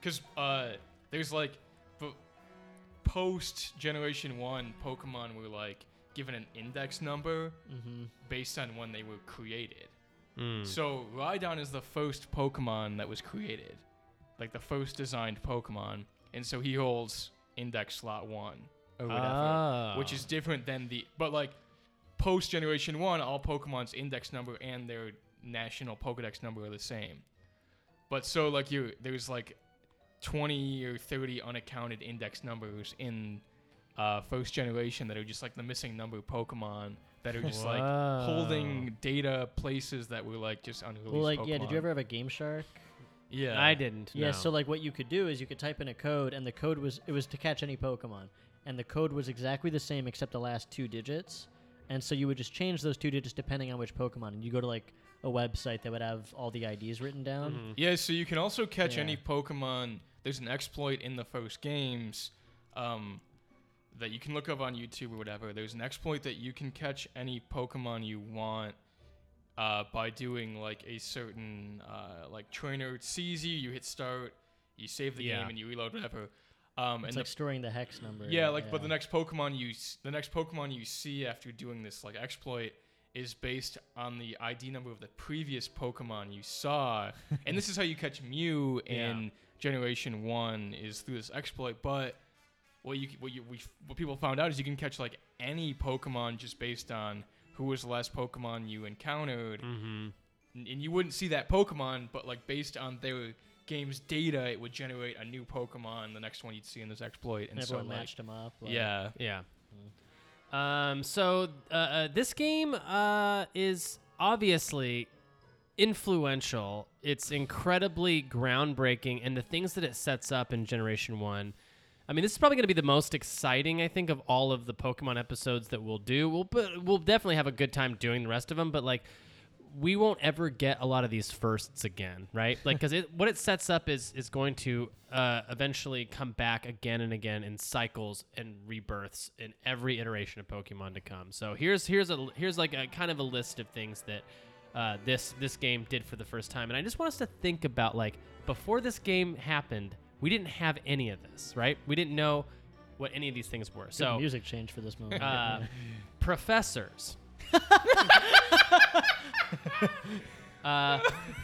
Speaker 2: cuz uh there's like b- post generation 1 Pokemon were like given an index number
Speaker 1: Mhm.
Speaker 2: based on when they were created.
Speaker 1: Hmm.
Speaker 4: Mm.
Speaker 2: So Rhydon is the first Pokemon that was created, like the first designed Pokemon, and so he holds Index Slot One or whatever, which
Speaker 4: Oh.
Speaker 2: is different than the but like post Generation One, all Pokemon's index number and their national Pokedex number are the same. But so like you, there's like twenty or thirty unaccounted index numbers in uh, first generation that are just like the missing number Pokemon that are
Speaker 4: Oh.
Speaker 2: just like holding data places that were like just unreleased.
Speaker 1: Well, like yeah. Did you
Speaker 2: Pokemon.
Speaker 1: ever have a Game Shark?
Speaker 2: Yeah,
Speaker 4: I didn't.
Speaker 1: Yeah.
Speaker 4: no.
Speaker 1: So like what you could do is you could type in a code, and the code was it was to catch any Pokemon, and the code was exactly the same except the last two digits, and so you would just change those two digits depending on which Pokemon, and you go to like a website that would have all the IDs written down.
Speaker 2: Yeah, so you can also catch
Speaker 1: Yeah.
Speaker 2: any Pokemon. There's an exploit in the first games um, that you can look up on YouTube or whatever. There's an exploit that you can catch any Pokemon you want uh, by doing like a certain uh, like trainer sees you, you hit start, you save the
Speaker 4: Yeah.
Speaker 2: game, and you reload whatever. Um, and
Speaker 1: It's
Speaker 2: the
Speaker 1: like storing the hex number.
Speaker 2: Yeah, like but the next Pokemon you s- the next Pokemon you see after doing this like exploit is based on the ID number of the previous Pokemon you saw, and this is how you catch Mew in
Speaker 4: Yeah.
Speaker 2: Generation One is through this exploit. But what you what you we, what people found out is you can catch like any Pokemon just based on who was the last Pokemon you encountered,
Speaker 4: Mhm.
Speaker 2: and and you wouldn't see that Pokemon, but like based on their game's data, it would generate a new Pokemon, the next one you'd see in this exploit, and
Speaker 1: And everyone
Speaker 2: so like,
Speaker 1: matched them up. like-
Speaker 2: yeah.
Speaker 4: Yeah. Um, so uh, uh, this game uh, is obviously influential. It's incredibly groundbreaking, and the things that it sets up in Generation One. I mean, this is probably going to be the most exciting, I think, of all of the Pokemon episodes that we'll do. We'll but we'll definitely have a good time doing the rest of them, but like. We won't ever get a lot of these firsts again, right? Like, because it, what it sets up is is going to uh, eventually come back again and again in cycles and rebirths in every iteration of Pokemon to come. So here's here's a here's like a kind of a list of things that uh, this this game did for the first time, and I just want us to think about like before this game happened, we didn't have any of this, right? We didn't know what any of these things were.
Speaker 1: Good
Speaker 4: So
Speaker 1: music change for this moment.
Speaker 4: uh, professors, uh,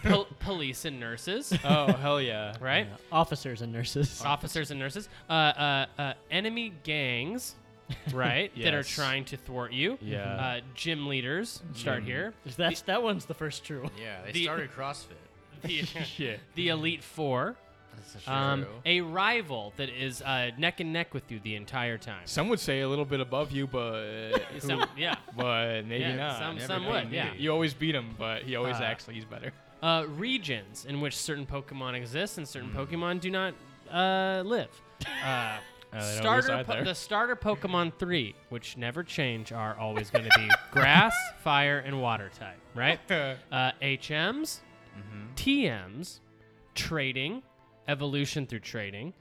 Speaker 4: pol- police and nurses,
Speaker 2: Oh hell yeah!
Speaker 4: right?
Speaker 1: Yeah. Officers and nurses.
Speaker 4: Officers and nurses, uh, uh, uh, enemy gangs, right? That are
Speaker 2: Yes.
Speaker 4: trying to thwart you.
Speaker 2: Yeah. Mm.
Speaker 4: Uh, gym leaders start here.
Speaker 1: That's that one's the first true.
Speaker 3: yeah, they
Speaker 4: the-
Speaker 3: started CrossFit.
Speaker 4: The,
Speaker 2: Yeah.
Speaker 4: the elite four.
Speaker 3: That's
Speaker 4: Um, a rival that is uh, neck and neck with you the entire time.
Speaker 2: Some would say a little bit above you, but
Speaker 4: Some- yeah.
Speaker 2: but maybe
Speaker 4: Yeah,
Speaker 2: not.
Speaker 4: some-
Speaker 2: Never
Speaker 4: some
Speaker 2: know.
Speaker 4: would,
Speaker 2: You-
Speaker 4: yeah.
Speaker 2: You always beat him, but he always
Speaker 4: Uh,
Speaker 2: actually he's better.
Speaker 4: uh, regions in which certain Pokemon exist and certain
Speaker 2: Mm.
Speaker 4: Pokemon do not uh, live. Uh,
Speaker 2: don't
Speaker 4: starter
Speaker 2: reside
Speaker 4: po-
Speaker 2: there.
Speaker 4: the starter Pokemon three, which never change, are always going to be grass, fire, and water type, right? Uh, HMs,
Speaker 2: Mm-hmm.
Speaker 4: TMs, trading, evolution through trading,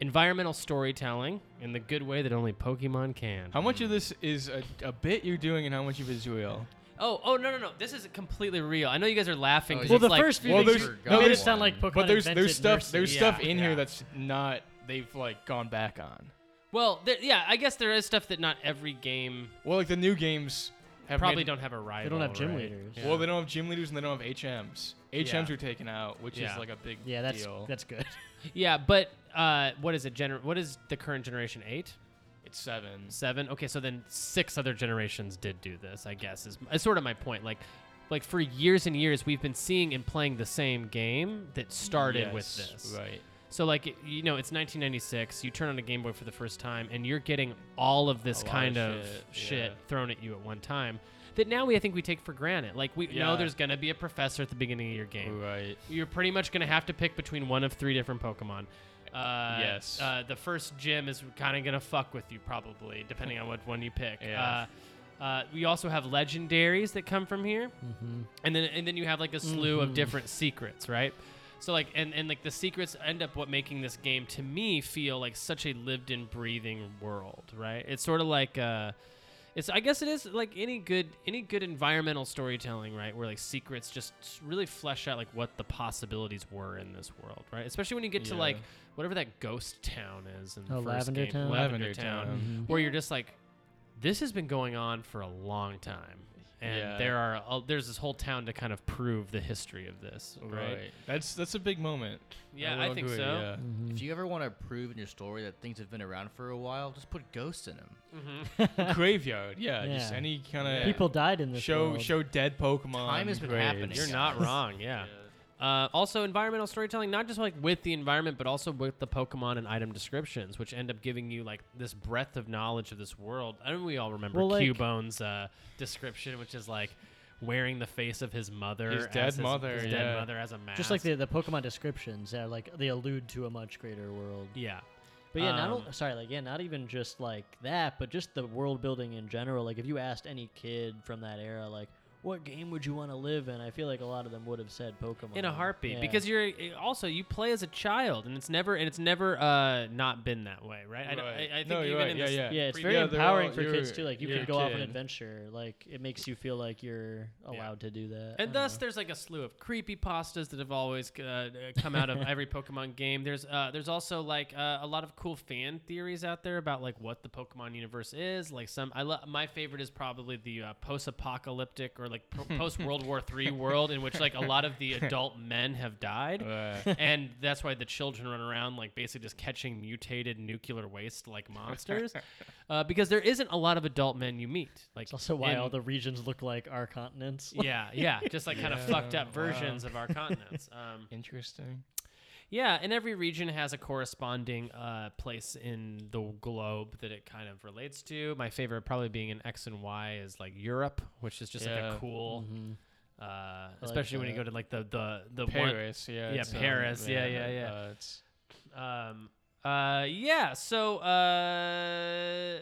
Speaker 4: environmental storytelling in the good way that only Pokemon can.
Speaker 2: How much of this is a, a bit you're doing, and how much of it is real?
Speaker 4: Oh, oh no no no! This is completely real. I know you guys are laughing.
Speaker 7: Oh,
Speaker 4: 'cause
Speaker 7: yeah.
Speaker 1: Well, the
Speaker 4: it's like,
Speaker 1: first few
Speaker 2: Well,
Speaker 1: things
Speaker 2: there's-
Speaker 1: were-
Speaker 2: no,
Speaker 1: made it
Speaker 2: there's-
Speaker 1: sound like Pokemon
Speaker 2: But there's
Speaker 1: invented
Speaker 2: there's stuff there's
Speaker 1: nurses.
Speaker 2: stuff
Speaker 4: Yeah,
Speaker 2: in here
Speaker 4: yeah.
Speaker 2: that's not they've like gone back on.
Speaker 4: Well, there, yeah, I guess there is stuff that not every game.
Speaker 2: Well, like the new games have
Speaker 4: probably
Speaker 2: made-
Speaker 4: don't have a rival.
Speaker 1: don't have gym
Speaker 4: right?
Speaker 1: leaders.
Speaker 4: Yeah.
Speaker 2: Well, they don't have gym leaders and they don't have HMs. HMs
Speaker 4: Yeah.
Speaker 2: are taken out, which
Speaker 4: Yeah.
Speaker 2: is like a big
Speaker 1: Yeah, that's
Speaker 2: deal.
Speaker 1: that's good.
Speaker 4: Yeah, but uh, what is it? Gener- what is the current generation? Eight,
Speaker 2: it's seven.
Speaker 4: seven. Okay, so then six other generations did do this. I guess is, is sort of my point. Like, like for years and years, we've been seeing and playing the same game that started with
Speaker 2: Yes,
Speaker 4: this.
Speaker 2: right?
Speaker 4: So like it- you know, it's 1996. You turn on a Game Boy for the first time, and you're getting all of this
Speaker 2: A lot
Speaker 4: kind
Speaker 2: of
Speaker 4: of
Speaker 2: shit,
Speaker 4: shit
Speaker 2: yeah.
Speaker 4: thrown at you at one time. That now we I think we take for granted. Like we know
Speaker 2: Yeah.
Speaker 4: there's gonna be a professor at the beginning of your game.
Speaker 2: Right.
Speaker 4: You're pretty much gonna have to pick between one of three different Pokemon. Uh,
Speaker 2: Yes.
Speaker 4: Uh, the first gym is kind of gonna fuck with you probably, depending on what one you pick.
Speaker 2: Yeah.
Speaker 4: Uh, uh, we also have legendaries that come from here
Speaker 1: mm-hmm.
Speaker 4: and then and then you have like a slew of different secrets, right? So like and and like the secrets end up what making this game to me feel like such a lived and breathing world, right? It's sort of like uh it's I guess it is like any good any good environmental storytelling, right? Where like secrets just really flesh out like what the possibilities were in this world, right? Especially when you get to
Speaker 2: Yeah.
Speaker 4: like whatever that ghost town is in the
Speaker 1: Oh,
Speaker 4: first
Speaker 1: Lavender
Speaker 4: game,
Speaker 1: Town?
Speaker 4: Lavender,
Speaker 2: Lavender
Speaker 4: Town,
Speaker 2: Town.
Speaker 1: Mhm.
Speaker 4: where you're just like this has been going on for a long time and
Speaker 2: Yeah.
Speaker 4: there are uh, there's this whole town to kind of prove the history of this right,
Speaker 2: That's that's a big moment.
Speaker 4: yeah
Speaker 2: will
Speaker 4: i, think
Speaker 2: agree,
Speaker 4: so
Speaker 2: Yeah.
Speaker 3: If you ever want to prove in your story that things have been around for a while, just put ghosts in them.
Speaker 2: Graveyard. Yeah. Just
Speaker 1: Yeah.
Speaker 2: any kind of
Speaker 1: People died in this
Speaker 2: show
Speaker 1: world.
Speaker 2: show dead Pokemon.
Speaker 3: Time has been
Speaker 2: graves.
Speaker 3: happening.
Speaker 4: you're not wrong yeah, Uh, also environmental storytelling not just like with the environment but also with the pokemon and item descriptions which end up giving you like this breadth of knowledge of this world i mean we all remember
Speaker 1: Well, like-
Speaker 4: cubone's uh, description which is like wearing the face of his mother
Speaker 2: His
Speaker 4: as
Speaker 2: dead mother,
Speaker 4: his
Speaker 2: yeah.
Speaker 4: dead mother as a mask
Speaker 1: Just like the, the Pokemon descriptions, are like they allude to a much greater world.
Speaker 4: yeah
Speaker 1: But yeah, not
Speaker 4: Um,
Speaker 1: o- sorry, like yeah, not even just like that, but just the world building in general. Like if you asked any kid from that era, like what game would you want to live in, I feel like a lot of them would have said Pokemon
Speaker 4: in a heartbeat
Speaker 1: Yeah.
Speaker 4: because you're eh, also you play as a child and it's never and it's never uh not been that way right, I don't- I,
Speaker 2: Right.
Speaker 4: I, think
Speaker 2: No,
Speaker 4: even
Speaker 2: you're right.
Speaker 4: in
Speaker 2: Yeah,
Speaker 4: this,
Speaker 2: yeah.
Speaker 1: yeah, it's
Speaker 2: Pre-
Speaker 1: very
Speaker 2: yeah, they're all-
Speaker 1: empowering for kids
Speaker 2: you're-
Speaker 1: too. Like you
Speaker 2: you're
Speaker 1: can
Speaker 2: a
Speaker 1: go off on
Speaker 2: kid.
Speaker 1: adventure. Like it makes you feel like you're allowed to do that. I don't
Speaker 4: and thus
Speaker 2: Uh-huh.
Speaker 1: know.
Speaker 4: there's like a slew of creepy pastas that have always uh, uh, come out of every Pokemon game there's uh there's also like uh, a lot of cool fan theories out there about like what the Pokemon universe is like some I love my favorite is probably the uh, post-apocalyptic or like pro- post World War Three world in which like a lot of the adult men have died
Speaker 2: Right.
Speaker 4: and that's why the children run around like basically just catching mutated nuclear waste like monsters uh, because there isn't a lot of adult men you meet like
Speaker 1: it's also why
Speaker 4: in-
Speaker 1: all the regions look like our continents. Like,
Speaker 4: yeah yeah just like kind of
Speaker 2: Yeah,
Speaker 4: fucked up
Speaker 2: wow.
Speaker 4: versions of our continents um,
Speaker 2: Interesting.
Speaker 4: yeah and every region has a corresponding uh, place in the globe that it kind of relates to my favorite probably being in x and y is like europe which is just like a
Speaker 2: Yeah. Mm-hmm.
Speaker 4: cool
Speaker 1: mhm.
Speaker 4: uh, especially when you
Speaker 1: that.
Speaker 4: go to like the the the one,
Speaker 2: Paris. Yeah.
Speaker 4: yeah,
Speaker 2: it's, um,
Speaker 4: Paris, yeah, yeah, yeah.
Speaker 2: Uh, it's
Speaker 4: Um. Uh. Yeah. So. Uh.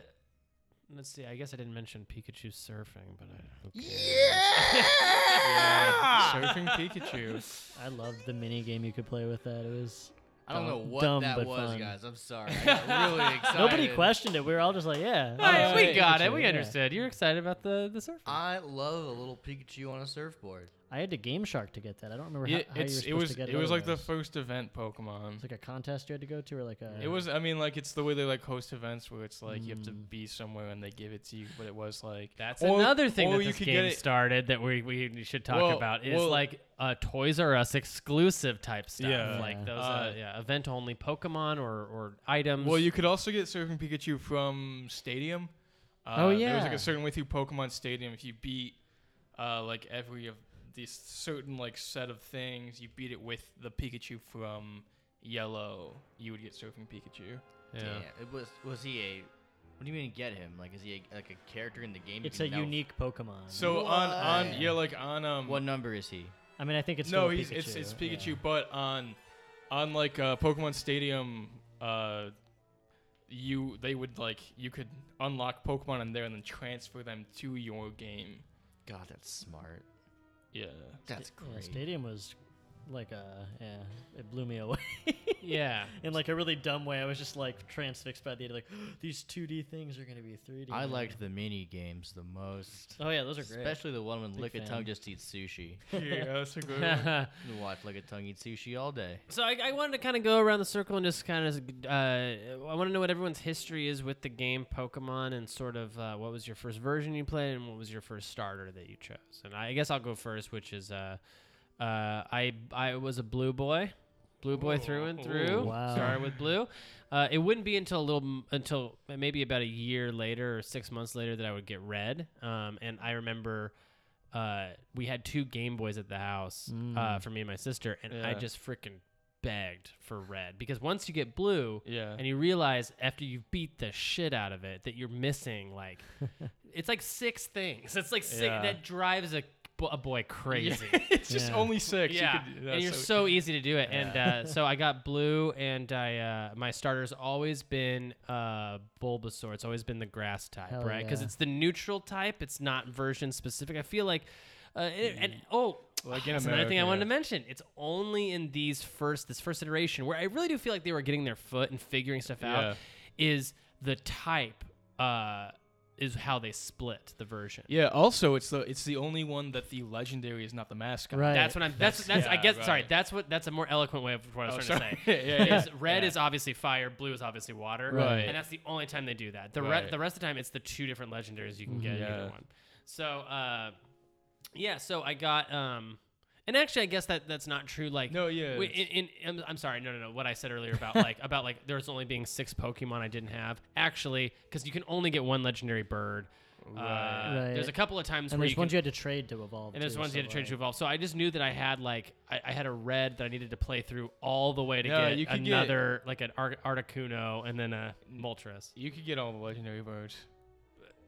Speaker 4: Let's see. I guess I didn't mention Pikachu surfing, but I.
Speaker 2: Oh,
Speaker 4: who cares? Ah!
Speaker 2: yeah. surfing Pikachu.
Speaker 1: I loved the mini game you could play with that. It was
Speaker 3: I don't know
Speaker 1: Dumb-
Speaker 3: what
Speaker 1: dumb
Speaker 3: that
Speaker 1: but
Speaker 3: was,
Speaker 1: fun.
Speaker 3: guys. I'm sorry. I got really excited.
Speaker 1: nobody questioned it. We were all just like, yeah, all
Speaker 4: Hey,
Speaker 1: right,
Speaker 4: we
Speaker 1: Pikachu,
Speaker 4: got it. We
Speaker 1: yeah.
Speaker 4: understood. You're excited about the the
Speaker 2: Uh,
Speaker 4: surfing.
Speaker 3: I love a little Pikachu on a surfboard.
Speaker 1: I had to Game Shark to get that. I don't remember
Speaker 2: Yeah,
Speaker 1: how, how you were
Speaker 2: it's
Speaker 1: supposed
Speaker 2: it was
Speaker 1: to get
Speaker 2: it was like the
Speaker 1: otherwise.
Speaker 2: first event Pokemon.
Speaker 1: It's like a contest you had to go to, or like a.
Speaker 2: It was. I mean, like it's the way they like host events where it's like you have to
Speaker 1: Mm.
Speaker 2: be somewhere and they give it to you. But it was like
Speaker 4: That's
Speaker 2: or-
Speaker 4: another thing
Speaker 2: or
Speaker 4: that
Speaker 2: you
Speaker 4: this
Speaker 2: could get
Speaker 4: game
Speaker 2: it.
Speaker 4: started that we, we should talk
Speaker 2: Well,
Speaker 4: about is
Speaker 2: well-
Speaker 4: like uh, Toys R Us exclusive type stuff,
Speaker 2: Yeah.
Speaker 4: like
Speaker 1: Yeah.
Speaker 4: those uh,
Speaker 2: Uh,
Speaker 4: yeah, event only Pokemon or or items.
Speaker 2: Well, you could also get Surfing Pikachu from Stadium. Uh,
Speaker 1: Oh,
Speaker 2: There was like
Speaker 1: yeah.
Speaker 2: a certain way through Pokemon Stadium. If you beat uh, like every of these certain like set of things, you beat it with the Pikachu from Yellow, you would get Surfing Pikachu.
Speaker 4: yeah.
Speaker 3: It was was he a what do you mean get him? Like is he a, like a character in the game? you
Speaker 1: It's a
Speaker 3: can now-
Speaker 1: unique Pokemon.
Speaker 2: So on on
Speaker 3: What?
Speaker 2: yeah like on um
Speaker 3: What number is he?
Speaker 1: I mean, I think it's
Speaker 2: no
Speaker 1: still
Speaker 2: he's
Speaker 1: Pikachu.
Speaker 2: it's it's
Speaker 1: yeah.
Speaker 2: Pikachu, but on on like uh, Pokemon Stadium uh. You they would like you could unlock Pokemon in there and then transfer them to your game.
Speaker 3: God, that's smart.
Speaker 2: Yeah,
Speaker 3: That's
Speaker 1: Yeah,
Speaker 3: great.
Speaker 1: Stadium was like a yeah, it blew me away
Speaker 4: yeah.
Speaker 1: in like a really dumb way. I was just like transfixed by the idea, like these 2D things are gonna be 3D.
Speaker 3: I
Speaker 1: now."
Speaker 3: liked the mini games the most.
Speaker 1: Oh yeah, those are great.
Speaker 3: Especially the one when
Speaker 1: Big
Speaker 3: Lick a
Speaker 1: fan.
Speaker 3: Tongue just eats sushi.
Speaker 2: yeah, that's a good one.
Speaker 4: so
Speaker 3: You can watch Lick a Tongue eat sushi all day.
Speaker 4: I, I wanted to kind of go around the circle and just kind of, uh, I want to know what everyone's history is with the game Pokemon and sort of uh, what was your first version you played and what was your first starter that you chose. And I, I guess I'll go first, which is, uh, uh, I I was a blue boy, blue boy through and
Speaker 2: Ooh.
Speaker 4: through.
Speaker 1: Wow.
Speaker 4: Started with blue. Uh, it wouldn't be until a little m- until maybe about a year later or six months later that I would get red. Um, and I remember. uh, we had two Game Boys at the house uh, for me and my sister, and I
Speaker 2: Mm. Yeah.
Speaker 4: just freaking begged for red because once you get blue,
Speaker 2: Yeah.
Speaker 4: and you realize after you've beat the shit out of it that you're missing like, it's like six things. It's like six
Speaker 2: Yeah.
Speaker 4: that drives a, bo- a boy crazy.
Speaker 2: it's just
Speaker 1: Yeah.
Speaker 2: only six. You
Speaker 4: Yeah,
Speaker 2: could- uh,
Speaker 4: and
Speaker 2: that's
Speaker 4: you're so easy to do it. And uh, so I got blue, and I uh, my starter's always been uh, Bulbasaur. It's always been the grass type,
Speaker 1: Hell
Speaker 4: right? Because
Speaker 1: yeah.
Speaker 4: it's the neutral type. It's not version specific. I feel like, uh, it, and oh.
Speaker 2: Like in
Speaker 4: that's another thing I
Speaker 2: Mm-hmm. America,
Speaker 4: wanted
Speaker 2: yeah.
Speaker 4: to mention. It's only in these first, this first iteration where I really do feel like they were getting their foot and figuring stuff out. Is the type uh, is how they split the version.
Speaker 2: Yeah. Also, it's the it's the only one that the legendary is not the mascot.
Speaker 1: Right.
Speaker 4: That's what I'm. That's that's. I
Speaker 2: yeah,
Speaker 4: guess.
Speaker 2: right.
Speaker 4: Sorry. That's what. That's a more eloquent way of what I was
Speaker 2: Oh,
Speaker 4: trying
Speaker 2: sorry.
Speaker 4: to say.
Speaker 2: Yeah, yeah,
Speaker 4: Because
Speaker 2: yeah.
Speaker 4: red
Speaker 2: Yeah.
Speaker 4: is obviously fire. Blue is obviously water.
Speaker 2: Right.
Speaker 4: And that's the only time they do that. The re-
Speaker 2: Right. Mm,
Speaker 4: the rest of the time it's the two different legendaries you can get
Speaker 2: Yeah.
Speaker 4: either one. So uh, yeah. So I got um, and actually I guess that that's not true. Like
Speaker 2: No, yeah,
Speaker 4: Wait, in, in, I'm, I'm sorry. No, no, no. What I said earlier about like about like there's only being six Pokemon I didn't have actually because you can only get one legendary bird. Uh,
Speaker 1: Right.
Speaker 4: There's a couple of times
Speaker 1: and
Speaker 4: where
Speaker 1: there's
Speaker 4: you
Speaker 1: ones
Speaker 4: can,
Speaker 1: you had to trade to evolve.
Speaker 4: and there's
Speaker 1: too,
Speaker 4: ones you
Speaker 1: so,
Speaker 4: had to trade
Speaker 1: like-
Speaker 4: to evolve. So I just knew that I had like I, I had a red that I needed to play through all the way to
Speaker 2: Yeah,
Speaker 4: get
Speaker 2: you could get-
Speaker 4: another like an Ar- Articuno and then a Moltres.
Speaker 2: You could get all the legendary birds.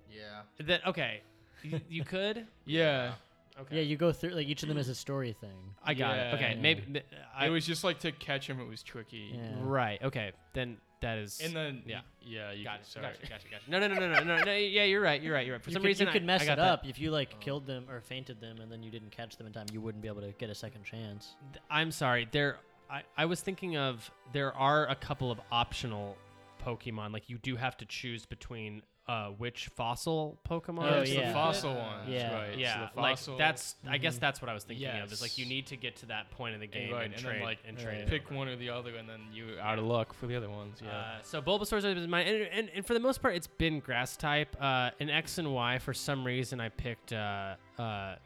Speaker 3: Yeah.
Speaker 4: That okay, you, you could.
Speaker 2: Yeah.
Speaker 4: Okay.
Speaker 1: Yeah, you go through like each of them is a story thing.
Speaker 4: I got it.
Speaker 2: Yeah.
Speaker 4: Okay, maybe th- I
Speaker 2: it was just like to catch him. It was tricky.
Speaker 1: Yeah.
Speaker 4: right. Okay, then that is.
Speaker 2: And then
Speaker 4: Yeah.
Speaker 2: yeah, you
Speaker 4: got it.
Speaker 2: could- sorry.
Speaker 4: Gotcha. Gotcha. Gotcha. No, no, no, no, no, no, no. Yeah, you're right. You're right. You're right. For
Speaker 1: you
Speaker 4: some
Speaker 1: could,
Speaker 4: reason,
Speaker 1: you could
Speaker 4: I-
Speaker 1: mess
Speaker 4: I got
Speaker 1: it
Speaker 4: that.
Speaker 1: up if you like killed them or fainted them, and then you didn't catch them in time. You wouldn't be able to get a second chance.
Speaker 4: Th- I'm sorry. There, I, I was thinking of there are a couple of optional Pokemon. Like you do have to choose between uh, which fossil Pokemon.
Speaker 1: Oh,
Speaker 2: it's
Speaker 1: yeah. Mm-hmm.
Speaker 2: the fossil ones.
Speaker 1: Yeah.
Speaker 2: Right. it's
Speaker 4: Yeah,
Speaker 2: the
Speaker 4: like
Speaker 2: fossil.
Speaker 4: that's. I guess that's what I was thinking of. Is like you
Speaker 2: Yes.
Speaker 4: need to get to that point in the
Speaker 2: and
Speaker 4: game
Speaker 2: right,
Speaker 4: and,
Speaker 2: and
Speaker 4: trade
Speaker 2: then like
Speaker 4: and trade. it
Speaker 2: pick
Speaker 4: over.
Speaker 2: one or the other, and then you're out of luck for the other ones. Yeah.
Speaker 4: Uh, so Bulbasaur's always been mine, and, and, and for the most part, it's been grass type. Uh, in X and Y, for some reason, I picked uh, uh,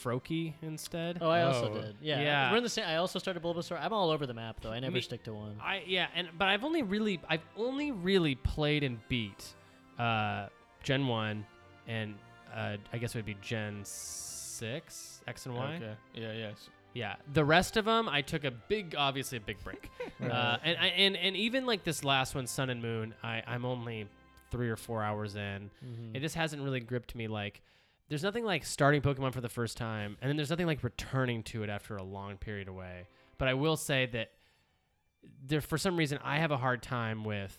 Speaker 4: Froakie instead.
Speaker 1: Oh, I also
Speaker 2: Oh.
Speaker 1: did. Yeah,
Speaker 4: Yeah.
Speaker 1: we're in the same. I also started Bulbasaur. I'm all over the map though. I never
Speaker 4: Me-
Speaker 1: stick to one.
Speaker 4: I yeah, and but I've only really I've only really played and beat uh, Gen One, and uh, I guess it would be Gen Six X and Y.
Speaker 2: Okay. Yeah. Yes.
Speaker 4: Yeah, the rest of them I took a big, obviously a big break, uh, and I and and even like this last one, Sun and Moon, I I'm only three or four hours in.
Speaker 1: Mm-hmm.
Speaker 4: It just hasn't really gripped me like. There's nothing like starting Pokemon for the first time, and then there's nothing like returning to it after a long period away. But I will say that there for some reason I have a hard time with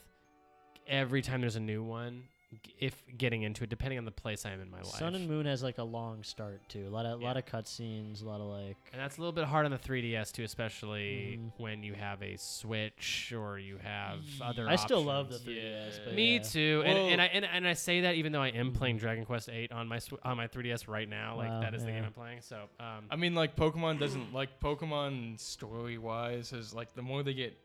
Speaker 4: every time there's a new one g- if getting into it depending on the place I am in my life.
Speaker 1: Sun and Moon has like a long start too. A lot of lot
Speaker 4: Yeah.
Speaker 1: of cutscenes. A lot of like.
Speaker 4: And that's a little bit hard on the 3DS too, especially
Speaker 1: Mhm.
Speaker 4: when you have a Switch or you have other.
Speaker 1: I still love the
Speaker 4: options.
Speaker 1: 3DS.
Speaker 2: Yeah.
Speaker 1: But
Speaker 4: Me
Speaker 1: yeah.
Speaker 4: too, and,
Speaker 2: Well-
Speaker 4: and I and, and I say that even though I am playing Dragon Quest Eight on my sw- on my 3DS right now, like
Speaker 1: Wow,
Speaker 4: that is the game
Speaker 1: yeah.
Speaker 4: I'm playing. So um,
Speaker 2: I mean, like Pokemon doesn't like Pokemon story wise is like the more they get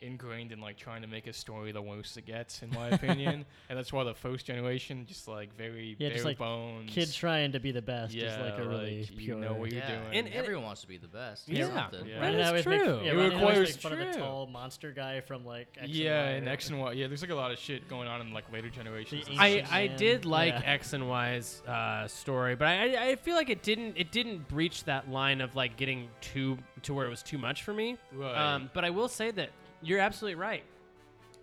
Speaker 2: ingrained in like trying to make a story, the worse it gets, in my opinion. and that's why the first generation just like very
Speaker 1: Yeah,
Speaker 2: bare
Speaker 1: just, like,
Speaker 2: bones.
Speaker 1: Kid trying to be the best is
Speaker 2: yeah,
Speaker 1: like a really
Speaker 2: you
Speaker 1: pure.
Speaker 2: know what you're
Speaker 3: Yeah.
Speaker 2: doing.
Speaker 4: And- and-
Speaker 3: everyone wants to be the best. at
Speaker 4: Yeah.
Speaker 3: something.
Speaker 2: Yeah.
Speaker 1: Ryan
Speaker 4: That
Speaker 1: and I
Speaker 4: is
Speaker 1: always make-
Speaker 4: true.
Speaker 1: yeah,
Speaker 2: It
Speaker 1: Ryan and I always
Speaker 2: requires
Speaker 1: make fun of the
Speaker 2: true.
Speaker 1: tall monster guy from like X and
Speaker 2: yeah,
Speaker 1: Y,
Speaker 2: and
Speaker 1: right?
Speaker 2: X and Y. Yeah, there's like a lot of shit going on in like later generations.
Speaker 1: The
Speaker 2: and
Speaker 4: I,
Speaker 2: stuff.
Speaker 4: I
Speaker 1: Man,
Speaker 4: did like
Speaker 1: yeah.
Speaker 4: X and Y's uh, story, but I, I- I feel like it didn't it didn't breach that line of like getting too to where it was too much for me.
Speaker 2: Right.
Speaker 4: Um, but I will say that you're absolutely right.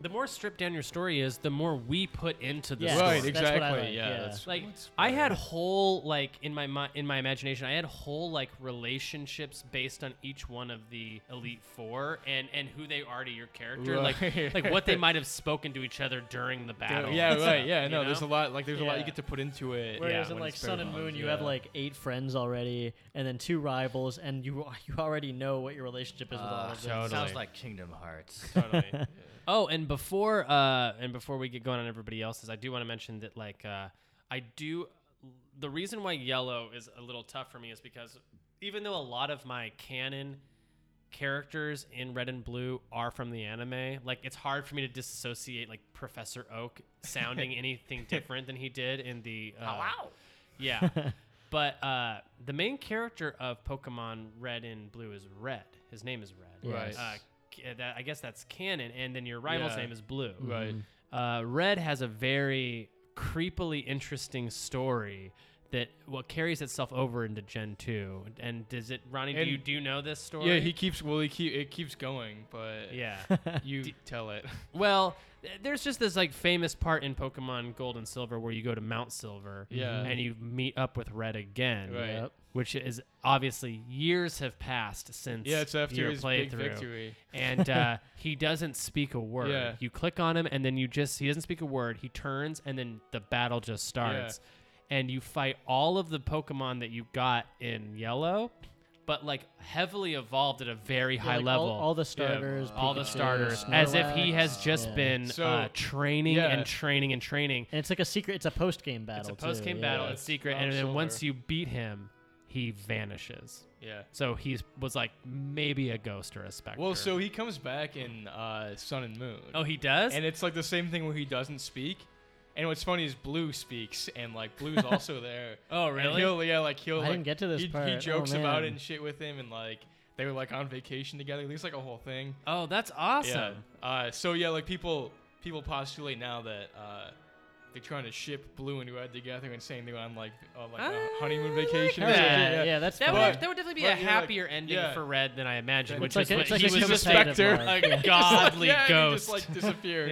Speaker 4: the more stripped down your story is, the more we put into the
Speaker 1: Yeah.
Speaker 4: story.
Speaker 2: right,
Speaker 1: that's-
Speaker 2: exactly.
Speaker 1: that's what I like,
Speaker 2: yeah,
Speaker 1: yeah.
Speaker 2: that's
Speaker 4: Like
Speaker 2: what's
Speaker 4: I
Speaker 2: better.
Speaker 4: had whole like in my mi- in my imagination, I had whole like relationships based on each one of the elite four and and who they are to your character,
Speaker 2: Right.
Speaker 4: like like what they might have spoken to each other during the battle.
Speaker 2: Yeah,
Speaker 4: and
Speaker 2: right.
Speaker 4: stuff,
Speaker 2: Yeah,
Speaker 4: you
Speaker 2: no, there's a
Speaker 4: know?
Speaker 2: lot. Like, there's a lot you
Speaker 1: Yeah.
Speaker 2: get to put into it.
Speaker 1: Whereas
Speaker 2: yeah,
Speaker 1: in
Speaker 2: when
Speaker 1: like
Speaker 2: it's
Speaker 1: Sun and
Speaker 2: bare
Speaker 1: Moon,
Speaker 2: bones,
Speaker 1: you have
Speaker 2: yeah.
Speaker 1: like eight friends already, and then two rivals, and you you already know what your relationship is with all of them.
Speaker 4: Ah, totally.
Speaker 3: Ah, Sounds like Kingdom Hearts.
Speaker 2: Totally.
Speaker 4: Oh, and before uh, and before we get going on everybody else's, I do want to mention that like uh, I do the reason why yellow is a little tough for me is because even though a lot of my canon characters in red and blue are from the anime, like it's hard for me to disassociate like Professor Oak sounding anything different than he did in the uh, wow. Yeah. But uh, the main character of Pokemon Red and Blue is Red. His name is Red.
Speaker 2: Right.
Speaker 4: Uh, ca- that, I guess that's canon. And then your rival's
Speaker 2: Yeah.
Speaker 4: name is Blue.
Speaker 2: Right.
Speaker 4: Uh, Red has a very creepily interesting story that well carries itself over into Gen two. And does it, Ronnie?
Speaker 2: And-
Speaker 4: do you do you know this story?
Speaker 2: Yeah, he keeps. Well, he keep it keeps going, but
Speaker 4: Yeah.
Speaker 2: you tell it.
Speaker 4: well, th- there's just this like famous part in Pokemon Gold and Silver where you go to Mount Silver.
Speaker 2: Yeah.
Speaker 4: And you meet up with Red again.
Speaker 2: Right. Yep.
Speaker 4: Which is obviously years have passed since
Speaker 2: Yeah, it's after
Speaker 4: your
Speaker 2: his big
Speaker 4: playthrough.
Speaker 2: victory.
Speaker 4: and uh, he doesn't speak a word.
Speaker 2: Yeah.
Speaker 4: You click on him, and then you just he doesn't speak a word. He turns, and then the battle just starts, and you fight all of the Pokemon that you got in Yellow, but like heavily evolved at a very
Speaker 1: Yeah,
Speaker 4: high
Speaker 1: like, all-
Speaker 4: level.
Speaker 1: All, the starters,
Speaker 4: all the
Speaker 1: Pikachu,
Speaker 4: starters, as if he has
Speaker 1: Snorlax.
Speaker 4: just
Speaker 1: Yeah.
Speaker 4: been
Speaker 2: So-
Speaker 4: uh, training
Speaker 2: yeah.
Speaker 4: and training and training.
Speaker 1: And it's like a secret. It's a post game battle.
Speaker 4: It's
Speaker 1: too,
Speaker 4: a post game
Speaker 1: yeah.
Speaker 4: battle. It's
Speaker 2: It's
Speaker 4: secret,
Speaker 2: Mount
Speaker 4: and then
Speaker 2: Oh, Silver.
Speaker 4: once you beat him, he vanishes.
Speaker 2: Yeah.
Speaker 4: So he was like maybe a ghost or a specter.
Speaker 2: Well, so he comes back in uh, Sun and Moon.
Speaker 4: oh he does.
Speaker 2: And it's like the same thing where he doesn't speak. And what's funny is Blue speaks, and like Blue's also there.
Speaker 4: Oh,
Speaker 2: And
Speaker 4: really?
Speaker 2: he'll yeah, like he'll.
Speaker 1: I
Speaker 2: like,
Speaker 1: didn't get to this
Speaker 2: he, He
Speaker 1: part.
Speaker 2: jokes
Speaker 1: Oh,
Speaker 2: about it
Speaker 1: man.
Speaker 2: and shit with him, and like they were like on vacation together. At least like a whole thing.
Speaker 4: oh, that's awesome.
Speaker 2: Yeah. Uh, so yeah, like people people postulate now that uh, they're trying to ship Blue and Red together and saying they're on like uh, like a
Speaker 4: I
Speaker 2: honeymoon
Speaker 4: like
Speaker 2: vacation. or
Speaker 4: that.
Speaker 2: something.
Speaker 1: Yeah,
Speaker 2: Yeah.
Speaker 1: yeah, that's
Speaker 4: That
Speaker 1: fun.
Speaker 4: would,
Speaker 2: But-
Speaker 4: act- that would definitely be
Speaker 2: but
Speaker 4: a
Speaker 2: you're like-
Speaker 4: happier ending
Speaker 2: yeah.
Speaker 4: for Red than I imagined, which
Speaker 2: It's
Speaker 1: like
Speaker 4: is
Speaker 1: a-
Speaker 4: what
Speaker 1: it's like
Speaker 4: he
Speaker 1: a
Speaker 4: was just
Speaker 1: competitive
Speaker 4: specter,
Speaker 1: one.
Speaker 4: a godly
Speaker 2: yeah, and he
Speaker 4: ghost.
Speaker 2: just like disappears.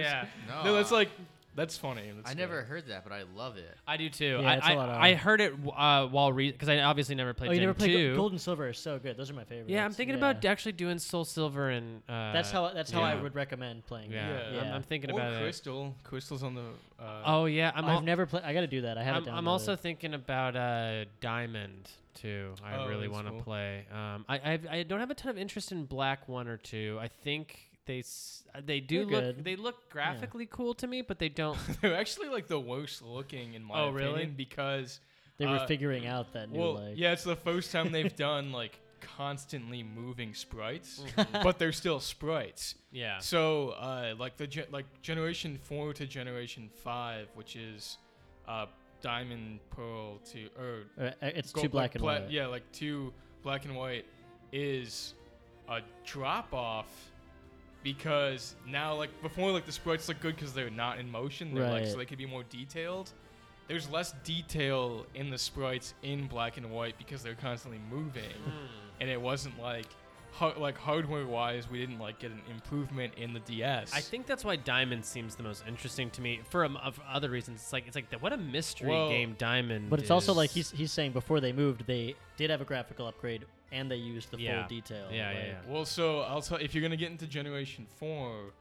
Speaker 4: yeah,
Speaker 2: No, uh, it's like that's funny. and
Speaker 3: I
Speaker 2: That's
Speaker 3: never
Speaker 2: good.
Speaker 3: heard that, but I love it.
Speaker 4: I do too.
Speaker 1: Yeah,
Speaker 4: I,
Speaker 1: it's a
Speaker 4: I,
Speaker 1: lot of-
Speaker 4: I heard it uh, while because I obviously never played
Speaker 1: Oh, you
Speaker 4: Gen
Speaker 1: never played
Speaker 4: two.
Speaker 1: Go- Gold and Silver is so good. Those are my favorites.
Speaker 4: yeah, I'm thinking
Speaker 1: Yeah.
Speaker 4: about actually doing Soul Silver and uh,
Speaker 1: That's how that's how I
Speaker 4: yeah.
Speaker 1: would recommend playing.
Speaker 4: Yeah,
Speaker 1: it.
Speaker 2: Yeah.
Speaker 4: I'm, I'm thinking
Speaker 2: or
Speaker 4: about it.
Speaker 2: Crystal. Crystal's on the. Uh,
Speaker 4: Oh yeah, I'm
Speaker 1: i
Speaker 4: al-
Speaker 1: have never played. I got to do that. I haven't.
Speaker 4: I'm, I'm also thinking about uh, Diamond too. I
Speaker 2: Oh,
Speaker 4: really
Speaker 2: that's
Speaker 4: want to
Speaker 2: cool.
Speaker 4: play. Um, I I've, I don't have a ton of interest in Black One or Two. I think they s- they do
Speaker 1: They're
Speaker 4: look
Speaker 1: good.
Speaker 4: they look graphically cool to me, but they don't.
Speaker 2: they're actually like the worst looking in my
Speaker 4: Oh,
Speaker 2: opinion
Speaker 4: really?
Speaker 2: because
Speaker 1: They were
Speaker 2: uh,
Speaker 1: figuring out that new
Speaker 2: well
Speaker 1: like.
Speaker 2: yeah it's the first time they've done like constantly moving sprites, but they're still sprites.
Speaker 4: yeah.
Speaker 2: So, uh, like the gen- like generation four to generation five, which is uh, diamond, pearl to er, or
Speaker 1: Uh, it's
Speaker 2: gold-
Speaker 1: too
Speaker 2: like
Speaker 1: black and
Speaker 2: pla-
Speaker 1: white.
Speaker 2: Yeah, like two black and white is a drop off because now like before like the sprites look good because they're not in motion, they're like so
Speaker 1: Right.
Speaker 2: they could be more detailed. There's less detail in the sprites in black and white because they're constantly moving, and it wasn't like. har- Like hardware wise, we didn't like get an improvement in the DS.
Speaker 4: I think that's why Diamond seems the most interesting to me for, um, of other reasons. It's like it's like the, what a mystery
Speaker 2: Well,
Speaker 4: game Diamond.
Speaker 1: But it's also like he's
Speaker 4: is.
Speaker 1: he's saying before they moved, they did have a graphical upgrade and they used the
Speaker 4: Yeah.
Speaker 1: full detail.
Speaker 4: Yeah, yeah,
Speaker 1: like-
Speaker 4: yeah.
Speaker 2: Well, so I'll tell if you're gonna get into Generation Four,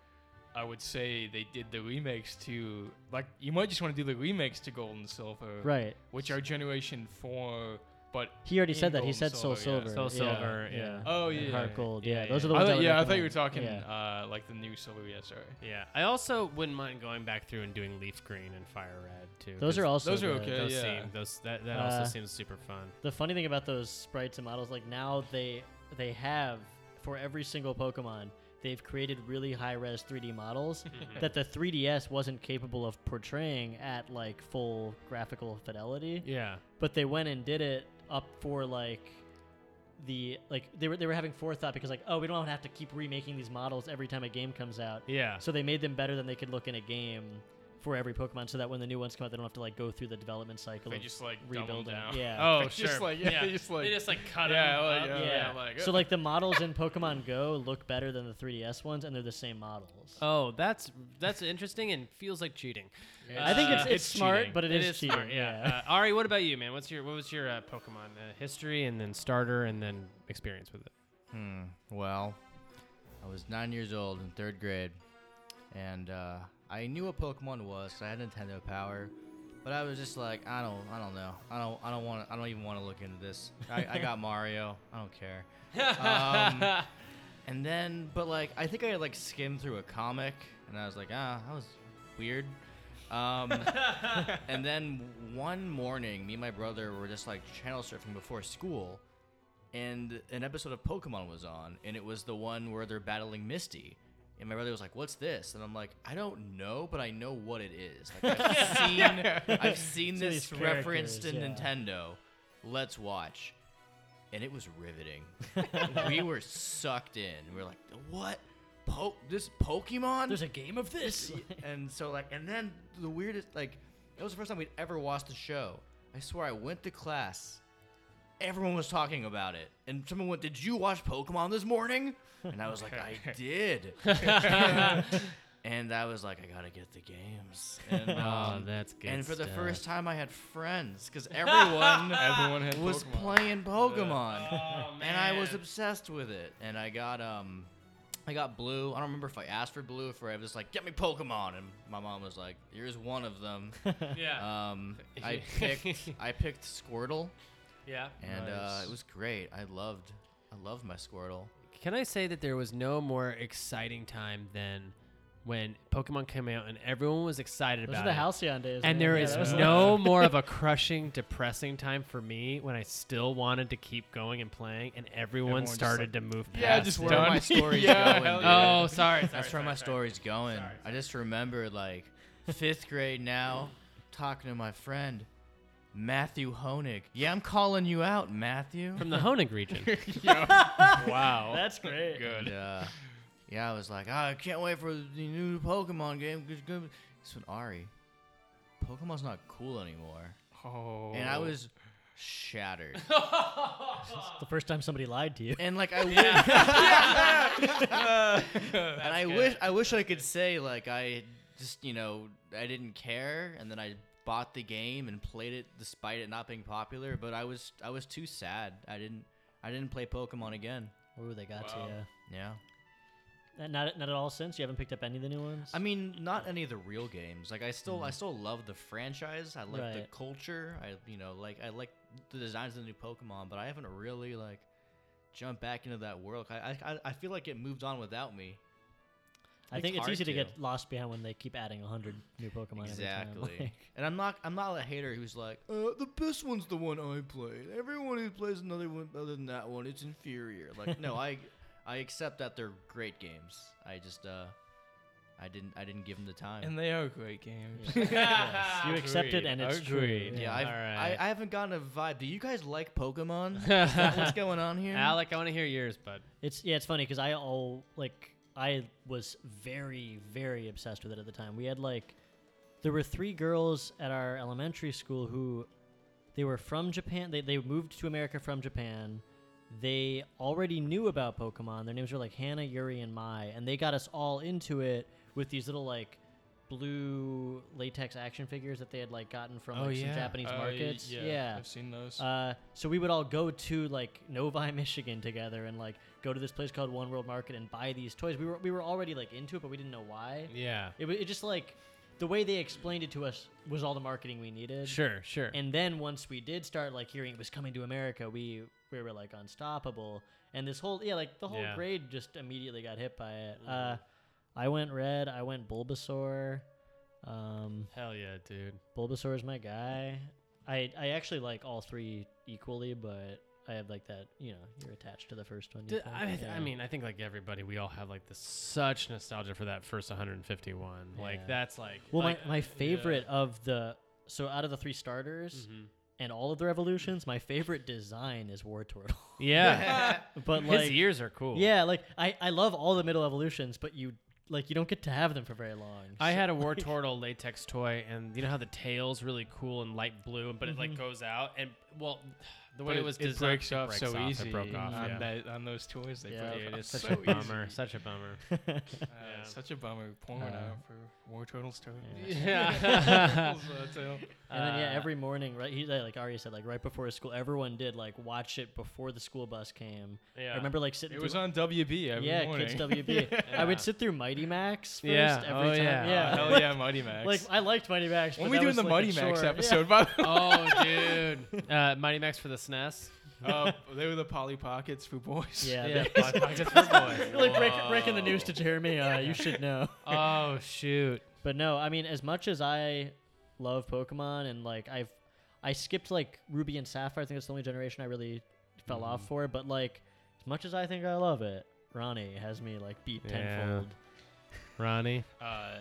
Speaker 2: I would say they did the remakes to like you might just want to do the remakes to Gold and Silver,
Speaker 1: Right.
Speaker 2: Which are Generation Four, but
Speaker 1: He already
Speaker 2: in
Speaker 1: said that. He
Speaker 2: Gold
Speaker 1: said
Speaker 2: and
Speaker 1: Soul Silver.
Speaker 2: Silver,
Speaker 4: Soul Silver, yeah.
Speaker 2: Oh,
Speaker 1: And
Speaker 2: yeah.
Speaker 1: Heart Gold.
Speaker 4: Yeah,
Speaker 1: Yeah.
Speaker 4: yeah,
Speaker 1: Those are the
Speaker 2: I
Speaker 1: ones.
Speaker 2: thought,
Speaker 1: I
Speaker 2: yeah, I
Speaker 1: recommend.
Speaker 2: thought you were talking
Speaker 1: oh, Yeah.
Speaker 2: uh, like the new Silver. Yeah, sorry.
Speaker 4: yeah. I also wouldn't mind going back through and doing Leaf Green and Fire Red too.
Speaker 1: Those
Speaker 4: 'cause
Speaker 1: are also.
Speaker 2: those are
Speaker 1: good.
Speaker 2: okay.
Speaker 4: Those
Speaker 2: yeah.
Speaker 4: seem those that that also
Speaker 1: Uh,
Speaker 4: seems super fun.
Speaker 1: The funny thing about those sprites and models, like now they they have for every single Pokemon, they've created really high res 3D models that the 3DS wasn't capable of portraying at like full graphical fidelity.
Speaker 4: Yeah.
Speaker 1: but they went and did it up for like the like they were they were having forethought because like oh we don't have to keep remaking these models every time a game comes out
Speaker 4: Yeah.
Speaker 1: so they made them better than they could look in a game for every Pokemon, so that when the new ones come out, they don't have to like go through the development cycle.
Speaker 2: They
Speaker 1: of
Speaker 2: just like rebuild
Speaker 1: rebuilding.
Speaker 2: down.
Speaker 1: Yeah.
Speaker 4: Oh,
Speaker 2: Just
Speaker 4: sure.
Speaker 2: like- yeah, they just like-
Speaker 4: cut
Speaker 2: yeah,
Speaker 4: them
Speaker 2: like,
Speaker 4: up.
Speaker 1: yeah.
Speaker 2: yeah, like,
Speaker 4: uh.
Speaker 1: so like the models in Pokemon Go look better than the 3DS ones, and they're the same models.
Speaker 4: Oh, that's that's interesting and feels like cheating.
Speaker 1: I think it's
Speaker 4: Uh,
Speaker 1: it's, smart,
Speaker 2: cheating.
Speaker 1: but it is, cheating.
Speaker 4: smart,
Speaker 1: yeah.
Speaker 4: Uh, Ari, what about you, man? What's your what was your uh, Pokemon uh, history and then starter and then experience with it?
Speaker 3: Hmm. Well, I was nine years old in third grade, and uh, I knew what Pokemon was 'cause I had Nintendo Power, but I was just like, I don't, I don't know, I don't, I don't want, I don't even want to look into this. I, I got Mario. I don't care. Um, and then, but like, I think I had like skimmed through a comic, and I was like, ah, that was weird. Um, and then one morning, me and my brother were just like channel surfing before school, and an episode of Pokemon was on, and it was the one where they're battling Misty. And my brother was like, "What's this?" And I'm like, "I don't know, but I know what it is. Like, I've seen, I've seen
Speaker 1: So
Speaker 3: this
Speaker 1: these
Speaker 3: referenced in
Speaker 1: characters, yeah.
Speaker 3: Nintendo. Let's watch." And it was riveting. we were sucked in. We were like, "What? Po- this Pokemon?
Speaker 1: There's a game of this.
Speaker 3: and so like and then the weirdest like that was the first time we'd ever watched the show i swear i went to class everyone was talking about it and someone went did you watch pokemon this morning and i was like i did and i was like i gotta get the games and, um,
Speaker 4: that's good.
Speaker 3: and for the first time i had friends because everyone
Speaker 2: oh, everyone had
Speaker 3: was
Speaker 2: Pokemon. Oh,
Speaker 3: playing Pokemon, and I was obsessed with it. And I got um, I got blue. I don't remember if I asked for blue or if I was just like, "Get me Pokemon," and my mom was like, "Here's one of them."
Speaker 4: yeah,
Speaker 3: um, I picked I picked Squirtle,
Speaker 4: yeah.
Speaker 3: and uh, it was great. I loved I loved my Squirtle.
Speaker 4: Can I say that there was no more exciting time than when Pokemon came out and everyone was excited
Speaker 1: Those
Speaker 4: about
Speaker 1: are the
Speaker 4: it?
Speaker 1: Halcyon days.
Speaker 4: And
Speaker 1: man.
Speaker 4: there
Speaker 1: Yeah,
Speaker 4: is
Speaker 1: that was-
Speaker 4: no more of a crushing, depressing time for me when I still wanted to keep going and playing, and everyone,
Speaker 2: Everyone just
Speaker 4: started
Speaker 2: like,
Speaker 4: to move past.
Speaker 2: Yeah, just
Speaker 4: it.
Speaker 2: where
Speaker 3: That's where
Speaker 2: my
Speaker 3: my story's
Speaker 2: yeah,
Speaker 3: going,
Speaker 2: hell
Speaker 3: dude.
Speaker 2: yeah.
Speaker 4: Oh, sorry. sorry
Speaker 3: That's where
Speaker 4: sorry,
Speaker 3: my
Speaker 4: sorry.
Speaker 3: story's going. I just remember like fifth grade now, talking to my friend Matthew Honig. Yeah, I'm calling you out, Matthew.
Speaker 4: From the Honig region.
Speaker 2: wow.
Speaker 1: That's great.
Speaker 2: good.
Speaker 3: And, uh, yeah, I was like, "Ah, I can't wait for the new Pokemon game. It's gonna be-" It's with Ari. Pokemon's not cool anymore,
Speaker 2: Oh.
Speaker 3: and I was shattered.
Speaker 1: The first time somebody lied to you.
Speaker 3: and like I wish, and I wish, I wish I could say like I just you know I didn't care, and then I bought the game and played it despite it not being popular. But I was, I was too sad. I didn't, I didn't play Pokemon again.
Speaker 1: Ooh, they got
Speaker 2: Wow.
Speaker 1: to you.
Speaker 3: Yeah.
Speaker 1: Uh, Not not at all since you haven't picked up any of the new ones.
Speaker 3: I mean, not any of the real games. Like I still, I still love the franchise. I like the
Speaker 1: Right.
Speaker 3: culture. I, you know, like I like the designs of the new Pokemon, but I haven't really like jumped back into that world. I, I- I, I feel like it moved on without me.
Speaker 1: I
Speaker 3: it's
Speaker 1: think it's
Speaker 3: hard
Speaker 1: easy to.
Speaker 3: to.
Speaker 1: get lost behind when they keep adding hundred new Pokemon every time.
Speaker 3: Exactly.
Speaker 1: Like,
Speaker 3: and I'm not, I'm not a hater who's like, uh, the best one's the one I played. Everyone who plays another one other than that one, it's inferior. Like, no, I, I accept that they're great games. I just, uh, I didn't, I didn't give them the time.
Speaker 2: And they are great games.
Speaker 1: yes, you accept it, and it's
Speaker 4: Agreed.
Speaker 1: true.
Speaker 3: Yeah,
Speaker 4: Yeah,
Speaker 3: I've,
Speaker 4: alright.
Speaker 3: I, I haven't gotten a vibe. Do you guys like Pokemon? Is that What's going on here?
Speaker 4: Alec, I want to hear yours, bud.
Speaker 1: It's yeah, it's funny because I all like I was very very obsessed with it at the time. We had like there were three girls at our elementary school who they were from Japan. They they moved to America from Japan. They already knew about Pokemon. Their names were like Hannah, Yuri, and Mai, and they got us all into it with these little like blue latex action figures that they had like gotten from like, some Japanese
Speaker 2: Uh,
Speaker 1: markets.
Speaker 2: Yeah,
Speaker 1: yeah.
Speaker 2: I've seen those.
Speaker 1: Uh, so we would all go to like Novi, Michigan together, and like go to this place called One World Market and buy these toys. We were we were already like into it, but we didn't know why.
Speaker 4: Yeah.
Speaker 1: It wa- it just like the way they explained it to us was all the marketing we needed.
Speaker 4: Sure, sure.
Speaker 1: And then once we did start like hearing it was coming to America, we we were like unstoppable. And this whole yeah, like the whole
Speaker 4: Yeah. Mm.
Speaker 1: grade just immediately got hit by it. Uh, I went red. I went Bulbasaur. Um,
Speaker 4: Hell yeah, dude.
Speaker 1: Bulbasaur is my guy. I I actually like all three equally, but I have like that you know you're attached to the first one. you
Speaker 4: D-
Speaker 1: think,
Speaker 4: I, I
Speaker 1: yeah.
Speaker 4: mean, I think like everybody, we all have like this such nostalgia for that first 151. Like
Speaker 1: Yeah.
Speaker 4: that's like.
Speaker 1: well,
Speaker 4: like,
Speaker 1: my my favorite of the so out of the three starters
Speaker 4: Mm-hmm.
Speaker 1: and all of the revolutions, my favorite design is War Turtle.
Speaker 4: Yeah.
Speaker 1: but
Speaker 4: His
Speaker 1: like
Speaker 4: ears are cool.
Speaker 1: yeah, like I I love all the middle evolutions, but you like you don't get to have them for very long.
Speaker 4: I
Speaker 1: so-
Speaker 4: had a War Turtle latex toy, and you know how the tail's really cool and light blue, but it like goes out, and well, the way
Speaker 2: But
Speaker 4: it, was designed,
Speaker 2: breaks off
Speaker 4: breaks
Speaker 2: so
Speaker 4: off,
Speaker 2: easy
Speaker 4: It broke off.
Speaker 2: on,
Speaker 4: yeah.
Speaker 2: that, on those tours. They
Speaker 1: Yeah.
Speaker 2: break
Speaker 4: Dude,
Speaker 2: off
Speaker 4: it's
Speaker 2: so
Speaker 4: such a
Speaker 2: easy.
Speaker 4: bummer. Such a bummer.
Speaker 2: Uh,
Speaker 4: Yeah.
Speaker 2: Such a bummer. Porn
Speaker 1: Uh,
Speaker 2: out for War Turtles tour.
Speaker 4: Yeah.
Speaker 2: So, so,
Speaker 1: And then yeah,
Speaker 4: Uh,
Speaker 1: every morning, right? He like Arya said, like right before his school, everyone did like watch it before the school bus came.
Speaker 4: Yeah.
Speaker 1: I remember like sitting.
Speaker 2: it
Speaker 1: through-
Speaker 2: was on WB every
Speaker 1: yeah,
Speaker 2: morning.
Speaker 1: kids WB. I
Speaker 4: Yeah.
Speaker 1: would sit through Mighty Max first
Speaker 4: Yeah.
Speaker 1: every
Speaker 4: Oh,
Speaker 1: time.
Speaker 4: yeah.
Speaker 1: yeah.
Speaker 2: Hell yeah, Mighty Max.
Speaker 1: Like I liked Mighty Max.
Speaker 2: when
Speaker 1: but
Speaker 2: we
Speaker 1: that
Speaker 2: doing
Speaker 1: was,
Speaker 2: the
Speaker 1: like, a
Speaker 2: Mighty Max
Speaker 1: chore. Yeah.
Speaker 2: episode, by the way?
Speaker 4: oh, dude. Uh, Mighty Max for the SNES.
Speaker 2: Uh, they were the Polly Pockets for boys.
Speaker 1: Yeah.
Speaker 4: Yeah,
Speaker 1: they-
Speaker 4: Polly Pockets for boys.
Speaker 1: like break,
Speaker 2: Oh.
Speaker 1: breaking the news to Jeremy, uh, you should know.
Speaker 4: Oh shoot.
Speaker 1: But no, I mean, as much as I love Pokemon and like I've, I skipped like Ruby and Sapphire. I think that's the only generation I really fell
Speaker 2: Mm.
Speaker 1: off for. But like, as much as I think I love it, Ronnie has me like beat
Speaker 4: Yeah.
Speaker 1: tenfold.
Speaker 4: Ronnie.
Speaker 2: Uh,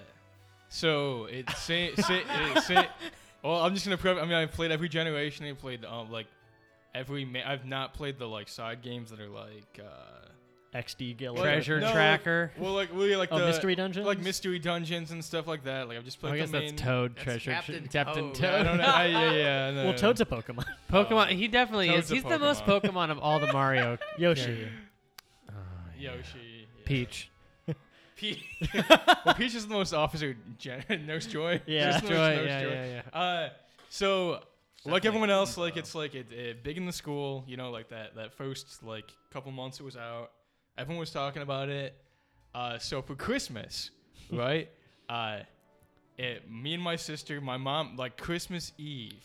Speaker 2: so it say say it say. Well, I'm just gonna. Prep, I mean, I played every generation. I played um like every. Ma- I've not played the like side games that are like. uh
Speaker 1: XD Gilliard.
Speaker 2: Well,
Speaker 4: Treasure
Speaker 2: no,
Speaker 4: Tracker.
Speaker 2: Well, like really like
Speaker 1: Oh,
Speaker 2: the
Speaker 1: mystery dungeons.
Speaker 2: like mystery dungeons and stuff like that. Like I've just
Speaker 4: Oh,
Speaker 2: played.
Speaker 4: I guess
Speaker 2: the
Speaker 4: that's
Speaker 2: main-
Speaker 4: Toad
Speaker 3: That's
Speaker 4: Treasure.
Speaker 3: Captain
Speaker 4: Tra- Captain
Speaker 3: Toad.
Speaker 4: Toad.
Speaker 2: I don't know. I, yeah, yeah. No,
Speaker 1: well,
Speaker 2: no,
Speaker 1: Toad's a Pokemon.
Speaker 4: Pokemon. He definitely
Speaker 2: Toad's
Speaker 4: is.
Speaker 2: a
Speaker 4: He's the most
Speaker 2: Pokemon.
Speaker 4: Pokemon of all the Mario.
Speaker 1: Yoshi.
Speaker 4: Oh,
Speaker 2: no.
Speaker 4: yeah.
Speaker 2: Yoshi. yeah.
Speaker 4: Peach.
Speaker 2: Peach. well, Peach is the most officer. Gen- Nurse Joy.
Speaker 1: Yeah.
Speaker 2: Just
Speaker 4: Joy.
Speaker 2: Nurse- Nurse
Speaker 4: Yeah,
Speaker 2: Joy.
Speaker 4: yeah, yeah.
Speaker 2: Uh, so like
Speaker 3: definitely
Speaker 2: everyone else,
Speaker 3: fun,
Speaker 2: like
Speaker 3: though.
Speaker 2: it's like it, it big in the school. You know, like that that first like couple months it was out, everyone was talking about it. Uh, so for Christmas, right? Uh, it me and my sister, my mom, like Christmas Eve.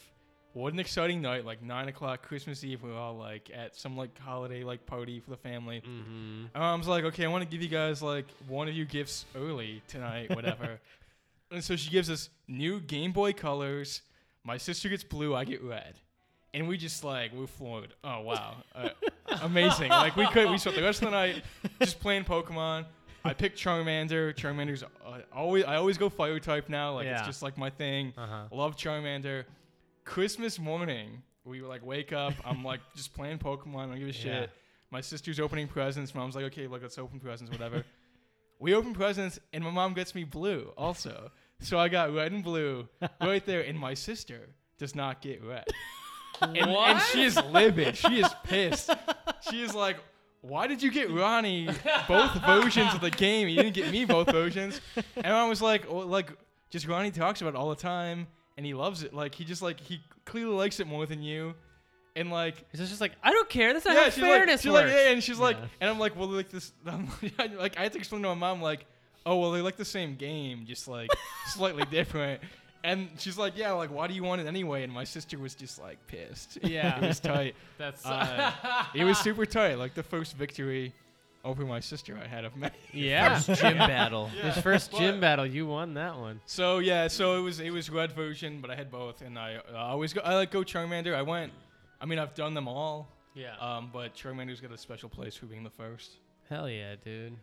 Speaker 2: What an exciting night! Like nine o'clock Christmas Eve, we were all like at some like holiday like party for the family.
Speaker 4: Mm-hmm.
Speaker 2: And I was like, okay, I want to give you guys like one of you gifts early tonight, whatever. and so she gives us new Game Boy colors. My sister gets blue, I get red. And we just like we're floored. Oh wow, uh, amazing! Like we could we spent the rest of the night just playing Pokemon. I picked Charmander. Charmander's uh, always I always go fire type now. Like
Speaker 4: Yeah.
Speaker 2: it's just like my thing.
Speaker 4: Uh-huh.
Speaker 2: Love Charmander. Christmas morning, we like wake up. I'm like just playing Pokemon. I don't give a
Speaker 4: Yeah.
Speaker 2: shit. My sister's opening presents. Mom's like, okay, like let's open presents, whatever. we open presents, and my mom gets me blue also. So I got red and blue right there, and my sister does not get red. And, and she is livid. She is pissed. She is like, why did you get Ronnie both versions of the game? You didn't get me both versions. And I was like, well, like, just Ronnie talks about it all the time, and he loves it. Like, he just like he clearly likes it more than you, and like.
Speaker 4: It's just like I don't care. That's not
Speaker 2: Yeah,
Speaker 4: how
Speaker 2: she's like,
Speaker 4: fairness
Speaker 2: she's like,
Speaker 4: works.
Speaker 2: yeah, and she's like,
Speaker 1: Yeah.
Speaker 2: and I'm like, well, like this, I'm like, I had to explain to my mom, like, oh, well, they like the same game, just like slightly different. And she's like, yeah, like, why do you want it anyway? And my sister was just like pissed.
Speaker 4: Yeah.
Speaker 2: it was tight.
Speaker 4: That's
Speaker 2: Uh, it was super tight. Like the first victory over my sister I had of me.
Speaker 4: yeah.
Speaker 3: First gym battle.
Speaker 4: This first gym
Speaker 2: But-
Speaker 4: battle, you won that one.
Speaker 2: So yeah, so it was it was red version, but I had both, and I, I always go. I like go Charmander. I went. I mean, I've done them all,
Speaker 4: Yeah.
Speaker 2: um, but Charmander's got a special place for being the first.
Speaker 4: Hell yeah, dude.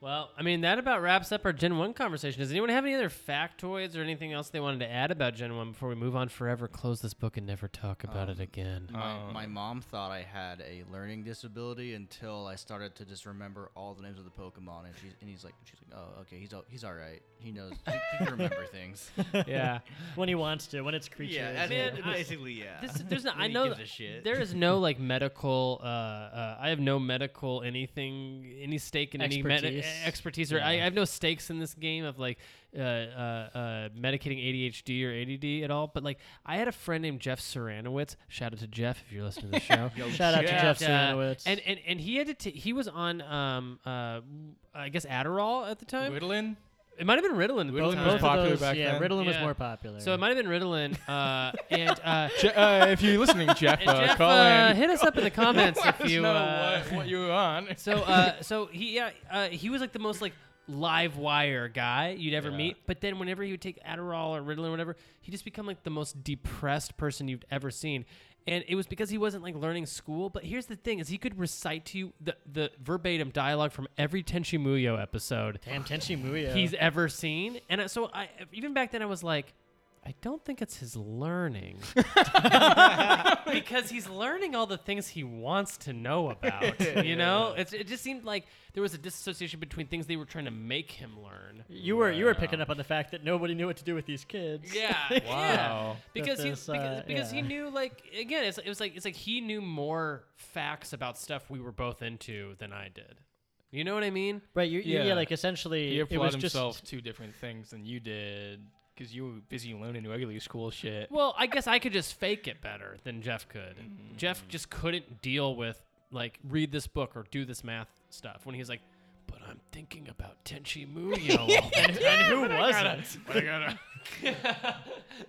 Speaker 4: Well, I mean, that about wraps up our Gen 1 conversation. Does anyone have any other factoids or anything else they wanted to add about Gen 1 before we move on forever, close this book, and never talk about it
Speaker 3: Um,
Speaker 4: again?
Speaker 3: My,
Speaker 2: Um,
Speaker 3: my mom thought I had a learning disability until I started to just remember all the names of the Pokemon, and she's and he's like, she's like, oh, okay, he's all, he's all right. He knows, he, he can remember things.
Speaker 4: yeah.
Speaker 1: when he wants to, when it's creatures.
Speaker 4: it. I-
Speaker 3: basically yeah.
Speaker 4: This, there's not, I
Speaker 3: Nobody
Speaker 4: know
Speaker 3: gives a shit.
Speaker 4: there is no like medical. Uh, uh, I have no medical anything, any stake in any med-
Speaker 1: Expertise.
Speaker 4: expertise, or I, I
Speaker 1: Yeah.
Speaker 4: have no stakes in this game of like uh, uh, uh, medicating ADHD or ADD at all. But like, I had a friend named Jeff Saranowitz. Shout out to Jeff if you're listening to the show.
Speaker 1: Shout out to Jeff
Speaker 4: Yeah.
Speaker 1: Saranowitz.
Speaker 4: And and and he had to. T- he was on um uh I guess Adderall at the time.
Speaker 2: Ritalin.
Speaker 4: It might have been Ritalin. at the
Speaker 1: both,
Speaker 2: Ritalin was
Speaker 4: time.
Speaker 1: both
Speaker 2: popular
Speaker 1: of those,
Speaker 2: back
Speaker 1: yeah,
Speaker 2: then.
Speaker 1: Ritalin was
Speaker 4: Yeah.
Speaker 1: more popular.
Speaker 4: So it might have been Ritalin. Uh, and uh,
Speaker 2: Je- uh, if you're listening, Jeff,
Speaker 4: and
Speaker 2: uh,
Speaker 4: Jeff,
Speaker 2: call
Speaker 4: uh,
Speaker 2: in.
Speaker 4: hit us up in the comments
Speaker 2: Let
Speaker 4: if
Speaker 2: us
Speaker 4: you.
Speaker 2: know
Speaker 4: Uh,
Speaker 2: what, what you were on.
Speaker 4: so uh, so he yeah uh, he was like the most like live wire guy you'd ever
Speaker 2: Yeah.
Speaker 4: meet. But then whenever he would take Adderall or Ritalin or whatever, he just become like the most depressed person you've ever seen. And it was because he wasn't like learning school. But here's the thing: is he could recite to you the, the verbatim dialogue from every Tenchi Muyo episode
Speaker 1: damn Tenchi Muyo.
Speaker 4: he's ever seen. And I- so I even back then I was like, I don't think it's his learning. because he's learning all the things he wants to know about. You know? It's, it just seemed like there was a disassociation between things they were trying to make him learn.
Speaker 1: You were you were picking up on the fact that nobody knew what to do with these kids.
Speaker 4: Yeah. Yeah.
Speaker 2: Wow.
Speaker 4: Because he
Speaker 1: That's,
Speaker 4: because,
Speaker 1: uh,
Speaker 4: because he
Speaker 1: yeah.
Speaker 4: knew like again it's, it was like it's like he knew more facts about stuff we were both into than I did. You know what I mean?
Speaker 1: Right. You, you- yeah.
Speaker 2: Yeah.
Speaker 1: Like essentially,
Speaker 2: He
Speaker 1: it was
Speaker 2: applied himself
Speaker 1: just
Speaker 2: to different things than you did because you were busy learning regular school shit.
Speaker 4: Well, I guess I could just fake it better than Jeff could. Jeff just couldn't deal with like read this book or do this math stuff when he's like, "But I'm thinking about Tenchi Muyo." and, and who was it? But, I gotta-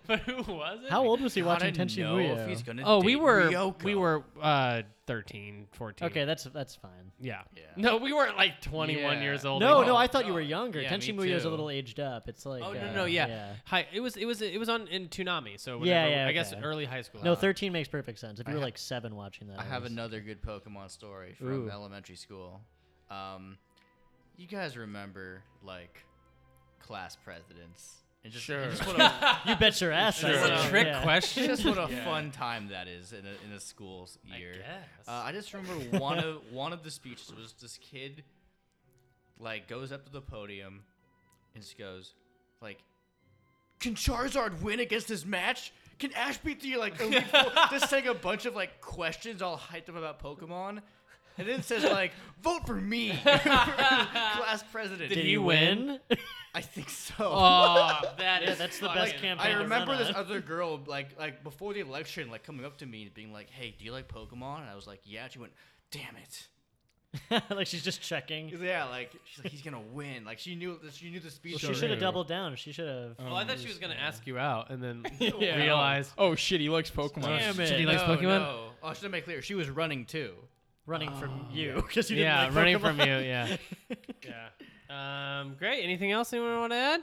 Speaker 4: but who was it?
Speaker 1: how old was he
Speaker 3: Gotta
Speaker 1: watching Tenchi
Speaker 3: know if
Speaker 1: Muyo?
Speaker 3: he's gonna
Speaker 4: Oh, we
Speaker 3: date
Speaker 4: were
Speaker 3: Ryoko.
Speaker 4: we were uh 13, 14.
Speaker 1: Okay, that's that's fine.
Speaker 4: Yeah.
Speaker 3: Yeah.
Speaker 4: No, we weren't like 21
Speaker 2: Yeah.
Speaker 4: years old.
Speaker 1: No,
Speaker 4: Like,
Speaker 1: no,
Speaker 4: oh,
Speaker 1: I thought you were younger.
Speaker 2: yeah,
Speaker 1: Tenchi
Speaker 2: me
Speaker 1: Muyo's a
Speaker 2: too.
Speaker 1: little aged up. It's like
Speaker 4: Oh no,
Speaker 1: uh,
Speaker 4: no, no, yeah.
Speaker 1: yeah.
Speaker 4: Hi, it was it was it was on in Toonami, so whatever,
Speaker 1: Yeah, yeah,
Speaker 4: I guess
Speaker 1: okay.
Speaker 4: early high school.
Speaker 1: No, thirteen makes perfect sense. If you
Speaker 3: I
Speaker 1: were
Speaker 3: ha-
Speaker 1: like seven watching that,
Speaker 3: I have
Speaker 1: was-
Speaker 3: another good Pokemon story from
Speaker 1: Ooh.
Speaker 3: elementary school. Um, you guys remember like class presidents? And just, and
Speaker 2: Sure.
Speaker 3: just what a,
Speaker 1: You bet your ass. I
Speaker 4: Is this
Speaker 1: will.
Speaker 4: a trick
Speaker 1: Yeah.
Speaker 4: question.
Speaker 3: just what a fun time that is in a, in a school s-
Speaker 4: I
Speaker 3: year.
Speaker 4: guess.
Speaker 3: Uh, I just remember one of one of the speeches was this kid, like goes up to the podium, and just goes, like, "Can Charizard win against this match? Can Ash beat the like Elite Four?" Just saying a bunch of like questions all hyped up about Pokemon, and then says like, "Vote for me, class president."
Speaker 1: Did
Speaker 4: he
Speaker 1: he win?
Speaker 3: I think so.
Speaker 4: Oh, that is
Speaker 1: yeah, that's the best
Speaker 4: fucking-
Speaker 1: campaign.
Speaker 3: I
Speaker 1: I've
Speaker 3: remember
Speaker 1: run
Speaker 3: this
Speaker 1: on.
Speaker 3: other girl like like before the election like coming up to me and being like, "Hey, do you like Pokemon?" And I was like, "Yeah." She went, "Damn it."
Speaker 1: like she's just checking.
Speaker 3: Yeah, like she's like he's gonna win. Like she knew she knew the speech.
Speaker 1: She should have doubled down. She should have.
Speaker 4: Well, I thought she was gonna ask you out and then
Speaker 2: Yeah.
Speaker 4: realize.
Speaker 2: Oh, oh, shit, he likes Pokemon.
Speaker 1: Damn it.
Speaker 4: Should he likes
Speaker 3: no,
Speaker 4: Pokemon?
Speaker 3: No. Oh, I should make clear she was running too.
Speaker 1: running from you because you didn't
Speaker 4: Yeah,
Speaker 1: like
Speaker 4: running
Speaker 1: Pokemon.
Speaker 4: from you. Yeah. yeah. Um, great. Anything else anyone want to add?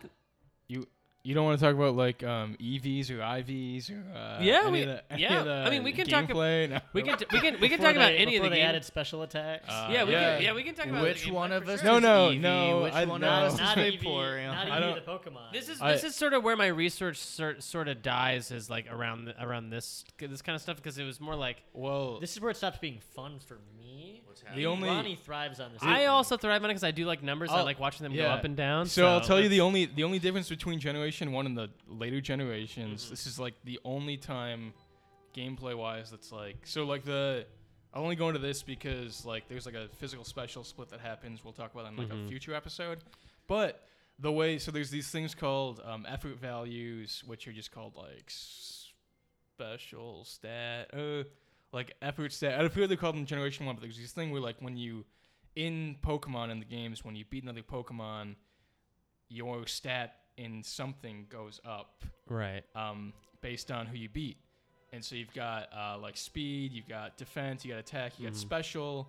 Speaker 2: You you don't want to talk about like um, EVs or IVs or uh,
Speaker 4: Yeah,
Speaker 2: any
Speaker 4: we-
Speaker 2: of the, any
Speaker 4: yeah,
Speaker 2: of the
Speaker 4: I mean, we can talk ab-
Speaker 2: gameplay? No.
Speaker 4: We can t- we can we can
Speaker 1: Before
Speaker 4: talk about
Speaker 1: they-
Speaker 4: any of
Speaker 1: before
Speaker 4: the
Speaker 1: they
Speaker 4: game.
Speaker 1: added special attacks.
Speaker 2: Uh,
Speaker 4: yeah, we
Speaker 2: yeah.
Speaker 4: Can, yeah, we can talk about
Speaker 3: Which
Speaker 4: the game
Speaker 3: one
Speaker 4: plan
Speaker 3: of
Speaker 4: for
Speaker 3: us?
Speaker 4: sure.
Speaker 2: No,
Speaker 3: is Eevee?
Speaker 2: no, no,
Speaker 3: Which
Speaker 2: I- E
Speaker 3: one
Speaker 2: no.
Speaker 3: of us
Speaker 1: Not
Speaker 3: is
Speaker 1: Eevee,
Speaker 3: Vaporeon?
Speaker 1: not
Speaker 2: I
Speaker 1: Eevee
Speaker 2: don't-
Speaker 1: the Pokemon.
Speaker 4: This is
Speaker 2: I-
Speaker 4: this is sort of where my research sort sort of dies is like around the, around this this kind of stuff because it was more like
Speaker 2: Well,
Speaker 1: this is where it stops being fun for me.
Speaker 3: What's
Speaker 2: the
Speaker 3: happening?
Speaker 2: only
Speaker 1: Ronnie thrives on this.
Speaker 4: I also thrive on it because I do like numbers. I
Speaker 2: I'll-
Speaker 4: like watching them go
Speaker 2: yeah.
Speaker 4: up and down.
Speaker 2: So, I'll tell you the
Speaker 4: that's-
Speaker 2: only the only difference between Generation One and the later generations. This is like the only time, gameplay wise, that's like so like the. I'll only go into this because like there's like a physical special split that happens. We'll talk about that in like a future episode. But the way so there's these things called um, effort values, which are just called like special stat, uh, like effort stat. I forget what they called in Generation One, but there's this thing where like when you in Pokemon in the games, when you beat another Pokemon, your stat in something goes up
Speaker 4: right.
Speaker 2: um, based on who you beat. And so you've got uh, like speed, you've got defense, you got attack, you got
Speaker 4: Mm-hmm.
Speaker 2: special,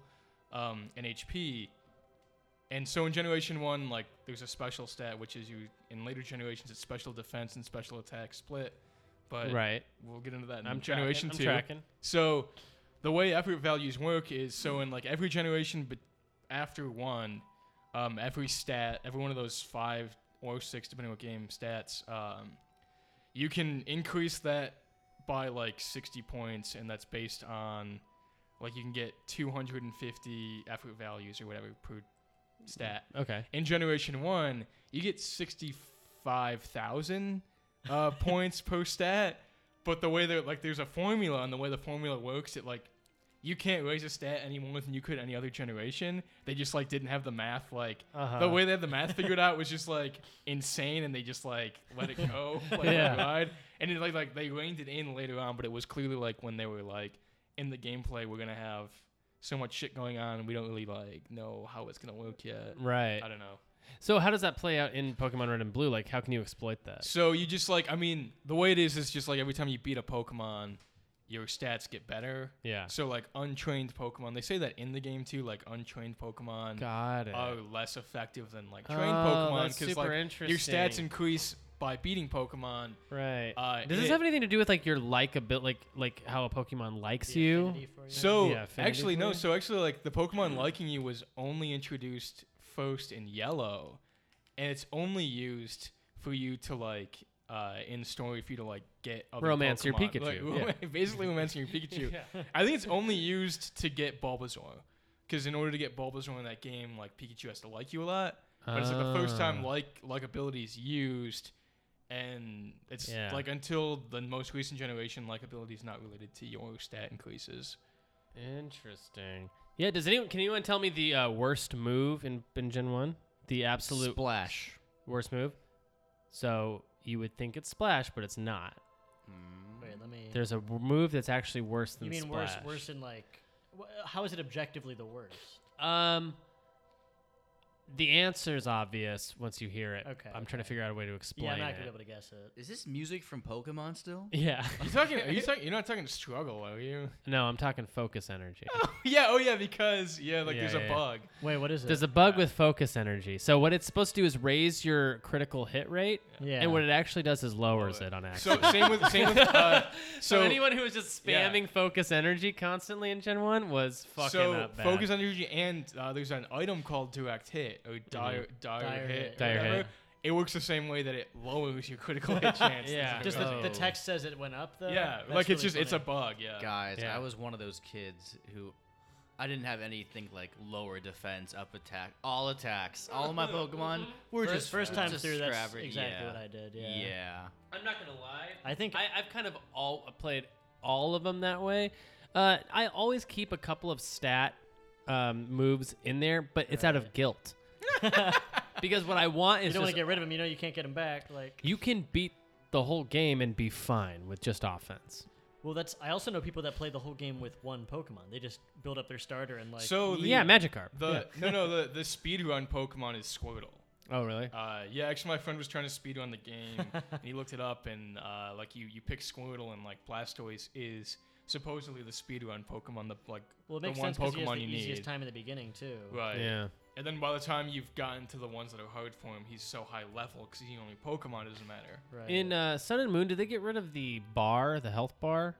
Speaker 2: um, and HP. And so in Generation One, like there's a special stat which is you. In later generations, it's special defense and special attack split. But
Speaker 4: Right.
Speaker 2: we'll get into that in
Speaker 4: I'm
Speaker 2: Generation
Speaker 4: tracking,
Speaker 2: Two.
Speaker 4: I'm tracking.
Speaker 2: So the way effort values work is so in like every generation but after one, um, every stat, every one of those five or six, depending on what game stats, um, you can increase that by like 60 points, and that's based on like you can get 250 effort values or whatever per stat
Speaker 4: Okay.
Speaker 2: in generation one you get 65000 uh, points per stat but the way that like there's a formula and the way the formula works it like you can't raise a stat any more than you could any other generation they just like didn't have the math like the
Speaker 4: Uh-huh.
Speaker 2: way they had the math figured out was just like insane and they just like let it go like,
Speaker 4: Yeah.
Speaker 2: yeah. ride. and it like, like they reined it in later on but it was clearly like when they were like in the gameplay we're gonna have so much shit going on and we don't really like know how it's gonna work yet
Speaker 4: Right.
Speaker 2: i don't know
Speaker 4: So how does that play out in Pokemon Red and Blue? Like, how can you exploit that?
Speaker 2: So you just like I mean the way it is is just like every time you beat a Pokemon, your stats get better.
Speaker 4: Yeah.
Speaker 2: So like untrained Pokemon, they say that in the game too. Like untrained Pokemon
Speaker 4: Got it.
Speaker 1: Uh,
Speaker 2: are less effective than like
Speaker 4: Oh,
Speaker 2: trained Pokemon
Speaker 4: that's super
Speaker 2: like your stats
Speaker 4: interesting.
Speaker 2: increase by beating Pokemon.
Speaker 4: right.
Speaker 2: uh,
Speaker 4: Does this
Speaker 2: it-
Speaker 4: have anything to do with like your likeability, like like how a Pokemon likes you?
Speaker 2: So
Speaker 4: Yeah, affinity
Speaker 2: actually
Speaker 4: for
Speaker 2: no.
Speaker 4: you?
Speaker 2: So actually like the Pokemon liking you was only introduced first in Yellow, and it's only used for you to like uh, in story for you to like get other
Speaker 4: Romance your
Speaker 2: Pokemon. Like,
Speaker 4: Pikachu, yeah.
Speaker 2: basically romancing your Pikachu. I think it's only used to get Bulbasaur, because in order to get Bulbasaur in that game, like Pikachu has to like you a lot. But it's like the first time
Speaker 4: Ah.
Speaker 2: like like ability is used, and it's
Speaker 4: Yeah.
Speaker 2: like until the most recent generation, like ability is not related to your stat increases.
Speaker 4: Interesting. Yeah, does anyone can anyone tell me the uh, worst move in, in Gen 1? The absolute
Speaker 3: Splash.
Speaker 4: worst move? So you would think it's splash, but it's not.
Speaker 1: Wait, let me.
Speaker 4: There's a w- move that's actually worse than
Speaker 1: you mean worse?
Speaker 4: splash.
Speaker 1: Worse in like? Wh- how is it objectively the worst?
Speaker 4: Um, the answer is obvious once you hear it.
Speaker 1: Okay,
Speaker 4: I'm trying to figure out a way to explain
Speaker 1: yeah, I'm not
Speaker 4: it.
Speaker 1: gonna be able to guess it.
Speaker 3: Is this music from Pokemon still?
Speaker 4: yeah,
Speaker 2: You talking? Are you talking? You're not talking struggle, are you?
Speaker 4: no, I'm talking focus energy.
Speaker 2: yeah. Oh yeah. Because yeah, like
Speaker 4: Yeah,
Speaker 2: there's
Speaker 4: yeah,
Speaker 2: a
Speaker 4: yeah.
Speaker 2: bug.
Speaker 1: Wait, what is it?
Speaker 4: There's a bug with focus energy. So what it's supposed to do is raise your critical hit rate,
Speaker 1: yeah.
Speaker 4: and what it actually does is lowers
Speaker 2: Lower.
Speaker 4: it on accident.
Speaker 2: So same with same with. Uh, so,
Speaker 4: So, anyone who was just
Speaker 2: yeah.
Speaker 4: spamming focus energy constantly in Gen One was fucking
Speaker 2: so
Speaker 4: up bad.
Speaker 2: focus on energy and uh, there's an item called direct hit or dire Mm-hmm. dire,
Speaker 1: Dire
Speaker 2: hit.
Speaker 1: hit.
Speaker 2: or
Speaker 4: Dire hit.
Speaker 2: whatever. It works the same way that it lowers your critical hit chance.
Speaker 4: Yeah.
Speaker 1: Just
Speaker 2: Doesn't
Speaker 1: the,
Speaker 2: it?
Speaker 1: the
Speaker 4: Oh.
Speaker 1: text says it went up though.
Speaker 2: yeah.
Speaker 1: That's
Speaker 2: Like it's
Speaker 1: really
Speaker 2: just it's a
Speaker 1: funny.
Speaker 2: bug. Yeah.
Speaker 3: Guys,
Speaker 4: Yeah.
Speaker 3: I was one of those kids who I didn't have anything like lower defense, up attack, all attacks. All of my Pokemon were
Speaker 1: First,
Speaker 3: just
Speaker 1: first
Speaker 3: were
Speaker 1: time
Speaker 3: just
Speaker 1: through, that's
Speaker 3: average.
Speaker 1: exactly
Speaker 3: Yeah.
Speaker 1: what I did. Yeah.
Speaker 3: Yeah.
Speaker 4: I'm not gonna lie.
Speaker 1: I think
Speaker 4: I, I've kind of all played all of them that way. Uh, I always keep a couple of stat um, moves in there, but it's out of guilt. because what I want
Speaker 1: you
Speaker 4: is
Speaker 1: don't want
Speaker 4: just,
Speaker 1: to get rid of him. You know you can't get him back. Like,
Speaker 4: you can beat the whole game and be fine with just offense.
Speaker 1: well, that's. I also know people that play the whole game with one Pokemon. They just build up their starter and like.
Speaker 2: So Oh, the,
Speaker 4: yeah, Magikarp.
Speaker 2: The no no the the speedrun Pokemon is Squirtle.
Speaker 4: yeah. Oh really?
Speaker 2: Uh, yeah, actually, my friend was trying to speedrun the game, and he looked it up, and uh, like you, you pick Squirtle, and like Blastoise is supposedly the speedrun Pokemon, the like
Speaker 1: well, it
Speaker 2: the
Speaker 1: makes
Speaker 2: one
Speaker 1: sense because he has
Speaker 2: Pokemon
Speaker 1: the
Speaker 2: you
Speaker 1: easiest
Speaker 2: need,
Speaker 1: time in the beginning too.
Speaker 2: right?
Speaker 4: Yeah.
Speaker 2: And then by the time you've gotten to the ones that are hard for him, he's so high level because he only Pokemon doesn't matter.
Speaker 1: Right.
Speaker 4: In uh, Sun and Moon, did they get rid of the bar, the health bar?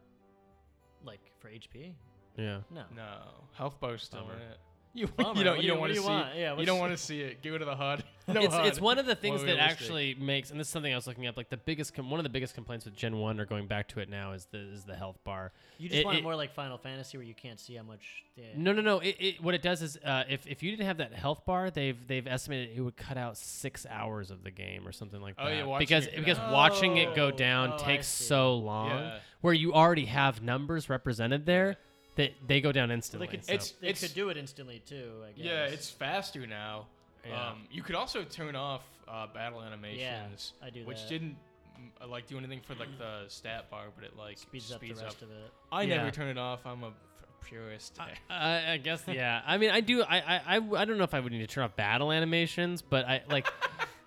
Speaker 1: like for HP.
Speaker 4: Yeah.
Speaker 1: No.
Speaker 2: No, health bar's still
Speaker 4: Bummer.
Speaker 2: in it. You,
Speaker 1: Bummer.
Speaker 2: you
Speaker 1: What
Speaker 2: don't
Speaker 1: do
Speaker 2: you
Speaker 1: you-
Speaker 2: don't
Speaker 1: what
Speaker 2: want
Speaker 1: do
Speaker 2: to
Speaker 1: you
Speaker 2: see
Speaker 1: want? Yeah,
Speaker 2: you
Speaker 1: what's-
Speaker 2: don't want to see it. Get rid of the HUD. No
Speaker 4: it's,
Speaker 2: HUD.
Speaker 4: it's one of the things
Speaker 2: More
Speaker 4: that
Speaker 2: realistic.
Speaker 4: actually makes, and this is something I was looking up. Like the biggest, com- one of the biggest complaints with Gen One, or going back to it now, is the is the health bar.
Speaker 1: You just
Speaker 4: It-
Speaker 1: want it
Speaker 4: it-
Speaker 1: more like Final Fantasy where you can't see how much. Yeah.
Speaker 4: No, no, no. It, it, what it does is, uh, if if you didn't have that health bar, they've they've estimated it would cut out six hours of the game or something like
Speaker 2: Oh,
Speaker 4: that.
Speaker 2: yeah, watching
Speaker 4: because
Speaker 2: it cut
Speaker 4: because
Speaker 1: out.
Speaker 4: watching it go
Speaker 1: Oh,
Speaker 4: down
Speaker 1: oh, I
Speaker 4: takes
Speaker 1: see.
Speaker 4: so long,
Speaker 2: Yeah.
Speaker 4: where you already have numbers represented there that they go down instantly.
Speaker 1: could-
Speaker 4: so-
Speaker 2: It's
Speaker 1: They
Speaker 2: it's
Speaker 1: could do it instantly too. I guess.
Speaker 2: Yeah, it's faster now.
Speaker 4: Yeah.
Speaker 2: Um, you could also turn off uh, battle animations.
Speaker 1: I do
Speaker 2: Which
Speaker 1: that.
Speaker 2: didn't mm, uh, like do anything for like the stat bar, but it like
Speaker 1: speeds, up the rest of it.
Speaker 2: I
Speaker 4: Yeah.
Speaker 2: never turn it off. I'm a f- purist.
Speaker 4: I, I guess yeah. I mean, I do. I, I, I, I don't know if I would need to turn off battle animations, but I like.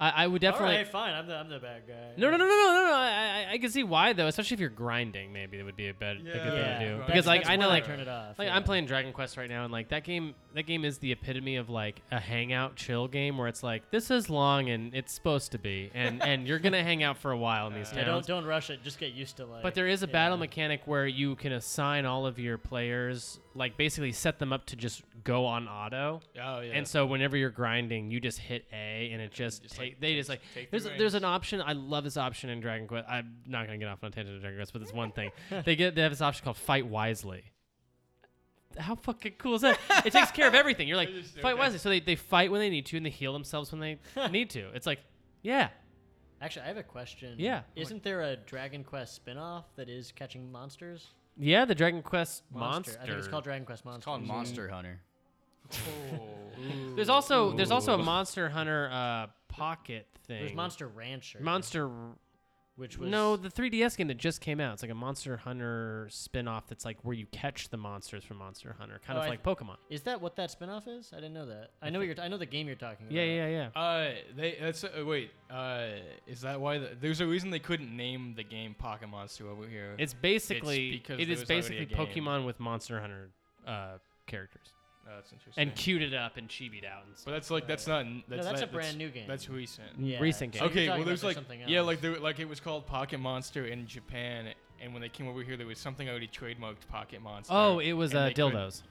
Speaker 4: I, I would definitely.
Speaker 1: All right, fine. I'm the, I'm the bad guy.
Speaker 4: No, no, no, no, no, no, no. I, I, I can see why though, especially if you're grinding. Maybe it would be a bad, a good
Speaker 1: Yeah,
Speaker 4: thing to do. Because
Speaker 2: right. That's-
Speaker 4: like
Speaker 2: that's
Speaker 4: I know
Speaker 2: why I
Speaker 4: like
Speaker 1: turn it off.
Speaker 4: like
Speaker 1: yeah.
Speaker 4: I'm playing Dragon Quest right now, and like that game, that game is the epitome of like a hangout chill game where it's like this is long and it's supposed to be, and and you're gonna hang out for a while in these
Speaker 1: Yeah,
Speaker 4: towns.
Speaker 1: don't don't rush it. Just get used to like.
Speaker 4: But there is a battle
Speaker 1: yeah.
Speaker 4: mechanic where you can assign all of your players, like basically set them up to just go on auto.
Speaker 2: oh yeah.
Speaker 4: And so whenever you're grinding, you just hit A, and it just,
Speaker 2: just,
Speaker 4: take,
Speaker 2: like,
Speaker 4: they
Speaker 2: take-
Speaker 4: just like
Speaker 2: take the
Speaker 4: there's there's an
Speaker 2: reins.
Speaker 4: option. I love this option in Dragon Quest. I'm not gonna get off on a tangent of Dragon Quest, but this one thing they get they have this option called Fight Wisely. How fucking cool is that? It takes care of everything. You're like
Speaker 2: just-
Speaker 4: fight
Speaker 2: okay.
Speaker 4: wisely, so they, they fight when they need to and they heal themselves when they need to. It's like, yeah,
Speaker 1: Actually, I have a question.
Speaker 4: Yeah.
Speaker 1: Isn't there a Dragon Quest spin-off that is catching monsters?
Speaker 4: yeah. The Dragon Quest monster.
Speaker 1: I think it's called Dragon Quest Monster.
Speaker 3: It's called Monster Hunter.
Speaker 4: There's also there's also a Monster Hunter uh, pocket thing.
Speaker 1: There's Monster Rancher.
Speaker 4: Monster
Speaker 1: Which was
Speaker 4: No, the 3DS game that just came out. It's like a Monster Hunter spin-off that's like where you catch the monsters from Monster Hunter, kind
Speaker 1: Oh,
Speaker 4: of
Speaker 1: I-
Speaker 4: like Pokemon.
Speaker 1: Is that what that spin-off is? I didn't know that. I know what you're. T- I know the game you're talking about.
Speaker 4: Yeah, yeah, yeah.
Speaker 2: Uh, they that's uh, wait. Uh, is that why? The, there's a reason they couldn't name the game Pocket Monster over here.
Speaker 4: It's basically
Speaker 2: because
Speaker 4: it
Speaker 2: there
Speaker 4: is
Speaker 2: was
Speaker 4: basically
Speaker 2: already a game.
Speaker 4: Pokemon with Monster Hunter uh, characters
Speaker 2: Oh, that's interesting.
Speaker 4: and cuted up and chibied out and
Speaker 2: but
Speaker 4: stuff.
Speaker 2: that's like that's not n- that's
Speaker 1: that's a
Speaker 2: that-
Speaker 1: brand new game.
Speaker 2: That's recent.
Speaker 1: Yeah.
Speaker 4: Recent
Speaker 1: So
Speaker 4: game.
Speaker 1: you're
Speaker 2: Okay,
Speaker 1: talking
Speaker 2: well,
Speaker 1: about
Speaker 2: there's like
Speaker 1: something
Speaker 2: yeah,
Speaker 1: else.
Speaker 2: like there, like it was called Pocket Monster in Japan, and when they came over here, there was something already trademarked Pocket Monster.
Speaker 4: Oh, it was
Speaker 2: and
Speaker 4: uh,
Speaker 2: they couldn't-
Speaker 4: dildos.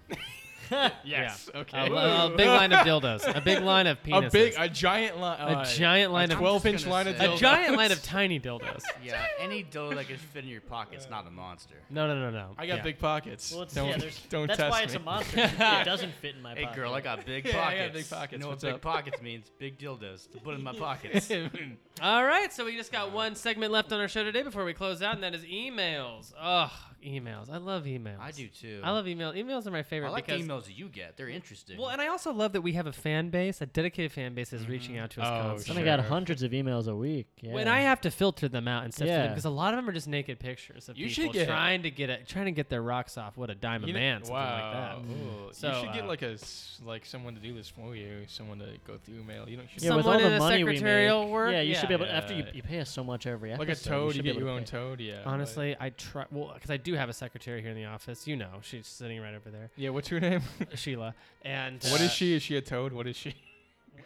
Speaker 2: Yes. Okay.
Speaker 4: A, li- a big line of dildos. A big line of penises.
Speaker 2: a big, a giant line.
Speaker 4: A giant line of
Speaker 2: twelve
Speaker 3: I'm
Speaker 2: inch
Speaker 3: just
Speaker 2: line of
Speaker 3: gonna
Speaker 4: a
Speaker 2: dildos.
Speaker 3: say-
Speaker 4: giant line of tiny dildos.
Speaker 3: Yeah, any dildo that can fit in your pocket's not a monster.
Speaker 4: No, no, no, no.
Speaker 2: I got
Speaker 4: Yeah.
Speaker 2: big pockets.
Speaker 1: Well, it's,
Speaker 2: don't
Speaker 1: yeah, there's,
Speaker 2: don't
Speaker 1: that's
Speaker 2: test
Speaker 1: why
Speaker 2: me.
Speaker 1: it's a monster. it doesn't fit in my
Speaker 3: Hey
Speaker 1: pocket.
Speaker 3: girl, I got big
Speaker 2: Yeah,
Speaker 3: pockets.
Speaker 2: I got big pockets.
Speaker 3: You know what
Speaker 2: What's
Speaker 3: big
Speaker 2: up?
Speaker 3: pockets means? Big dildos to put in my pockets.
Speaker 4: All right, so we just got one segment left on our show today before we close out, and that is emails. Ugh, emails. I love emails.
Speaker 3: I do too.
Speaker 4: I love emails. Emails are my
Speaker 3: I
Speaker 4: favorite
Speaker 3: like the
Speaker 4: because
Speaker 3: emails that you get. They're interesting.
Speaker 4: well, and I also love that we have a fan base, a dedicated fan base, is reaching out to us
Speaker 2: Oh,
Speaker 1: Then
Speaker 4: constantly.
Speaker 1: I got hundreds of emails a week. Yeah.
Speaker 4: When I have to filter them out and sift through them
Speaker 1: Yeah.
Speaker 4: because a lot of them are just naked pictures of
Speaker 2: You should
Speaker 4: people
Speaker 2: get-
Speaker 4: trying to get a, trying to get their rocks off. What a dime a
Speaker 2: You know-
Speaker 4: man, something
Speaker 2: wow.
Speaker 4: like that.
Speaker 2: Ooh,
Speaker 4: So,
Speaker 2: you should get
Speaker 4: uh,
Speaker 2: like a s- like someone to do this for you, someone to go through mail. You don't should
Speaker 1: yeah, with
Speaker 4: someone
Speaker 1: all
Speaker 4: in
Speaker 1: the
Speaker 4: a
Speaker 1: money we
Speaker 4: secretarial
Speaker 1: make,
Speaker 4: work,
Speaker 1: Yeah, you should be able.
Speaker 2: yeah.
Speaker 1: After you, you pay us so much every episode,
Speaker 2: like a
Speaker 1: you
Speaker 2: toad. You,
Speaker 1: should be
Speaker 2: get
Speaker 1: able
Speaker 2: your
Speaker 1: to
Speaker 2: own
Speaker 1: pay.
Speaker 2: toad. Yeah. but-
Speaker 4: Honestly, I try well because I do have a secretary here in the office. You know, she's sitting right over there,
Speaker 2: Yeah. What's her name?
Speaker 4: Sheila. And
Speaker 2: what
Speaker 4: uh,
Speaker 2: is she? Is she a toad? What is she?